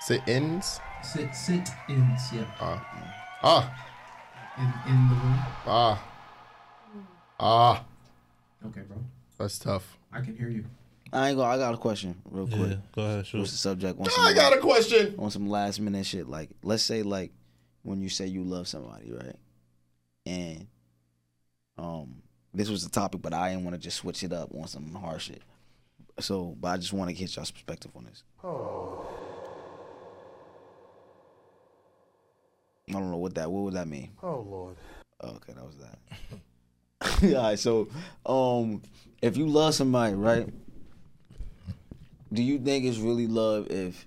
[SPEAKER 1] Sit ins?
[SPEAKER 3] Sit, sit-ins. Yeah.
[SPEAKER 1] Ah,
[SPEAKER 3] In, in the room.
[SPEAKER 1] ah, ah.
[SPEAKER 3] Okay, bro.
[SPEAKER 1] That's tough.
[SPEAKER 3] I can hear you.
[SPEAKER 4] I ain't gonna. I got a question, real quick.
[SPEAKER 2] Yeah, go ahead, shoot.
[SPEAKER 4] What's the subject? What's
[SPEAKER 1] I
[SPEAKER 4] the-
[SPEAKER 1] got a question.
[SPEAKER 4] on some last minute shit. Like, let's say like when you say you love somebody, right? And um, this was the topic, but I didn't want to just switch it up on some hard shit. So, but I just want to get y'all's perspective on this. I don't know what that. What would that mean? Oh Lord. Okay, that was that. All right. So, um, if you love somebody, right? Do you think it's really love if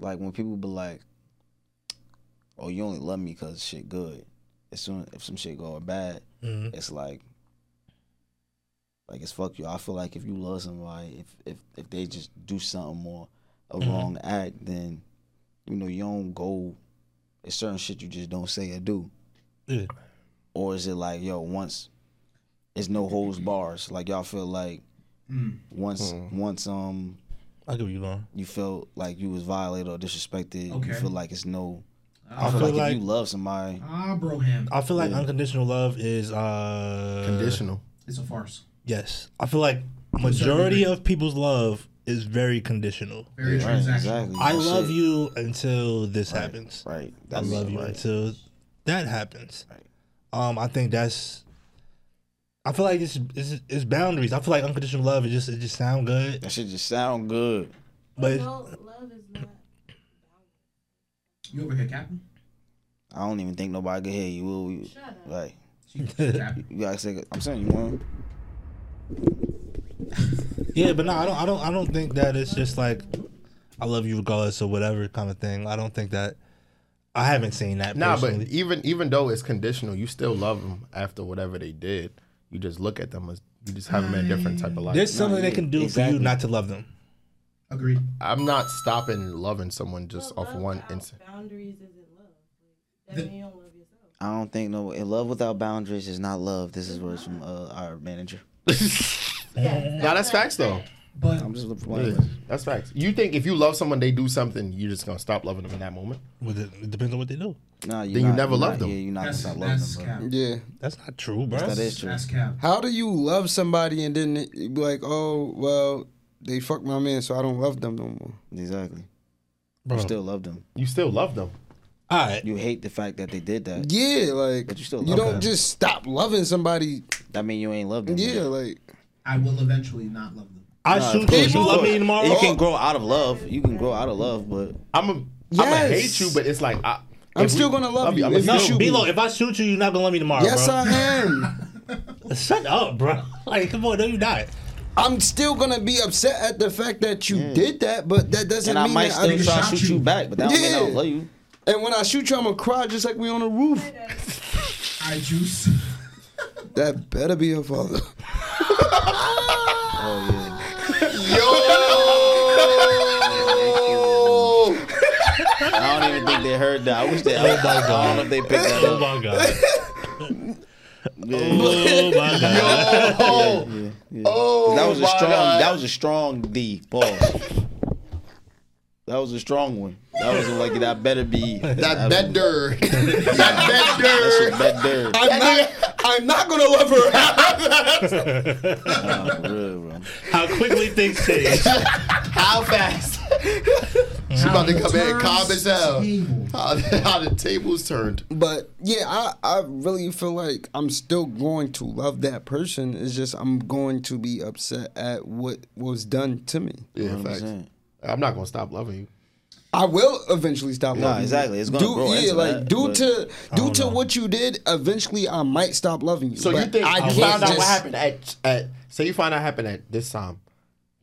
[SPEAKER 4] like when people be like, "Oh, you only love me because shit good." As soon if some shit going bad,
[SPEAKER 2] Mm-hmm.
[SPEAKER 4] it's like, like it's fuck you. I feel like if you love somebody, if if if they just do something more a
[SPEAKER 2] Mm-hmm.
[SPEAKER 4] wrong act, then you know you don't go. It's certain shit you just don't say or do,
[SPEAKER 2] Yeah.
[SPEAKER 4] or is it like yo once it's no holds bars? Like y'all feel like once once um
[SPEAKER 2] I get what you're going.
[SPEAKER 4] You felt like you was violated or disrespected.
[SPEAKER 2] Okay.
[SPEAKER 4] You feel like it's no.
[SPEAKER 2] I
[SPEAKER 4] I feel
[SPEAKER 2] feel
[SPEAKER 4] like,
[SPEAKER 2] like-
[SPEAKER 4] if you love somebody,
[SPEAKER 3] Ah, bro, him.
[SPEAKER 2] I feel like unconditional love is uh
[SPEAKER 1] Conditional.
[SPEAKER 3] It's a farce.
[SPEAKER 2] Yes, I feel like
[SPEAKER 3] a certain
[SPEAKER 2] majority
[SPEAKER 3] degree.
[SPEAKER 2] of people's love is very conditional.
[SPEAKER 3] Very Right, transactional. exactly.
[SPEAKER 2] I
[SPEAKER 3] That's
[SPEAKER 2] love
[SPEAKER 3] it.
[SPEAKER 2] you until this happens.
[SPEAKER 4] Right.
[SPEAKER 2] I
[SPEAKER 4] That's
[SPEAKER 2] love
[SPEAKER 4] it,
[SPEAKER 2] you
[SPEAKER 4] right.
[SPEAKER 2] until that happens. Um, I think that's. I feel like it's, it's it's boundaries. I feel like unconditional love. It just it just sound good.
[SPEAKER 4] That should just sound good.
[SPEAKER 2] But
[SPEAKER 13] No, love is not.
[SPEAKER 3] You over here, Captain?
[SPEAKER 4] I don't even think nobody could hear you. Will we?
[SPEAKER 13] Shut up.
[SPEAKER 4] Like,
[SPEAKER 3] you
[SPEAKER 4] gotta say, I'm saying you want.
[SPEAKER 2] Yeah, but no, I don't. I don't. I don't think that it's just like I love you regardless or whatever kind of thing. I don't think that. I haven't seen that.
[SPEAKER 1] Nah,
[SPEAKER 2] personally.
[SPEAKER 1] but even even though it's conditional, you still love them after whatever they did. You just look at them as you just have them in a different type of life.
[SPEAKER 2] there's something they can do for you not to love them.
[SPEAKER 3] Agreed.
[SPEAKER 1] I'm not stopping loving someone just off one instant.
[SPEAKER 13] Boundaries isn't love. That mean you don't love yourself.
[SPEAKER 4] I don't think no. In love without boundaries is not love. This is words from uh, our manager.
[SPEAKER 1] Nah, that's facts though.
[SPEAKER 3] But
[SPEAKER 4] I'm just looking for
[SPEAKER 1] Yeah, that's facts. You think if you love someone, they do something, you're just gonna stop loving them in that moment?
[SPEAKER 2] With it, it depends on what they do.
[SPEAKER 4] Nah,
[SPEAKER 1] Then you never loved them.
[SPEAKER 4] Yeah, you're not
[SPEAKER 3] That's-
[SPEAKER 4] gonna stop loving
[SPEAKER 3] that's
[SPEAKER 4] them.
[SPEAKER 3] cap.
[SPEAKER 4] bro.
[SPEAKER 10] Yeah.
[SPEAKER 2] That's not true, bro.
[SPEAKER 4] That is true.
[SPEAKER 3] That's cap.
[SPEAKER 10] How do you love somebody and then it- be like, oh, well, they fucked my man, so I don't love them no more?
[SPEAKER 4] Exactly.
[SPEAKER 2] Bro.
[SPEAKER 4] You still love them.
[SPEAKER 1] You still love them.
[SPEAKER 2] All right.
[SPEAKER 4] You hate the fact that they did that.
[SPEAKER 10] Yeah, like,
[SPEAKER 4] But you still
[SPEAKER 10] you
[SPEAKER 4] love
[SPEAKER 10] don't
[SPEAKER 4] them.
[SPEAKER 10] just stop loving somebody.
[SPEAKER 4] That mean you ain't loved them.
[SPEAKER 10] Yeah, like,
[SPEAKER 3] I will eventually not love them.
[SPEAKER 2] I
[SPEAKER 4] Nah,
[SPEAKER 2] shoot
[SPEAKER 4] of
[SPEAKER 2] you.
[SPEAKER 4] course,
[SPEAKER 2] You
[SPEAKER 4] of
[SPEAKER 2] love
[SPEAKER 4] course.
[SPEAKER 2] me tomorrow.
[SPEAKER 4] You can grow out of love. You can grow out of love, but
[SPEAKER 1] I'm a, I'm gonna hate you, but it's like I,
[SPEAKER 10] I'm
[SPEAKER 1] if we-
[SPEAKER 10] still gonna love you.
[SPEAKER 1] I'ma
[SPEAKER 10] If you
[SPEAKER 1] still-
[SPEAKER 10] shoot
[SPEAKER 2] Milo, if I shoot you, you're not gonna love me tomorrow,
[SPEAKER 10] yes,
[SPEAKER 2] bro.
[SPEAKER 10] I am.
[SPEAKER 2] Shut up, bro. Like, come on, no, you're not.
[SPEAKER 10] I'm still gonna be upset at the fact that you did that, but that doesn't
[SPEAKER 4] and I
[SPEAKER 10] mean
[SPEAKER 4] might
[SPEAKER 10] that
[SPEAKER 4] still
[SPEAKER 10] I'm
[SPEAKER 4] try
[SPEAKER 10] shot
[SPEAKER 4] to shoot you back, but that don't mean I
[SPEAKER 10] Yeah.
[SPEAKER 4] don't love you.
[SPEAKER 10] And when I shoot you, I'm gonna cry just like we on the roof.
[SPEAKER 3] I juice.
[SPEAKER 10] That better be your father.
[SPEAKER 4] Oh yeah.
[SPEAKER 1] Yo!
[SPEAKER 4] I don't even think they heard that. I wish they. I don't know if they picked that
[SPEAKER 2] Oh
[SPEAKER 4] up.
[SPEAKER 2] my god.
[SPEAKER 4] Yeah.
[SPEAKER 2] Oh my god.
[SPEAKER 1] Oh,
[SPEAKER 4] Yeah, yeah.
[SPEAKER 1] Oh,
[SPEAKER 4] that was a
[SPEAKER 1] my
[SPEAKER 4] strong.
[SPEAKER 1] God.
[SPEAKER 4] That was a strong D. Pause. that was a strong one. That was like that better be
[SPEAKER 1] that better, that better.
[SPEAKER 4] That better.
[SPEAKER 10] I'm not. I'm not gonna love her.
[SPEAKER 4] Nah, for real, bro.
[SPEAKER 2] How quickly things change.
[SPEAKER 1] How fast? She's about to come in calm as hell.
[SPEAKER 3] Table.
[SPEAKER 1] How, how the tables turned.
[SPEAKER 10] But yeah, I, I really feel like I'm still going to love that person. It's just I'm going to be upset at what was done to me.
[SPEAKER 1] Yeah, facts.
[SPEAKER 4] 100%.
[SPEAKER 1] I'm not gonna stop loving you.
[SPEAKER 10] I will eventually stop
[SPEAKER 4] Nah,
[SPEAKER 10] loving. you.
[SPEAKER 4] exactly. It's gonna
[SPEAKER 10] due,
[SPEAKER 4] grow
[SPEAKER 10] Yeah,
[SPEAKER 4] into
[SPEAKER 10] like
[SPEAKER 4] that,
[SPEAKER 10] due
[SPEAKER 4] but-
[SPEAKER 10] to due to what you did, eventually I might stop loving you.
[SPEAKER 1] So you
[SPEAKER 10] but
[SPEAKER 1] think
[SPEAKER 10] I
[SPEAKER 1] you
[SPEAKER 10] can't
[SPEAKER 1] found out
[SPEAKER 10] just-
[SPEAKER 1] what happened at at? Say you find out happened at this time.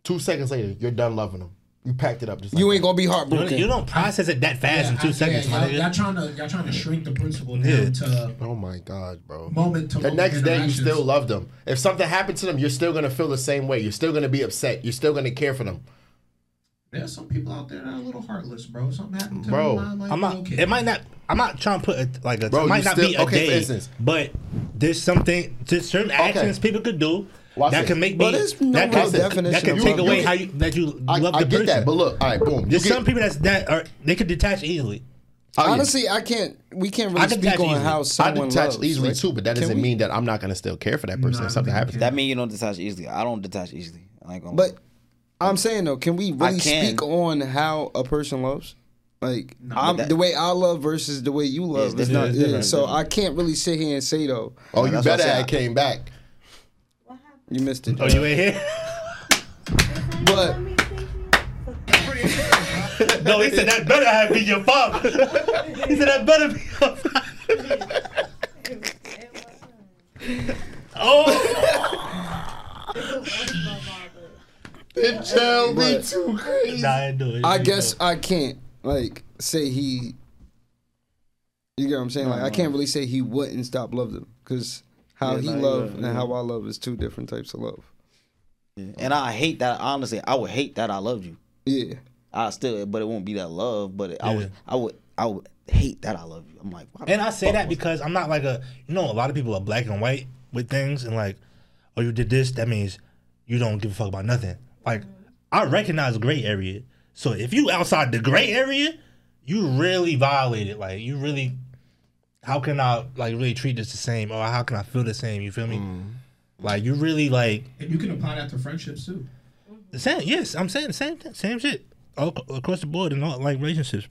[SPEAKER 1] Two seconds later, you're done loving them. You packed it up. Just like
[SPEAKER 10] You ain't
[SPEAKER 1] that.
[SPEAKER 10] gonna be
[SPEAKER 2] You don't-
[SPEAKER 10] heartbroken.
[SPEAKER 2] You don't process it that fast in two
[SPEAKER 3] I-
[SPEAKER 2] seconds,
[SPEAKER 3] yeah,
[SPEAKER 2] my
[SPEAKER 3] y'all, y'all
[SPEAKER 2] nigga.
[SPEAKER 3] trying to y'all trying to shrink the principle down
[SPEAKER 2] Yeah.
[SPEAKER 3] to
[SPEAKER 1] Oh my god, bro.
[SPEAKER 3] moment to
[SPEAKER 1] The
[SPEAKER 3] moment
[SPEAKER 1] next day, you
[SPEAKER 3] interactions.
[SPEAKER 1] still love them. If something happened to them, you're still gonna feel the same way. You're still gonna be upset. You're still gonna care for them,
[SPEAKER 3] There's some people out there that are a little heartless, bro. Something happened to
[SPEAKER 1] Bro,
[SPEAKER 3] them.
[SPEAKER 2] I'm not.
[SPEAKER 3] Okay.
[SPEAKER 2] It might not. I'm not trying to put a, like a.
[SPEAKER 1] Bro,
[SPEAKER 2] it might
[SPEAKER 1] you
[SPEAKER 2] not be
[SPEAKER 1] still-
[SPEAKER 2] a
[SPEAKER 1] okay, for
[SPEAKER 2] day,
[SPEAKER 1] instance.
[SPEAKER 2] but there's something. There's certain actions people could do
[SPEAKER 1] Watch
[SPEAKER 2] that
[SPEAKER 1] this.
[SPEAKER 2] can make me.
[SPEAKER 10] But there's no
[SPEAKER 2] that
[SPEAKER 10] real
[SPEAKER 2] can,
[SPEAKER 10] definition
[SPEAKER 2] That can
[SPEAKER 10] of
[SPEAKER 2] take
[SPEAKER 10] love.
[SPEAKER 2] away
[SPEAKER 10] You-
[SPEAKER 2] how you that you
[SPEAKER 1] I,
[SPEAKER 2] love the
[SPEAKER 1] I get
[SPEAKER 2] person.
[SPEAKER 1] that, but look, all right, boom. You
[SPEAKER 2] there's
[SPEAKER 1] get-
[SPEAKER 2] some people that's that are they could detach easily.
[SPEAKER 1] oh, yeah.
[SPEAKER 10] Honestly, I can't. We can't
[SPEAKER 2] I
[SPEAKER 10] really
[SPEAKER 2] detach
[SPEAKER 10] speak on
[SPEAKER 2] easily.
[SPEAKER 10] how
[SPEAKER 1] I
[SPEAKER 10] someone
[SPEAKER 1] detach
[SPEAKER 10] loves,
[SPEAKER 1] easily
[SPEAKER 10] right?
[SPEAKER 1] too, but that
[SPEAKER 10] Can
[SPEAKER 1] doesn't
[SPEAKER 10] we-
[SPEAKER 1] mean that I'm not gonna still care for that person
[SPEAKER 3] Nah,
[SPEAKER 1] if something
[SPEAKER 3] I don't
[SPEAKER 1] happens.
[SPEAKER 3] think
[SPEAKER 4] That mean you don't detach easily. I don't detach easily. um, I ain't gonna.
[SPEAKER 10] But I'm saying though, can we really
[SPEAKER 4] can.
[SPEAKER 10] speak on how a person loves? Like I'm,
[SPEAKER 4] that-
[SPEAKER 10] the way I love versus the way you love
[SPEAKER 4] it's
[SPEAKER 10] is
[SPEAKER 4] different.
[SPEAKER 10] not.
[SPEAKER 4] It's
[SPEAKER 10] yeah,
[SPEAKER 4] different.
[SPEAKER 10] so I can't really sit here and say though.
[SPEAKER 1] Oh, you
[SPEAKER 4] that's what
[SPEAKER 1] better
[SPEAKER 4] I'm
[SPEAKER 1] I came back.
[SPEAKER 13] What happened?
[SPEAKER 10] You missed it.
[SPEAKER 2] Oh, you ain't here?
[SPEAKER 10] But
[SPEAKER 13] Let me see you.
[SPEAKER 2] No, he said that better have been your father. he said that better be your father.
[SPEAKER 13] It- it wasn't.
[SPEAKER 2] Oh,
[SPEAKER 13] It was my father.
[SPEAKER 1] It shall be
[SPEAKER 10] But-
[SPEAKER 1] too crazy.
[SPEAKER 2] nah, I ain't do it.
[SPEAKER 10] I
[SPEAKER 2] You
[SPEAKER 10] guess
[SPEAKER 2] know.
[SPEAKER 10] I can't like say he. You get what I'm saying? Like I can't really say he wouldn't stop loving them because how
[SPEAKER 4] Uh-huh. Yeah,
[SPEAKER 10] he
[SPEAKER 4] nah,
[SPEAKER 10] love
[SPEAKER 4] yeah,
[SPEAKER 10] and
[SPEAKER 4] yeah.
[SPEAKER 10] how I love is two different types of love.
[SPEAKER 4] and I hate that. Honestly, I would hate that. I loved you.
[SPEAKER 10] Yeah.
[SPEAKER 4] I still, but it won't be that love. But I
[SPEAKER 2] Yeah.
[SPEAKER 4] would, I would, I would hate that. I love you. I'm like, why the
[SPEAKER 2] And I say
[SPEAKER 4] fuck
[SPEAKER 2] that
[SPEAKER 4] was-
[SPEAKER 2] because I'm not like a you know a lot of people are black and white with things and like, oh you did this that means you don't give a fuck about nothing. Like
[SPEAKER 1] Mm-hmm.
[SPEAKER 2] I recognize gray area. So if you outside the gray area, you really violate it. Like you really, how can I like really treat this the same, or how can I feel the same? You feel me?
[SPEAKER 1] Mm-hmm.
[SPEAKER 2] Like you really like
[SPEAKER 3] And you can apply that to friendships too.
[SPEAKER 2] the same. Yes, I'm saying the same thing, same shit all, ac- across the board in all like relationships.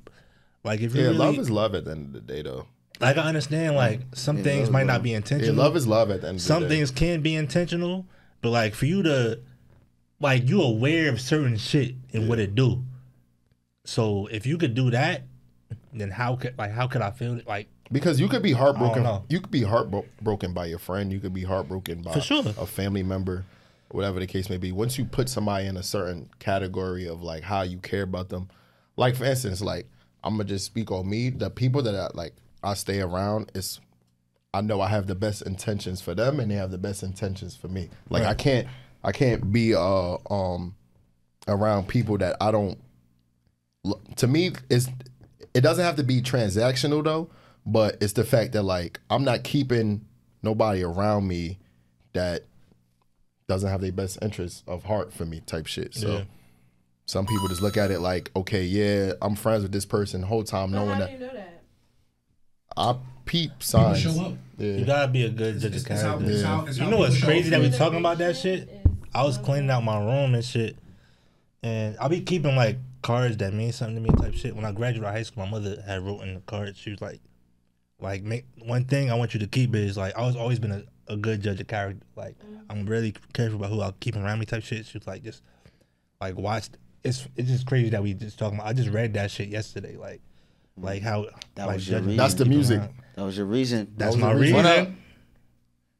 [SPEAKER 2] Like if you
[SPEAKER 1] Yeah,
[SPEAKER 2] really,
[SPEAKER 1] love is love at the end of the day, though.
[SPEAKER 2] like I understand like some
[SPEAKER 1] Yeah,
[SPEAKER 2] things
[SPEAKER 1] love
[SPEAKER 2] might
[SPEAKER 1] is
[SPEAKER 2] not
[SPEAKER 1] love.
[SPEAKER 2] be
[SPEAKER 1] Yeah,
[SPEAKER 2] intentional.
[SPEAKER 1] love is love at the end of the
[SPEAKER 2] Some
[SPEAKER 1] day.
[SPEAKER 2] things can be intentional, but like for you to like you aware of certain shit and what it do. So if you could do that, then how could like how could I feel it like
[SPEAKER 1] Because you could be heartbroken.
[SPEAKER 2] I don't know.
[SPEAKER 1] You could be heartbroken by your friend. You could be heartbroken by
[SPEAKER 2] For sure.
[SPEAKER 1] a family member, whatever the case may be. Once you put somebody in a certain category of like how you care about them, like for instance, like I'm gonna just speak on me. The people that I like, I stay around. It's I know I have the best intentions for them, and they have the best intentions for me. Like I
[SPEAKER 2] Right.
[SPEAKER 1] can't, I can't be uh um around people that I don't l- to me it's it doesn't have to be transactional though but it's the fact that like i'm not keeping nobody around me that doesn't have their best interest of heart for me type shit so
[SPEAKER 2] Yeah.
[SPEAKER 1] some people just look at it like okay yeah i'm friends with this person the whole time knowing
[SPEAKER 13] How
[SPEAKER 1] that
[SPEAKER 13] do you know that?
[SPEAKER 1] i peep signs
[SPEAKER 3] show up.
[SPEAKER 1] Yeah.
[SPEAKER 2] You gotta be a good judge of
[SPEAKER 3] how-
[SPEAKER 2] character.
[SPEAKER 3] it's how- it's
[SPEAKER 2] you
[SPEAKER 3] how
[SPEAKER 2] know what's
[SPEAKER 3] people show
[SPEAKER 2] crazy that we
[SPEAKER 3] affection.
[SPEAKER 2] talking about that shit? I was cleaning out my room and shit, and I be keeping like cards that mean something to me type shit. When I graduated high school, my mother had wrote in the cards. She was like, like make one thing I want you to keep is like I was always been a, a good judge of character. Like I'm really careful about who I keep around me type shit. She was like just like watch. It's it's just crazy that we just talking about. I just read that shit yesterday. Like like how
[SPEAKER 4] That
[SPEAKER 2] like,
[SPEAKER 4] was your
[SPEAKER 2] judging
[SPEAKER 4] reason.
[SPEAKER 1] That's the
[SPEAKER 2] people
[SPEAKER 1] music.
[SPEAKER 2] around.
[SPEAKER 4] That was your reason.
[SPEAKER 2] That's
[SPEAKER 4] That was
[SPEAKER 2] my
[SPEAKER 4] your
[SPEAKER 2] reason.
[SPEAKER 4] What up?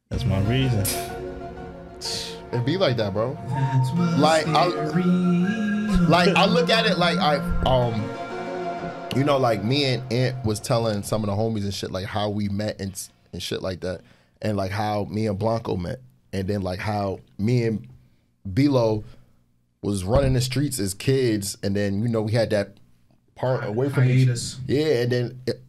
[SPEAKER 2] That's my reason.
[SPEAKER 1] it be like that bro
[SPEAKER 3] That's what
[SPEAKER 1] Like, I-
[SPEAKER 3] I,
[SPEAKER 1] like I look at it like I um you know like me and Ant was telling some of the homies and shit like how we met and s- and shit like that and like how me and Blanco met and then like how me and Bilo was running the streets as kids and then you know we had that part away from each-
[SPEAKER 3] hiatus.
[SPEAKER 1] yeah and then it,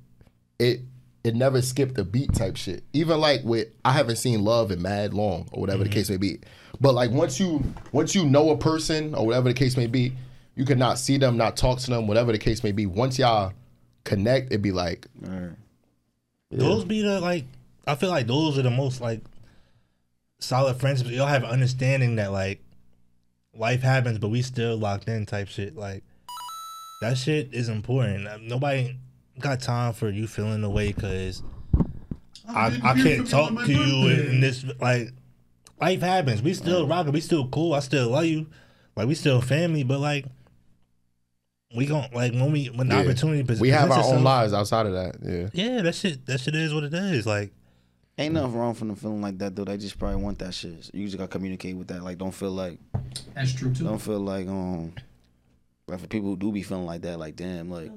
[SPEAKER 1] it it never skipped a beat type shit. Even like with I haven't seen love in mad long or whatever
[SPEAKER 2] Mm-hmm.
[SPEAKER 1] the case may be. But like once you once you know a person or whatever the case may be, you could not see them, not talk to them, whatever the case may be. Once y'all connect, it'd be like
[SPEAKER 2] Those be the like. I feel like those are the most like solid friends. But y'all have an understanding that like life happens, but we still locked in type shit. Like that shit is important. Uh, Nobody got time for you feeling the way because I, I can't talk to you in, in this like life happens. We still rocking. We still cool. I still love you. Like we still family, but like we gon' like when we when the
[SPEAKER 1] yeah.
[SPEAKER 2] opportunity pres-
[SPEAKER 1] We have
[SPEAKER 2] presents
[SPEAKER 1] our own
[SPEAKER 2] itself-
[SPEAKER 1] lives outside of that. Yeah.
[SPEAKER 2] Yeah, that shit that shit is what it is. Like
[SPEAKER 4] Ain't nothing wrong from them feeling like that though. They just probably want that shit. You just gotta communicate with that. Like, don't feel like,
[SPEAKER 3] That's true too.
[SPEAKER 4] don't feel like, um, like for people who do be feeling like that, like damn, like,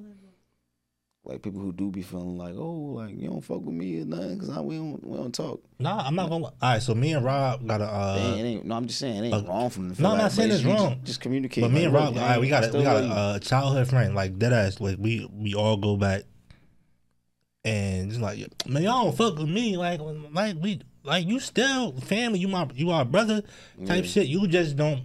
[SPEAKER 4] like people who do be feeling like, oh, like you don't fuck with me or nothing, cause I, we don't, we don't talk.
[SPEAKER 2] Nah, I'm not gonna. All right, so me and Rob got a.
[SPEAKER 4] It ain't-
[SPEAKER 2] Uh,
[SPEAKER 4] it ain't, no, I'm just saying, it ain't
[SPEAKER 2] uh,
[SPEAKER 4] wrong from them. to feel
[SPEAKER 2] no, I'm
[SPEAKER 4] like
[SPEAKER 2] not
[SPEAKER 4] that,
[SPEAKER 2] saying
[SPEAKER 4] but
[SPEAKER 2] it's
[SPEAKER 4] you
[SPEAKER 2] wrong.
[SPEAKER 4] Just, just communicate.
[SPEAKER 2] but me
[SPEAKER 4] like,
[SPEAKER 2] and
[SPEAKER 4] look,
[SPEAKER 2] Rob, all
[SPEAKER 4] I
[SPEAKER 2] right, we
[SPEAKER 4] ain't-
[SPEAKER 2] got
[SPEAKER 4] I
[SPEAKER 2] a we
[SPEAKER 4] still
[SPEAKER 2] got
[SPEAKER 4] love you.
[SPEAKER 2] a, a childhood friend like dead ass. Like we we all go back, and it's like man, y'all don't fuck with me. Like like we like you still family. You my you our brother type shit. You just don't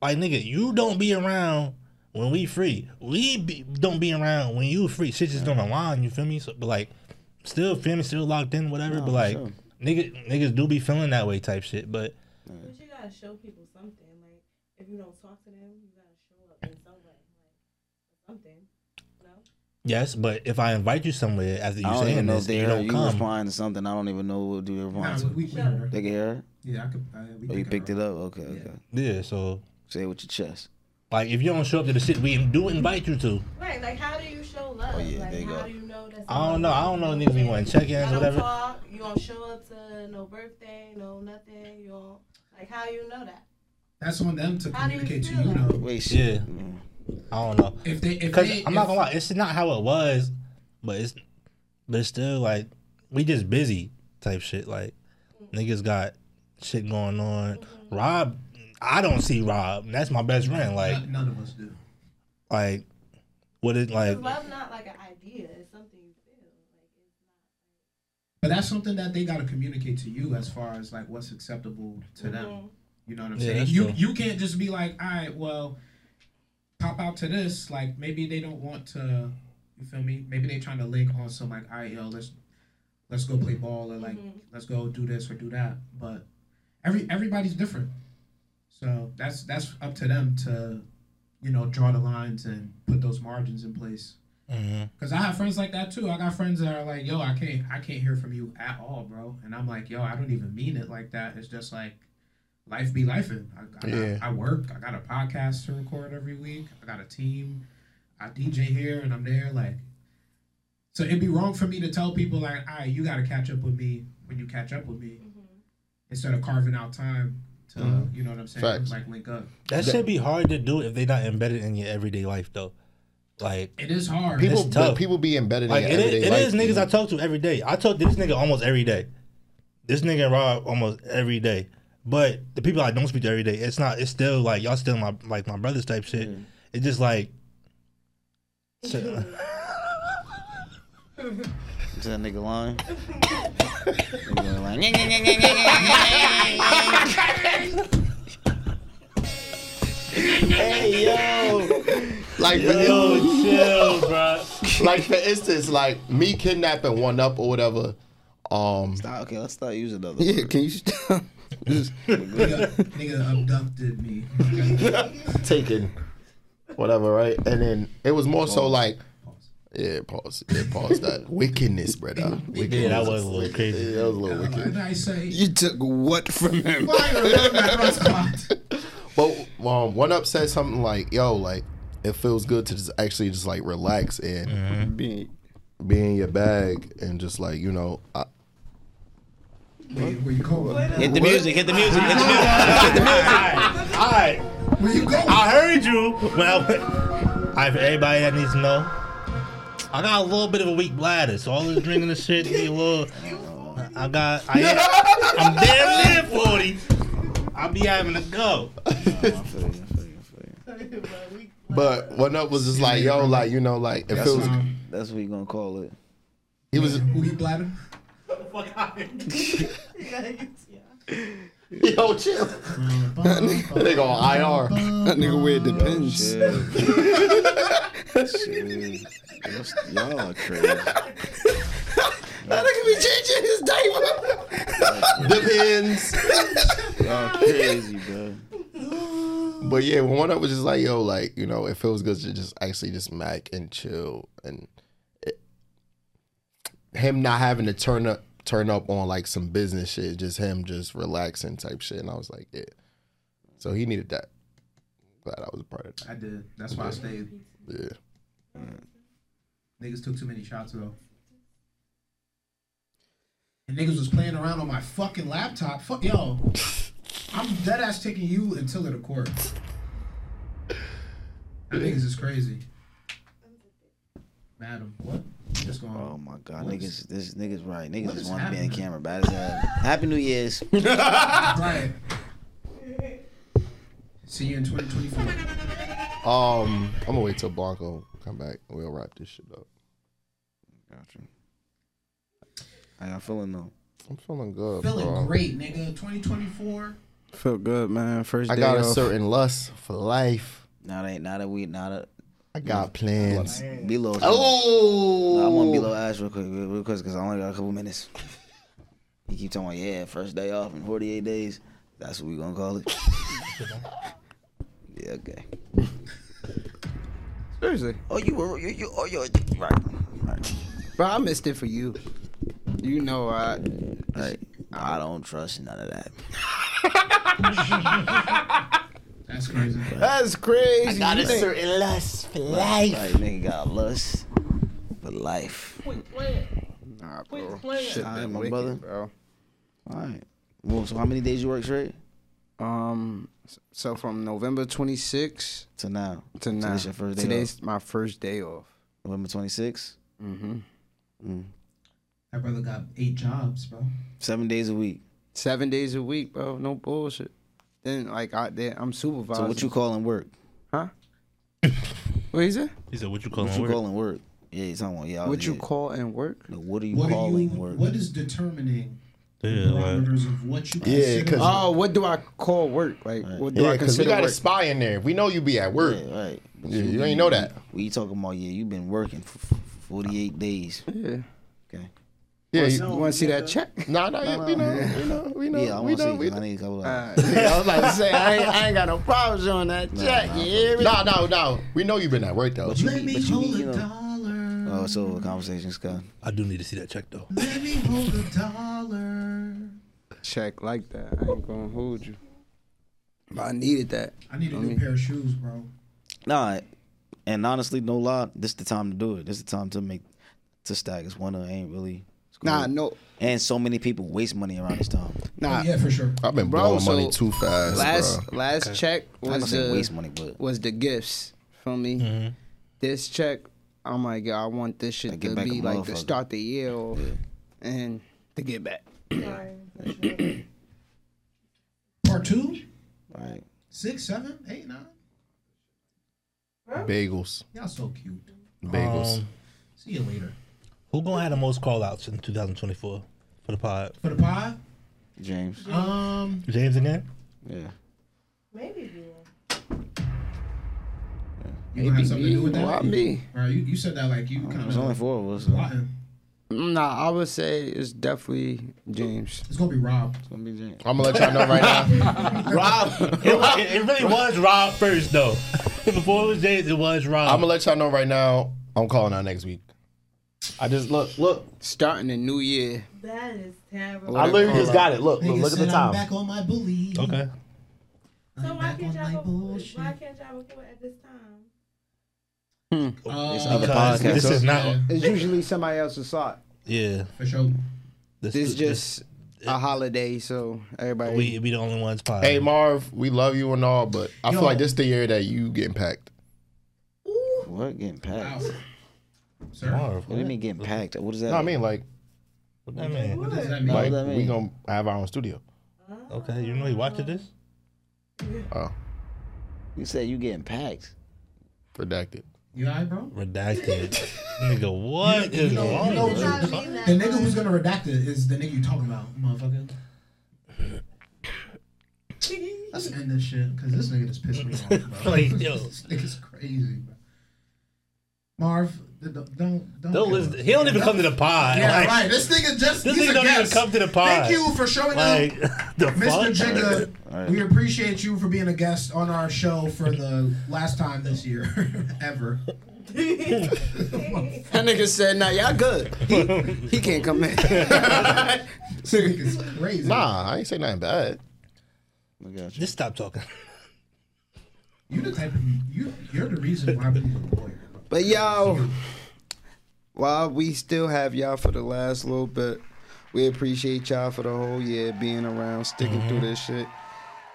[SPEAKER 2] like nigga. You don't be around when we free. We be, don't be around when you free. Shit just don't align. You feel me? So, but like still family, still locked in, whatever. but like
[SPEAKER 4] sure.
[SPEAKER 2] nigga niggas do be feeling that way type shit. But
[SPEAKER 13] But you gotta show people something. Like if you don't talk to them, you gotta show up in some way. Like something. No.
[SPEAKER 2] Yes, but if I invite you somewhere after you
[SPEAKER 4] I don't
[SPEAKER 2] saying
[SPEAKER 4] even know
[SPEAKER 2] this,
[SPEAKER 4] if they
[SPEAKER 2] you
[SPEAKER 4] heard
[SPEAKER 2] don't
[SPEAKER 4] you
[SPEAKER 2] come.
[SPEAKER 4] responding to something. I don't even know what you
[SPEAKER 3] Nah,
[SPEAKER 4] respond
[SPEAKER 3] we, we,
[SPEAKER 4] to.
[SPEAKER 3] we heard.
[SPEAKER 4] They can hear it?
[SPEAKER 3] Yeah, I could. Uh, we
[SPEAKER 4] Oh, you
[SPEAKER 3] could
[SPEAKER 4] picked
[SPEAKER 3] hear.
[SPEAKER 4] it up? Okay, okay.
[SPEAKER 2] Yeah, so
[SPEAKER 4] Say it with your chest.
[SPEAKER 2] like if you don't show up to the shit we do invite you to,
[SPEAKER 13] Right. Like how do you show love?
[SPEAKER 4] Oh, yeah,
[SPEAKER 13] like
[SPEAKER 4] they
[SPEAKER 13] how
[SPEAKER 4] got-
[SPEAKER 13] do you know that?
[SPEAKER 2] I don't
[SPEAKER 13] someone-
[SPEAKER 2] know. I don't know niggas be wanting check-ins,
[SPEAKER 13] Y'all don't
[SPEAKER 2] whatever.
[SPEAKER 13] talk. You don't show up to no birthday, no nothing. You don't like how you know that.
[SPEAKER 3] That's on them to
[SPEAKER 13] How do you
[SPEAKER 3] communicate to
[SPEAKER 13] feel
[SPEAKER 3] you
[SPEAKER 13] like-
[SPEAKER 3] though.
[SPEAKER 4] Wait,
[SPEAKER 2] Yeah.
[SPEAKER 4] shit.
[SPEAKER 2] Mm. I don't know.
[SPEAKER 3] If they, if
[SPEAKER 2] Because
[SPEAKER 3] they,
[SPEAKER 2] I'm not
[SPEAKER 3] if-
[SPEAKER 2] gonna lie, it's not how it was, but it's but it's still like we just busy type shit. Like niggas got shit going on. Rob, I don't see Rob. That's my best friend. Like
[SPEAKER 3] None- none of us do.
[SPEAKER 2] like what it like.
[SPEAKER 13] Cause love not like an idea. It's something you feel. Like it's
[SPEAKER 3] But that's something that they gotta communicate to you as far as like what's acceptable to them. You know what I'm
[SPEAKER 2] Yeah,
[SPEAKER 3] saying?
[SPEAKER 2] that's
[SPEAKER 3] You
[SPEAKER 2] true.
[SPEAKER 3] you can't just be like, all right, well, cop out to this. Like maybe they don't want to. You feel me? Maybe they trying to link on some like, all right, yo, let's let's go play ball or like let's go do this or do that. But every everybody's different, so that's that's up to them to you know draw the lines and put those margins in place. Cause I have friends like that too. I got friends that are like, "Yo, I can't, I can't hear from you at all, bro." And I'm like, "Yo, I don't even mean it like that. It's just like, life be life. I, I,
[SPEAKER 1] Yeah.
[SPEAKER 3] I work. I got a podcast to record every week. I got a team. I DJ here and I'm there. Like, so it'd be wrong for me to tell people like, "All right, you got to catch up with me when you catch up with me," instead of carving out time to,
[SPEAKER 1] Uh-huh.
[SPEAKER 2] Mhm.
[SPEAKER 3] you know what I'm saying?
[SPEAKER 2] Facts.
[SPEAKER 3] Like link up.
[SPEAKER 2] That should be hard to do if they not embedded in your everyday life though. Like
[SPEAKER 3] It is hard.
[SPEAKER 2] It's
[SPEAKER 1] People,
[SPEAKER 2] tough.
[SPEAKER 1] but people be embedded
[SPEAKER 2] like
[SPEAKER 1] in
[SPEAKER 2] it
[SPEAKER 1] your
[SPEAKER 2] is,
[SPEAKER 1] everyday
[SPEAKER 2] it
[SPEAKER 1] life.
[SPEAKER 2] is niggas I talk to every day. I talk to this nigga almost every day. This nigga and Rob almost every day. But the people I don't speak to every day, it's not. It's still like y'all still my like my brothers type shit. It's just like. so-
[SPEAKER 11] Is that nigga lying? Nigga lying.
[SPEAKER 1] hey yo, like
[SPEAKER 2] Yo, chill, bro.
[SPEAKER 1] like for instance, like me kidnapping one up or whatever. Um,
[SPEAKER 11] Stop, okay, let's start using another.
[SPEAKER 1] yeah, can you stop?
[SPEAKER 3] nigga, nigga abducted me.
[SPEAKER 1] taken, whatever, right? And then it was more so like, yeah, pause, yeah, pause that wickedness, brother. Wickedness.
[SPEAKER 2] Yeah, that was a little crazy.
[SPEAKER 1] Yeah, that was a little wicked.
[SPEAKER 3] And I say,
[SPEAKER 10] You took what from him?
[SPEAKER 1] But um, one up said something like, "Yo, like it feels good to just actually just like relax and
[SPEAKER 2] Mm-hmm.
[SPEAKER 1] be be in your bag and just like you know." I,
[SPEAKER 3] where, where you going?
[SPEAKER 11] Hit the music, hit the music, hit the music.
[SPEAKER 2] All right,
[SPEAKER 3] Where you going?
[SPEAKER 2] I heard you. Well, all right, for everybody that needs to know, I got a little bit of a weak bladder, so all this drinking and shit be a little. I got. I am, I'm damn near forty. I'll be having to go.
[SPEAKER 1] but one up was just like, "Yo, like you know, like it
[SPEAKER 11] That's
[SPEAKER 1] feels."
[SPEAKER 11] what, that's what you gonna call it.
[SPEAKER 1] He was
[SPEAKER 3] Who you bladder?
[SPEAKER 1] yo chill. they go IR.
[SPEAKER 10] That nigga wear depends.
[SPEAKER 11] Shit. Y'all- Y'all are crazy.
[SPEAKER 8] That nigga be changing his diaper.
[SPEAKER 1] Depends.
[SPEAKER 11] Y'all crazy, bro.
[SPEAKER 1] But yeah, when one up was just like, yo, like, you know, it feels good to just actually just mac and chill and it, him not having to turn up turn up on like some business shit, just him just relaxing type shit. And I was like, yeah. So he needed that. Glad I was a part of that.
[SPEAKER 3] I did. That's why I stayed.
[SPEAKER 1] Yeah.
[SPEAKER 3] Niggas took too many shots though. And niggas was playing around on my fucking laptop. Fuck yo. I'm dead ass taking you until it accord. That niggas is crazy. Madam, what? Just going
[SPEAKER 11] Oh my god,
[SPEAKER 3] What is-
[SPEAKER 11] niggas, this niggas right. Niggas
[SPEAKER 3] What
[SPEAKER 11] just
[SPEAKER 3] is
[SPEAKER 11] want to be in
[SPEAKER 3] happening?
[SPEAKER 11] camera. Bad as hell. Happy New Year's.
[SPEAKER 3] right. See you in 2024.
[SPEAKER 1] Um, I'm gonna wait till Blanco come back. We'll wrap this shit up.
[SPEAKER 11] Gotcha. I got feeling though.
[SPEAKER 1] I'm feeling good. bro.
[SPEAKER 3] Feeling great, nigga. 2024.
[SPEAKER 10] Felt good, man. First
[SPEAKER 1] I
[SPEAKER 10] day
[SPEAKER 1] got a
[SPEAKER 10] off.
[SPEAKER 1] certain lust for life.
[SPEAKER 11] Now that, now that we, now that
[SPEAKER 1] I got plans.
[SPEAKER 11] Below.
[SPEAKER 1] Oh,
[SPEAKER 11] I want Below ass real quick, real real quick, because I only got a couple minutes. He keep talking, about, yeah, first day off in 48 days. That's what we gonna call it. yeah, okay.
[SPEAKER 10] Seriously,
[SPEAKER 11] Oh, you were, you, you, oh, you're right, right,
[SPEAKER 10] bro. I missed it for you. You know I.
[SPEAKER 11] right. I don't trust none of that.
[SPEAKER 3] That's crazy.
[SPEAKER 10] That's crazy.
[SPEAKER 11] got
[SPEAKER 10] You
[SPEAKER 11] a
[SPEAKER 10] think-
[SPEAKER 11] certain lust for life. Like, nigga got lust for life.
[SPEAKER 10] Nah, bro. Shit,
[SPEAKER 11] All right,
[SPEAKER 10] been
[SPEAKER 11] my
[SPEAKER 10] wicked,
[SPEAKER 11] brother.
[SPEAKER 10] bro.
[SPEAKER 11] All right. Well, so how many days you work straight?
[SPEAKER 10] Um, s- so from November 26th
[SPEAKER 11] To now.
[SPEAKER 10] to now.
[SPEAKER 11] this your first day
[SPEAKER 10] Today's my first day off.
[SPEAKER 11] November 26th?
[SPEAKER 10] Mm-hmm.
[SPEAKER 3] That brother got eight jobs, bro.
[SPEAKER 11] Seven days a week.
[SPEAKER 10] Seven days a week, bro. No bullshit. Then like I then I'm supervised.
[SPEAKER 11] So what you calling work?
[SPEAKER 10] Huh? what is it?
[SPEAKER 2] He said, "What you
[SPEAKER 11] What
[SPEAKER 2] calling?
[SPEAKER 11] you
[SPEAKER 2] work?"
[SPEAKER 11] calling work? Yeah, you talking about yeah. I
[SPEAKER 10] What
[SPEAKER 11] was-
[SPEAKER 10] you
[SPEAKER 11] yeah.
[SPEAKER 10] call and work?
[SPEAKER 11] No, what are you
[SPEAKER 3] What are you
[SPEAKER 11] calling work?
[SPEAKER 3] what is determining
[SPEAKER 2] Yeah, like,
[SPEAKER 3] parameters of what you
[SPEAKER 1] Yeah,
[SPEAKER 3] consider Oh,
[SPEAKER 1] 'cause-
[SPEAKER 10] Oh, what do I call work? Like what do
[SPEAKER 1] Yeah,
[SPEAKER 10] I
[SPEAKER 1] because we
[SPEAKER 10] consider
[SPEAKER 1] got
[SPEAKER 10] work?
[SPEAKER 1] a spy in there. We know you be at work.
[SPEAKER 11] yeah, right. But
[SPEAKER 1] Yeah, you ain't know that.
[SPEAKER 11] What you talking about? Yeah, you've been working for f- 48 days.
[SPEAKER 10] Yeah.
[SPEAKER 11] Okay.
[SPEAKER 1] Yeah, you want
[SPEAKER 10] to see that check?
[SPEAKER 1] Nah, nah, yeah, we know, we know, we know,
[SPEAKER 11] Yeah, I
[SPEAKER 1] we
[SPEAKER 11] want to
[SPEAKER 1] know,
[SPEAKER 11] see.
[SPEAKER 1] we
[SPEAKER 11] it, 'cause
[SPEAKER 1] know.
[SPEAKER 11] I need a
[SPEAKER 10] Uh,
[SPEAKER 11] couple of.
[SPEAKER 10] Yeah, I was about to say I ain't, I ain't got no problems doing that check. you hear me?
[SPEAKER 1] No, no, no. We know you've been at work though.
[SPEAKER 11] Let me hold a dollar. Oh, it's over. Conversation, Scott.
[SPEAKER 2] I do need to see that check though.
[SPEAKER 6] Let me hold a dollar.
[SPEAKER 10] Check like that. I ain't gonna hold you. But I needed that.
[SPEAKER 3] I need a new pair of shoes, bro.
[SPEAKER 11] Nah, and honestly, no lie, this the time to do it. This the time to make to stack. It's one that ain't really. it's cool.
[SPEAKER 10] Nah, no,
[SPEAKER 11] And so many people waste money around this time.
[SPEAKER 10] nah.
[SPEAKER 3] Yeah, for sure.
[SPEAKER 1] I've been
[SPEAKER 10] Bro,
[SPEAKER 1] blowing money
[SPEAKER 10] so
[SPEAKER 1] too fast,
[SPEAKER 10] last
[SPEAKER 1] bro.
[SPEAKER 10] last check
[SPEAKER 11] I'm not
[SPEAKER 10] was
[SPEAKER 11] saying waste
[SPEAKER 10] the
[SPEAKER 11] money, but
[SPEAKER 10] was the gifts. Feel me? This check, I'm like, I want this shit
[SPEAKER 11] Like, get
[SPEAKER 10] to
[SPEAKER 11] back
[SPEAKER 10] be
[SPEAKER 11] a
[SPEAKER 10] like the
[SPEAKER 11] motherfucker.
[SPEAKER 10] start the year off and to get back.
[SPEAKER 3] Part two,
[SPEAKER 11] right.
[SPEAKER 3] six, seven, eight, nine.
[SPEAKER 1] Bagels,
[SPEAKER 3] Y'all so cute.
[SPEAKER 1] bagels.
[SPEAKER 2] Um,
[SPEAKER 3] See you later.
[SPEAKER 2] who gonna have the most call outs in 2024 for the pod?
[SPEAKER 3] For the pod,
[SPEAKER 11] James.
[SPEAKER 3] um,
[SPEAKER 2] James again?
[SPEAKER 11] Yeah.
[SPEAKER 13] Maybe you will.
[SPEAKER 3] you gonna have something to do with that?
[SPEAKER 10] Why me?
[SPEAKER 3] Bro, you, you said that like you kind
[SPEAKER 11] There's only
[SPEAKER 3] of
[SPEAKER 11] four of us. so
[SPEAKER 3] plotting.
[SPEAKER 10] Nah, I would say it's definitely James.
[SPEAKER 3] It's gonna be Rob.
[SPEAKER 11] It's gonna be James.
[SPEAKER 1] I'm gonna let y'all know right now.
[SPEAKER 2] Rob. it, wa- it- it really was Rob first though. Before it was James, it was Rob.
[SPEAKER 1] I'm gonna let y'all know right now. I'm calling out next week. I just look, look.
[SPEAKER 10] Starting the new year.
[SPEAKER 13] That is terrible.
[SPEAKER 10] What I a literally just
[SPEAKER 1] got it. Look,
[SPEAKER 3] Nigga said I'm back on my bully.
[SPEAKER 2] okay.
[SPEAKER 13] so why
[SPEAKER 3] back
[SPEAKER 13] can't
[SPEAKER 3] on my
[SPEAKER 13] y'all record?
[SPEAKER 3] bullshit.
[SPEAKER 13] Why can't y'all record at this time?
[SPEAKER 3] Uh,
[SPEAKER 11] It's other
[SPEAKER 2] Because
[SPEAKER 11] podcasts.
[SPEAKER 2] this is not.
[SPEAKER 10] It's usually somebody else's slot.
[SPEAKER 2] Yeah.
[SPEAKER 3] for sure.
[SPEAKER 10] This is just a holiday, so everybody.
[SPEAKER 2] We we the only ones pod.
[SPEAKER 1] Hey Marv, we love you and all, but I
[SPEAKER 3] Yo.
[SPEAKER 1] feel like this the year that you getting packed.
[SPEAKER 11] What getting
[SPEAKER 3] Wow.
[SPEAKER 11] packed?
[SPEAKER 3] Sir,
[SPEAKER 2] Marv.
[SPEAKER 11] What do you mean getting packed? What does that?
[SPEAKER 1] No, I mean like,
[SPEAKER 2] What that mean?
[SPEAKER 3] what does that mean?
[SPEAKER 1] like
[SPEAKER 11] that
[SPEAKER 1] we
[SPEAKER 11] mean?
[SPEAKER 1] gonna have our own studio.
[SPEAKER 2] Okay, you know he watching this?
[SPEAKER 1] Oh,
[SPEAKER 11] You said you getting packed.
[SPEAKER 1] redacted.
[SPEAKER 3] You alright, bro?
[SPEAKER 2] Redacted. Nigga, what
[SPEAKER 3] You
[SPEAKER 2] is
[SPEAKER 3] know- you
[SPEAKER 2] wrong
[SPEAKER 3] know
[SPEAKER 2] with
[SPEAKER 3] what's
[SPEAKER 2] you?
[SPEAKER 3] wrong. The nigga who's gonna redact it is the nigga you talking about, motherfucker. Let's end this shit, cause this nigga just pissed me off. Bro.
[SPEAKER 2] Like, yo.
[SPEAKER 3] this nigga's crazy, bro. Marv, d- d- don't don't
[SPEAKER 2] Don't listen. He don't even come to the pod.
[SPEAKER 3] Yeah,
[SPEAKER 2] Like,
[SPEAKER 3] right. This nigga just
[SPEAKER 2] This
[SPEAKER 3] he's
[SPEAKER 2] nigga
[SPEAKER 3] a
[SPEAKER 2] don't even
[SPEAKER 3] guest.
[SPEAKER 2] come to the pod.
[SPEAKER 3] Thank you for showing
[SPEAKER 2] Like
[SPEAKER 3] up,
[SPEAKER 2] the
[SPEAKER 3] Mr.
[SPEAKER 2] fuck?
[SPEAKER 3] Jigga.
[SPEAKER 11] Alright.
[SPEAKER 3] We appreciate you for being a guest on our show for the last time this year ever.
[SPEAKER 10] that nigga said, "Nah, y'all good. He, he can't come in."
[SPEAKER 3] This nigga's crazy.
[SPEAKER 1] Nah, I ain't say nothing bad.
[SPEAKER 11] I got you.
[SPEAKER 2] Just stop talking.
[SPEAKER 3] You the type of you. You're the reason why we need a lawyer. bro.
[SPEAKER 10] But y'all, while we still have y'all for the last little bit, we appreciate y'all for the whole year being around, sticking through this shit.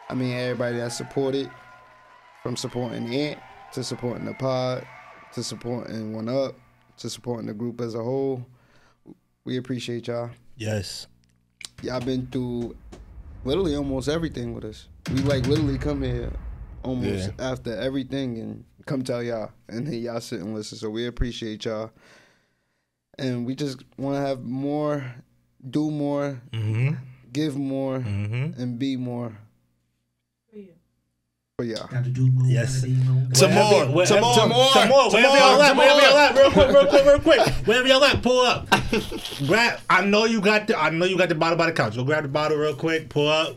[SPEAKER 10] I mean, everybody that supported, from supporting Ant to supporting the pod to supporting One Up to supporting the group as a whole. We appreciate y'all.
[SPEAKER 2] Yes.
[SPEAKER 10] Y'all been through literally almost everything with us. We like literally come here almost after everything and come tell y'all, and then y'all sit and listen. So we appreciate y'all, and we just want to have more, do more,
[SPEAKER 2] Mm-hmm.
[SPEAKER 10] give more,
[SPEAKER 2] Mm-hmm.
[SPEAKER 10] and be more
[SPEAKER 13] For you.
[SPEAKER 10] for y'all.
[SPEAKER 3] Got to do more.
[SPEAKER 2] Yes.
[SPEAKER 3] gotta be more.
[SPEAKER 2] Some more. Some more. Some more. Wherever y'all at. Wherever y'all at. Real quick. Real quick. Real quick. Wherever y'all at. Pull up. grab. I know you got the. I know you got the bottle by the couch. Go grab the bottle real quick. Pull up.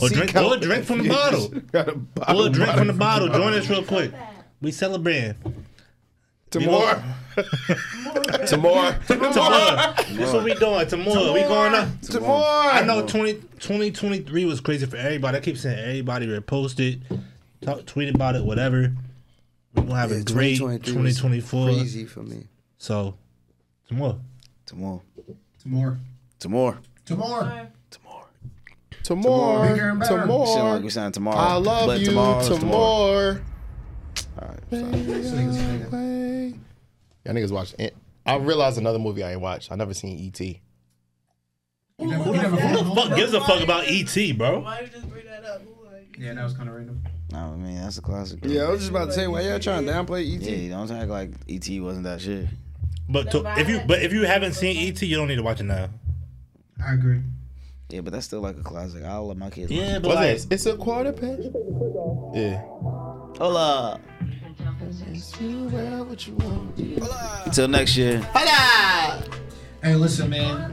[SPEAKER 2] Or drink. Or drink from the bottle.
[SPEAKER 1] Got a bottle.
[SPEAKER 2] Pull a drink from the bottle. Join us real quick. We celebrating.
[SPEAKER 1] Tomorrow. Tomorrow.
[SPEAKER 2] Tomorrow. That's what we doing. Tomorrow. We going up.
[SPEAKER 1] Tomorrow.
[SPEAKER 2] I know 20, 2023 was crazy for everybody. I keep saying everybody repost it, talk, tweet about it, whatever. We're gonna have a great
[SPEAKER 10] 2023 was
[SPEAKER 2] 2024.
[SPEAKER 10] Crazy for me.
[SPEAKER 2] So, tomorrow.
[SPEAKER 11] Tomorrow.
[SPEAKER 3] Tomorrow.
[SPEAKER 11] Tomorrow.
[SPEAKER 3] Tomorrow.
[SPEAKER 11] Tomorrow.
[SPEAKER 3] Bigger
[SPEAKER 1] Tomorrow.
[SPEAKER 3] and better.
[SPEAKER 11] Shit like
[SPEAKER 1] Tomorrow.
[SPEAKER 11] we sound tomorrow.
[SPEAKER 1] I
[SPEAKER 11] but
[SPEAKER 1] love you.
[SPEAKER 11] tomorrow. is
[SPEAKER 1] Tomorrow.
[SPEAKER 11] All right, sorry.
[SPEAKER 3] This nigga's crazy.
[SPEAKER 1] Way. Y'all niggas watch. Ant- I realized another movie I ain't watched. I never seen E E.T.
[SPEAKER 3] You never- you
[SPEAKER 2] Who
[SPEAKER 3] never phone
[SPEAKER 2] the
[SPEAKER 3] home,
[SPEAKER 2] fuck
[SPEAKER 3] bro?
[SPEAKER 2] gives a fuck about ET, bro?
[SPEAKER 13] Why you just bring that up? Who are you?
[SPEAKER 3] Yeah, that was kind of random.
[SPEAKER 11] Nah, I mean that's a classic. bro.
[SPEAKER 10] Yeah, I was just about to say why y'all trying to downplay E ET.
[SPEAKER 11] Yeah, don't act like ET wasn't that shit.
[SPEAKER 2] But to, if you but if you haven't seen ET, you don't need to watch it now.
[SPEAKER 3] I agree.
[SPEAKER 11] Yeah, but that's still like a classic. I'll let my kids.
[SPEAKER 2] Yeah, but
[SPEAKER 1] What's
[SPEAKER 2] like,
[SPEAKER 1] this? It's a quarter past. Yeah.
[SPEAKER 11] Hola.
[SPEAKER 10] Until next year.
[SPEAKER 3] Hey, listen, man.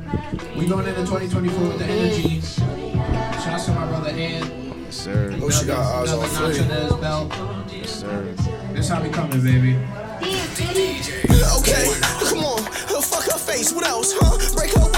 [SPEAKER 3] We going into 2024 with the energy. Shout out to my brother Ed.
[SPEAKER 14] Yes, sir.
[SPEAKER 3] Oh, she got eyes on three.
[SPEAKER 14] Yes,
[SPEAKER 10] Oh,
[SPEAKER 14] sir.
[SPEAKER 3] That's how we coming, baby.
[SPEAKER 4] Okay, come on, fuck her face, what else, huh? Break her